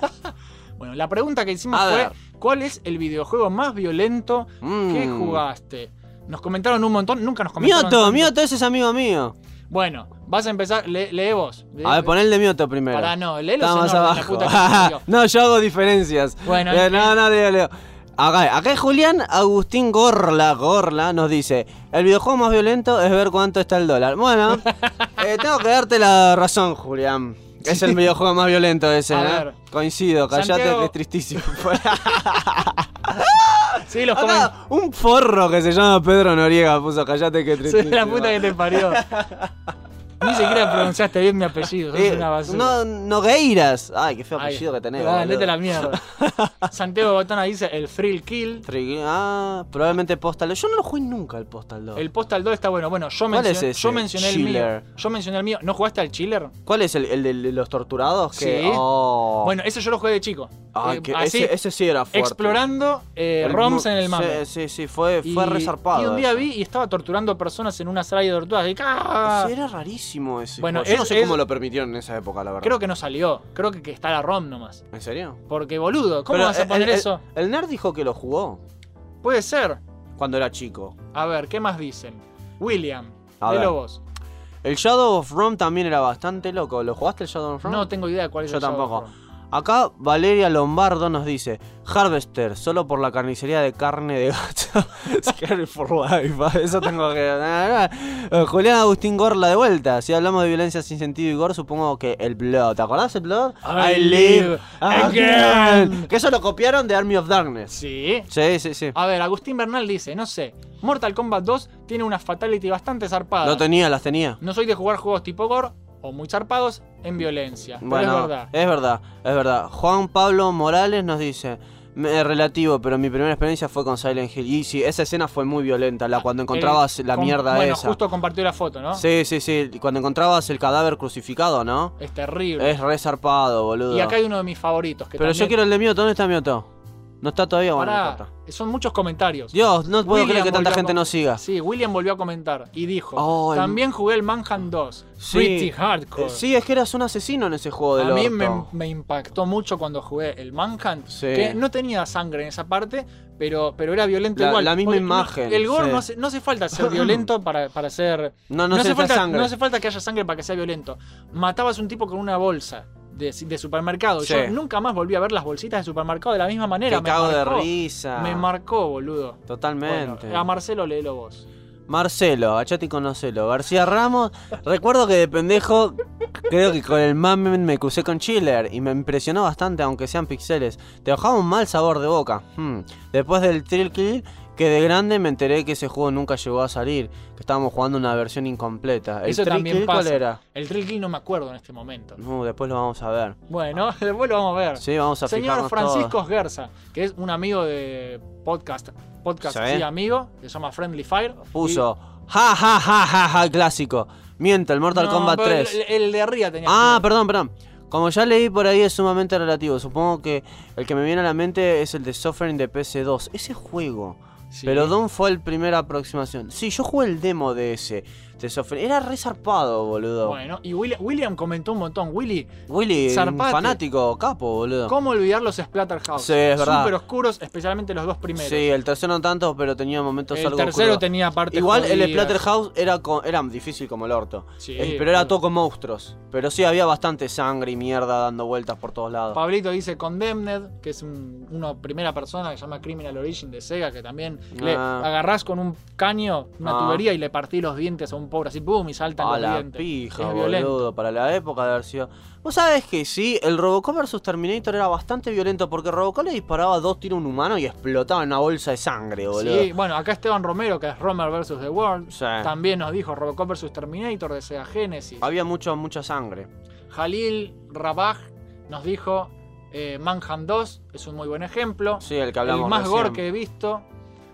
Speaker 1: Bueno, la pregunta que hicimos
Speaker 2: A
Speaker 1: fue:
Speaker 2: ver.
Speaker 1: ¿Cuál es el videojuego más violento que
Speaker 2: Mm.
Speaker 1: jugaste? Nos comentaron un montón, nunca nos comentaron.
Speaker 2: Mioto,
Speaker 1: tanto.
Speaker 2: Mioto, ese es amigo mío.
Speaker 1: Bueno, vas a empezar, le- lee vos. Lee-
Speaker 2: A ver, pon el de Mioto primero.
Speaker 1: Pará, no, léelos
Speaker 2: Está
Speaker 1: en
Speaker 2: más
Speaker 1: orden, la
Speaker 2: abajo.
Speaker 1: puta que te parió.
Speaker 2: no, yo hago diferencias.
Speaker 1: Bueno,
Speaker 2: Eh,
Speaker 1: el-
Speaker 2: no, no, leo, leo. Acá, acá Julián Agustín Gorla, Gorla nos dice, el videojuego más violento es ver cuánto está el dólar. Bueno, eh, tengo que darte la razón, Julián. Es el videojuego más violento ese,
Speaker 1: A
Speaker 2: ¿no?
Speaker 1: ver.
Speaker 2: Coincido, callate
Speaker 1: Santiago-
Speaker 2: que es tristísimo.
Speaker 1: Sí, los comen.
Speaker 2: Acá, un forro que se llama Pedro Noriega puso callate que es
Speaker 1: Sí,
Speaker 2: tristísimo.
Speaker 1: la puta que te parió. Ni siquiera pronunciaste bien mi apellido, sos
Speaker 2: Eh,
Speaker 1: una basura.
Speaker 2: no, Nogueiras. Ay, qué feo
Speaker 1: Ay,
Speaker 2: apellido que tenés.
Speaker 1: ah,
Speaker 2: boludo.
Speaker 1: andate a la mierda. Santiago Botana dice el Thrill Kill.
Speaker 2: Trigui- Ah, probablemente Postal. Yo no lo jugué nunca el Postal 2.
Speaker 1: El Postal 2 está bueno. Bueno, yo,
Speaker 2: ¿Cuál
Speaker 1: mencio-
Speaker 2: es ese?
Speaker 1: yo mencioné el
Speaker 2: Chiller.
Speaker 1: mío. Yo mencioné el mío. ¿No jugaste al Chiller?
Speaker 2: ¿Cuál es el, el de los torturados? Que,
Speaker 1: Sí.
Speaker 2: oh.
Speaker 1: Bueno, ese yo lo jugué de chico.
Speaker 2: Ah,
Speaker 1: Eh,
Speaker 2: que
Speaker 1: así,
Speaker 2: ese, ese sí era fuerte.
Speaker 1: explorando eh,
Speaker 2: El
Speaker 1: ROMs
Speaker 2: mu-
Speaker 1: en el mapa.
Speaker 2: Sí, sí, sí, fue, fue
Speaker 1: Y-
Speaker 2: resarpado.
Speaker 1: Y un día
Speaker 2: eso.
Speaker 1: vi y estaba torturando personas en una sala de torturas. Y, ¡ah!
Speaker 2: Sí, era rarísimo ese.
Speaker 1: Bueno,
Speaker 2: Bueno, yo no
Speaker 1: es-
Speaker 2: sé cómo
Speaker 1: es-
Speaker 2: lo permitieron en esa época, la verdad.
Speaker 1: Creo que no salió. Creo que, que está la ROM nomás.
Speaker 2: ¿En serio?
Speaker 1: Porque, boludo, ¿cómo
Speaker 2: Pero
Speaker 1: vas a
Speaker 2: el-
Speaker 1: poner
Speaker 2: el-
Speaker 1: eso?
Speaker 2: El, nerd dijo que lo jugó
Speaker 1: Puede ser.
Speaker 2: cuando era chico.
Speaker 1: A ver, ¿qué más dicen? William,
Speaker 2: A
Speaker 1: de
Speaker 2: ver.
Speaker 1: Lobos.
Speaker 2: El Shadow of Rome también era bastante loco. ¿Lo jugaste el Shadow of Rome?
Speaker 1: No tengo idea de cuál es
Speaker 2: Yo
Speaker 1: el Shadow
Speaker 2: tampoco.
Speaker 1: of Rome.
Speaker 2: Acá Valeria Lombardo nos dice: Harvester, solo por la carnicería de carne de gato. Scary for life. Eso tengo que. na, na. Eh, Julián Agustín Gorla de vuelta. Si hablamos de violencia sin sentido y gore, supongo que el Blood. ¿Te acordás del Blood?
Speaker 1: I live again.
Speaker 2: Que eso lo copiaron de Army of Darkness.
Speaker 1: Sí.
Speaker 2: Sí, sí, sí.
Speaker 1: A ver, Agustín Bernal dice, no sé, Mortal Kombat 2 tiene una fatality bastante zarpada.
Speaker 2: Lo tenía, las tenía.
Speaker 1: No soy de jugar juegos tipo gore o muy zarpados en violencia.
Speaker 2: Bueno,
Speaker 1: pero
Speaker 2: eh,
Speaker 1: es verdad.
Speaker 2: es verdad, es verdad. Juan Pablo Morales nos dice. "Me- relativo, pero mi primera experiencia fue con Silent Hill. Y sí, esa escena fue muy violenta, la cuando encontrabas
Speaker 1: Ah, El-
Speaker 2: la
Speaker 1: con-
Speaker 2: mierda
Speaker 1: bueno,
Speaker 2: esa.
Speaker 1: justo compartió la foto, ¿no?
Speaker 2: Sí, sí, sí. Cuando encontrabas el cadáver crucificado, ¿no?
Speaker 1: Es terrible.
Speaker 2: Es re zarpado, boludo.
Speaker 1: y acá hay uno de mis favoritos. Que
Speaker 2: Pero yo
Speaker 1: también-
Speaker 2: quiero el de Mioto, ¿dónde está Mioto? No está todavía, bueno, no
Speaker 1: Pará,
Speaker 2: importa.
Speaker 1: son muchos comentarios.
Speaker 2: Dios, no puedo
Speaker 1: William
Speaker 2: creer que tanta
Speaker 1: volvió a
Speaker 2: gente
Speaker 1: com-
Speaker 2: nos siga.
Speaker 1: Sí, William volvió a comentar y dijo:
Speaker 2: Oh, el-
Speaker 1: También jugué el Manhunt 2.
Speaker 2: Sí.
Speaker 1: Pretty hardcore.
Speaker 2: Eh, Sí, es que eras un asesino en ese juego de
Speaker 1: A mí me, me impactó mucho cuando jugué el Manhunt,
Speaker 2: Sí.
Speaker 1: que no tenía sangre en esa parte, pero, pero era violento
Speaker 2: La-
Speaker 1: igual.
Speaker 2: la misma
Speaker 1: Porque no-
Speaker 2: imagen,
Speaker 1: el gore
Speaker 2: sí.
Speaker 1: no, hace, no hace falta ser violento para, para ser...
Speaker 2: No, no, se
Speaker 1: hace
Speaker 2: falta
Speaker 1: falta,
Speaker 2: sangre.
Speaker 1: no hace falta que haya sangre para que sea violento. Matabas un tipo con una bolsa de, de supermercado.
Speaker 2: Sí.
Speaker 1: Yo nunca más volví a ver las bolsitas de supermercado de la misma manera.
Speaker 2: Que cago de
Speaker 1: marcó.
Speaker 2: risa.
Speaker 1: Me marcó, boludo. Bueno,
Speaker 2: Totalmente.
Speaker 1: a Marcelo léelo vos.
Speaker 2: Marcelo, Achati Conocelo, García Ramos. Recuerdo que de pendejo, creo que con el mamen me crucé con Chiller y me impresionó bastante, aunque sean pixeles. Te dejaba un mal sabor de boca. Hmm. Después del Thrill Kill, que de grande me enteré que ese juego nunca llegó a salir, que estábamos jugando una versión incompleta. ¿El
Speaker 1: Eso
Speaker 2: Thrill
Speaker 1: también
Speaker 2: Kill
Speaker 1: pasa.
Speaker 2: cuál era?
Speaker 1: El Thrill Kill no me acuerdo en este momento.
Speaker 2: No, después lo vamos a ver.
Speaker 1: Bueno, después lo vamos a ver.
Speaker 2: Sí, vamos a
Speaker 1: Señor
Speaker 2: fijarnos
Speaker 1: Francisco
Speaker 2: todos.
Speaker 1: Gerza, que es un amigo de podcast, podcast
Speaker 2: Sí.
Speaker 1: sí, amigo, que se llama Friendly Fire.
Speaker 2: Puso, ja, ja, ja, ja, ja, clásico. Miente, el
Speaker 1: Y-
Speaker 2: Mortal
Speaker 1: No,
Speaker 2: Kombat
Speaker 1: pero
Speaker 2: 3.
Speaker 1: El, el de arriba tenía.
Speaker 2: Ah,
Speaker 1: que-
Speaker 2: perdón, perdón. Como ya leí por ahí es sumamente relativo. Supongo que el que me viene a la mente es el de Suffering de PC2. Ese juego.
Speaker 1: Sí.
Speaker 2: Pero Don fue el primera aproximación. Sí, yo jugué el demo de ese. De Suffering. Era re zarpado, boludo.
Speaker 1: Bueno, y Willi- William comentó un montón. Willy,
Speaker 2: Willy, un
Speaker 1: zarpate.
Speaker 2: fanático, capo, boludo.
Speaker 1: ¿cómo olvidar los Splatterhouse?
Speaker 2: Sí, es verdad.
Speaker 1: Súper oscuros, especialmente los dos primeros.
Speaker 2: Sí, el tercero no tanto, pero tenía momentos
Speaker 1: el
Speaker 2: algo
Speaker 1: tercero
Speaker 2: oscuros.
Speaker 1: tenía partes
Speaker 2: Igual el
Speaker 1: jodidas.
Speaker 2: Splatterhouse era, co- era difícil como el orto.
Speaker 1: Sí,
Speaker 2: Eh, pero era
Speaker 1: claro.
Speaker 2: todo con monstruos. Pero sí, había bastante sangre y mierda dando vueltas por todos lados.
Speaker 1: Pablito dice Condemned, que es un, una primera persona que se llama Criminal Origin de Sega, que también le
Speaker 2: Ah.
Speaker 1: agarrás con un caño, una
Speaker 2: Ah.
Speaker 1: tubería y le partís los dientes a un pobre así, ¡pum! y saltan
Speaker 2: A
Speaker 1: los
Speaker 2: la
Speaker 1: dientes.
Speaker 2: pija,
Speaker 1: es violento.
Speaker 2: boludo, para la época de haber sido. Vos sabés que sí, el Robocop vs Terminator era bastante violento porque Robocop le disparaba dos tiros a un humano y explotaba en una bolsa de sangre, boludo.
Speaker 1: Sí, bueno, acá Esteban Romero, que es Romer vs. The World,
Speaker 2: Sí.
Speaker 1: también nos dijo Robocop vs. Terminator de Sega Genesis.
Speaker 2: Había mucho, mucha sangre.
Speaker 1: Jalil Rabaj nos dijo eh, Manhunt 2, es un muy buen ejemplo.
Speaker 2: Sí, el que
Speaker 1: el
Speaker 2: hablamos.
Speaker 1: más
Speaker 2: recién.
Speaker 1: gore que he visto,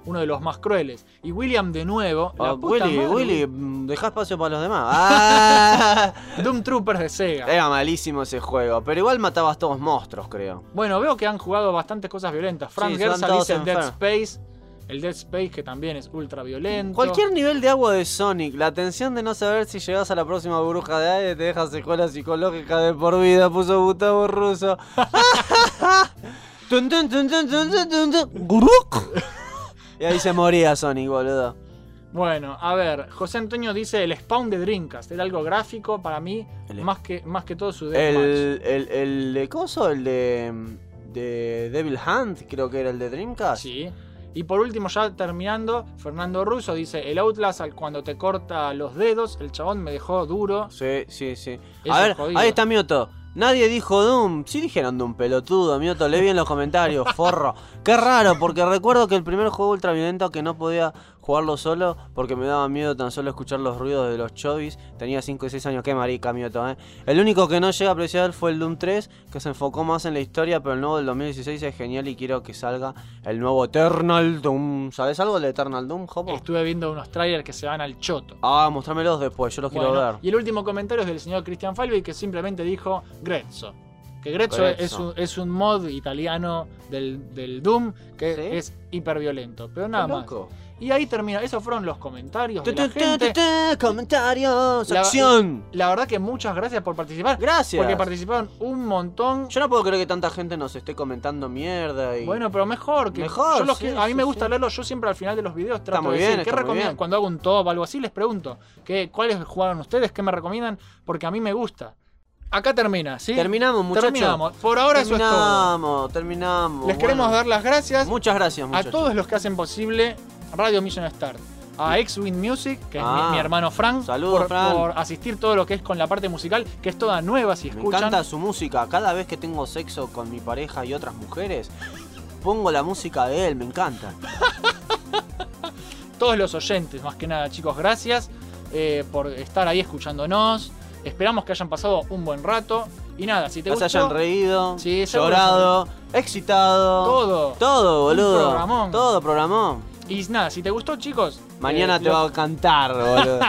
Speaker 1: uno de los más crueles. Y William de nuevo, la
Speaker 2: Ah,
Speaker 1: puta
Speaker 2: Willy,
Speaker 1: madre,
Speaker 2: Willy, mm, dejá espacio para los demás. Ah,
Speaker 1: Doom Troopers de Sega.
Speaker 2: era malísimo ese juego, pero igual matabas todos monstruos, creo.
Speaker 1: Bueno, veo que han jugado bastantes cosas violentas. Frank
Speaker 2: Sí, son
Speaker 1: Gersa
Speaker 2: todos
Speaker 1: dice el Dead
Speaker 2: enfermos.
Speaker 1: Space. El Dead Space que también es ultra violento.
Speaker 2: Cualquier nivel de agua de Sonic, la tensión de no saber si llegas a la próxima burbuja de aire te deja secuelas psicológicas de por vida, puso Gustavo Russo. Tun, tun, tun, tun, tun, tun, tun, tun. Guruk. y ahí se moría Sonic, boludo.
Speaker 1: Bueno, a ver, José Antonio dice el spawn de Dreamcast. Era algo gráfico para mí,
Speaker 2: El-
Speaker 1: más que, más que todo su deathmatch.
Speaker 2: El, el, el de Coso, el de, de Devil Hunt, creo que era el de Dreamcast.
Speaker 1: Sí. Y por último, ya terminando, Fernando Russo dice el Outlast al- cuando te corta los dedos, el chabón me dejó duro.
Speaker 2: Sí, sí, sí.
Speaker 1: Eso
Speaker 2: A ver,
Speaker 1: es jodido.
Speaker 2: ahí está Mioto. Nadie dijo Doom. Sí dijeron Doom, pelotudo, Mioto. Leí en los comentarios, forro. Qué raro, porque recuerdo que el primer juego ultraviolento que no podía jugarlo solo porque me daba miedo tan solo escuchar los ruidos de los chovis. Tenía 5 y 6 años. Qué marica, Mioto, eh. El único que no llega a apreciar fue el Doom 3, que se enfocó más en la historia, pero el nuevo del 2016 es genial y quiero que salga el nuevo Eternal Doom. ¿Sabes algo del Eternal Doom, Jopo?
Speaker 1: Estuve viendo unos trailers que se van al choto.
Speaker 2: Ah, mostrámelos después, yo los quiero
Speaker 1: Bueno,
Speaker 2: ver.
Speaker 1: Y el último comentario es del señor Christian Falvey que simplemente dijo Grezzo. Que Grezzo,
Speaker 2: Grezzo.
Speaker 1: Es, un, es un mod italiano del, del Doom que
Speaker 2: ¿Sí?
Speaker 1: es hiperviolento. Pero nada
Speaker 2: Qué
Speaker 1: más.
Speaker 2: loco.
Speaker 1: Y ahí termina. Esos fueron los comentarios. De
Speaker 2: Tu,
Speaker 1: la,
Speaker 2: tu, tu,
Speaker 1: gente.
Speaker 2: tu, tu, Comentarios,
Speaker 1: La-
Speaker 2: acción.
Speaker 1: la verdad que muchas gracias por participar.
Speaker 2: Gracias.
Speaker 1: Porque participaron un montón.
Speaker 2: Yo no puedo creer que tanta gente nos esté comentando mierda y.
Speaker 1: Bueno, pero mejor. Que
Speaker 2: Mejor,
Speaker 1: yo los
Speaker 2: sí,
Speaker 1: que- a mí
Speaker 2: sí,
Speaker 1: me gusta
Speaker 2: sí.
Speaker 1: leerlo. Yo siempre al final de los videos trato
Speaker 2: Está muy
Speaker 1: de
Speaker 2: bien,
Speaker 1: decir qué
Speaker 2: está muy
Speaker 1: recomiendan.
Speaker 2: bien.
Speaker 1: Cuando hago un top o algo así, les pregunto ¿qué, cuáles jugaron ustedes, qué me recomiendan, porque a mí me gusta. Acá termina, ¿sí?
Speaker 2: Terminamos, muchachos.
Speaker 1: Terminamos. Por ahora eso es todo.
Speaker 2: terminamos, terminamos.
Speaker 1: Les
Speaker 2: bueno.
Speaker 1: queremos dar las gracias
Speaker 2: Muchas gracias,
Speaker 1: a
Speaker 2: muchachos.
Speaker 1: todos los que hacen posible Radio Mission Start. A X-Win Music, que es mi-
Speaker 2: Ah.
Speaker 1: mi, hermano Frank,
Speaker 2: Saludos,
Speaker 1: por,
Speaker 2: Frank.
Speaker 1: por asistir todo lo que es con la parte musical, que es toda nueva si
Speaker 2: Me
Speaker 1: escuchan.
Speaker 2: encanta su música. Cada vez que tengo sexo con mi pareja y otras mujeres, pongo la música de él. Me encanta.
Speaker 1: todos los oyentes, más que nada, chicos, gracias eh, por estar ahí escuchándonos. Esperamos que hayan pasado un buen rato. Y nada, si te
Speaker 2: Que se
Speaker 1: gusta
Speaker 2: hayan reído,
Speaker 1: Sí, seguro
Speaker 2: llorado, excitado.
Speaker 1: todo.
Speaker 2: Todo,
Speaker 1: Un
Speaker 2: boludo.
Speaker 1: programón.
Speaker 2: Todo programón.
Speaker 1: Y nada, si te gustó, chicos,
Speaker 2: Mañana
Speaker 1: eh,
Speaker 2: te
Speaker 1: lo-
Speaker 2: va a cantar, boludo.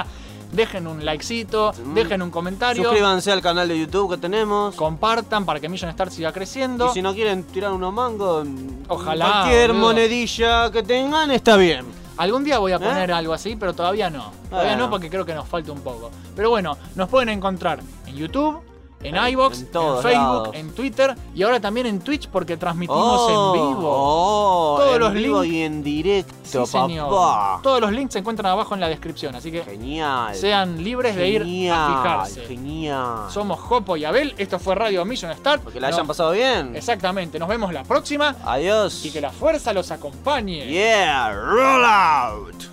Speaker 1: dejen un likecito,
Speaker 2: Mm.
Speaker 1: dejen un comentario,
Speaker 2: Suscríbanse al canal de YouTube que tenemos.
Speaker 1: compartan para que Mission Star siga creciendo.
Speaker 2: Y si no quieren tirar unos mangos,
Speaker 1: Ojalá,
Speaker 2: cualquier
Speaker 1: boludo.
Speaker 2: monedilla que tengan está bien.
Speaker 1: Algún día voy a poner algo así, pero todavía no. Todavía
Speaker 2: ¿Eh? Bueno.
Speaker 1: no porque creo que nos falta un poco. Pero bueno, nos pueden encontrar en YouTube, en
Speaker 2: En-
Speaker 1: iBox,
Speaker 2: en
Speaker 1: en,
Speaker 2: todos
Speaker 1: Facebook,
Speaker 2: lados.
Speaker 1: en Twitter y ahora también en Twitch porque transmitimos en vivo.
Speaker 2: Oh,
Speaker 1: Todos
Speaker 2: en
Speaker 1: los
Speaker 2: vivo
Speaker 1: links.
Speaker 2: y en
Speaker 1: Sí,
Speaker 2: directo,
Speaker 1: señor.
Speaker 2: papá.
Speaker 1: Todos los links se encuentran abajo en la descripción, así que
Speaker 2: Genial.
Speaker 1: sean libres de ir a
Speaker 2: genial,
Speaker 1: fijarse.
Speaker 2: genial.
Speaker 1: Somos Jopo y Abel, esto fue Radio Mission Start.
Speaker 2: Porque la
Speaker 1: No-
Speaker 2: hayan pasado bien.
Speaker 1: Exactamente, nos vemos la próxima
Speaker 2: Adiós.
Speaker 1: y que la fuerza los acompañe.
Speaker 2: Yeah, roll out.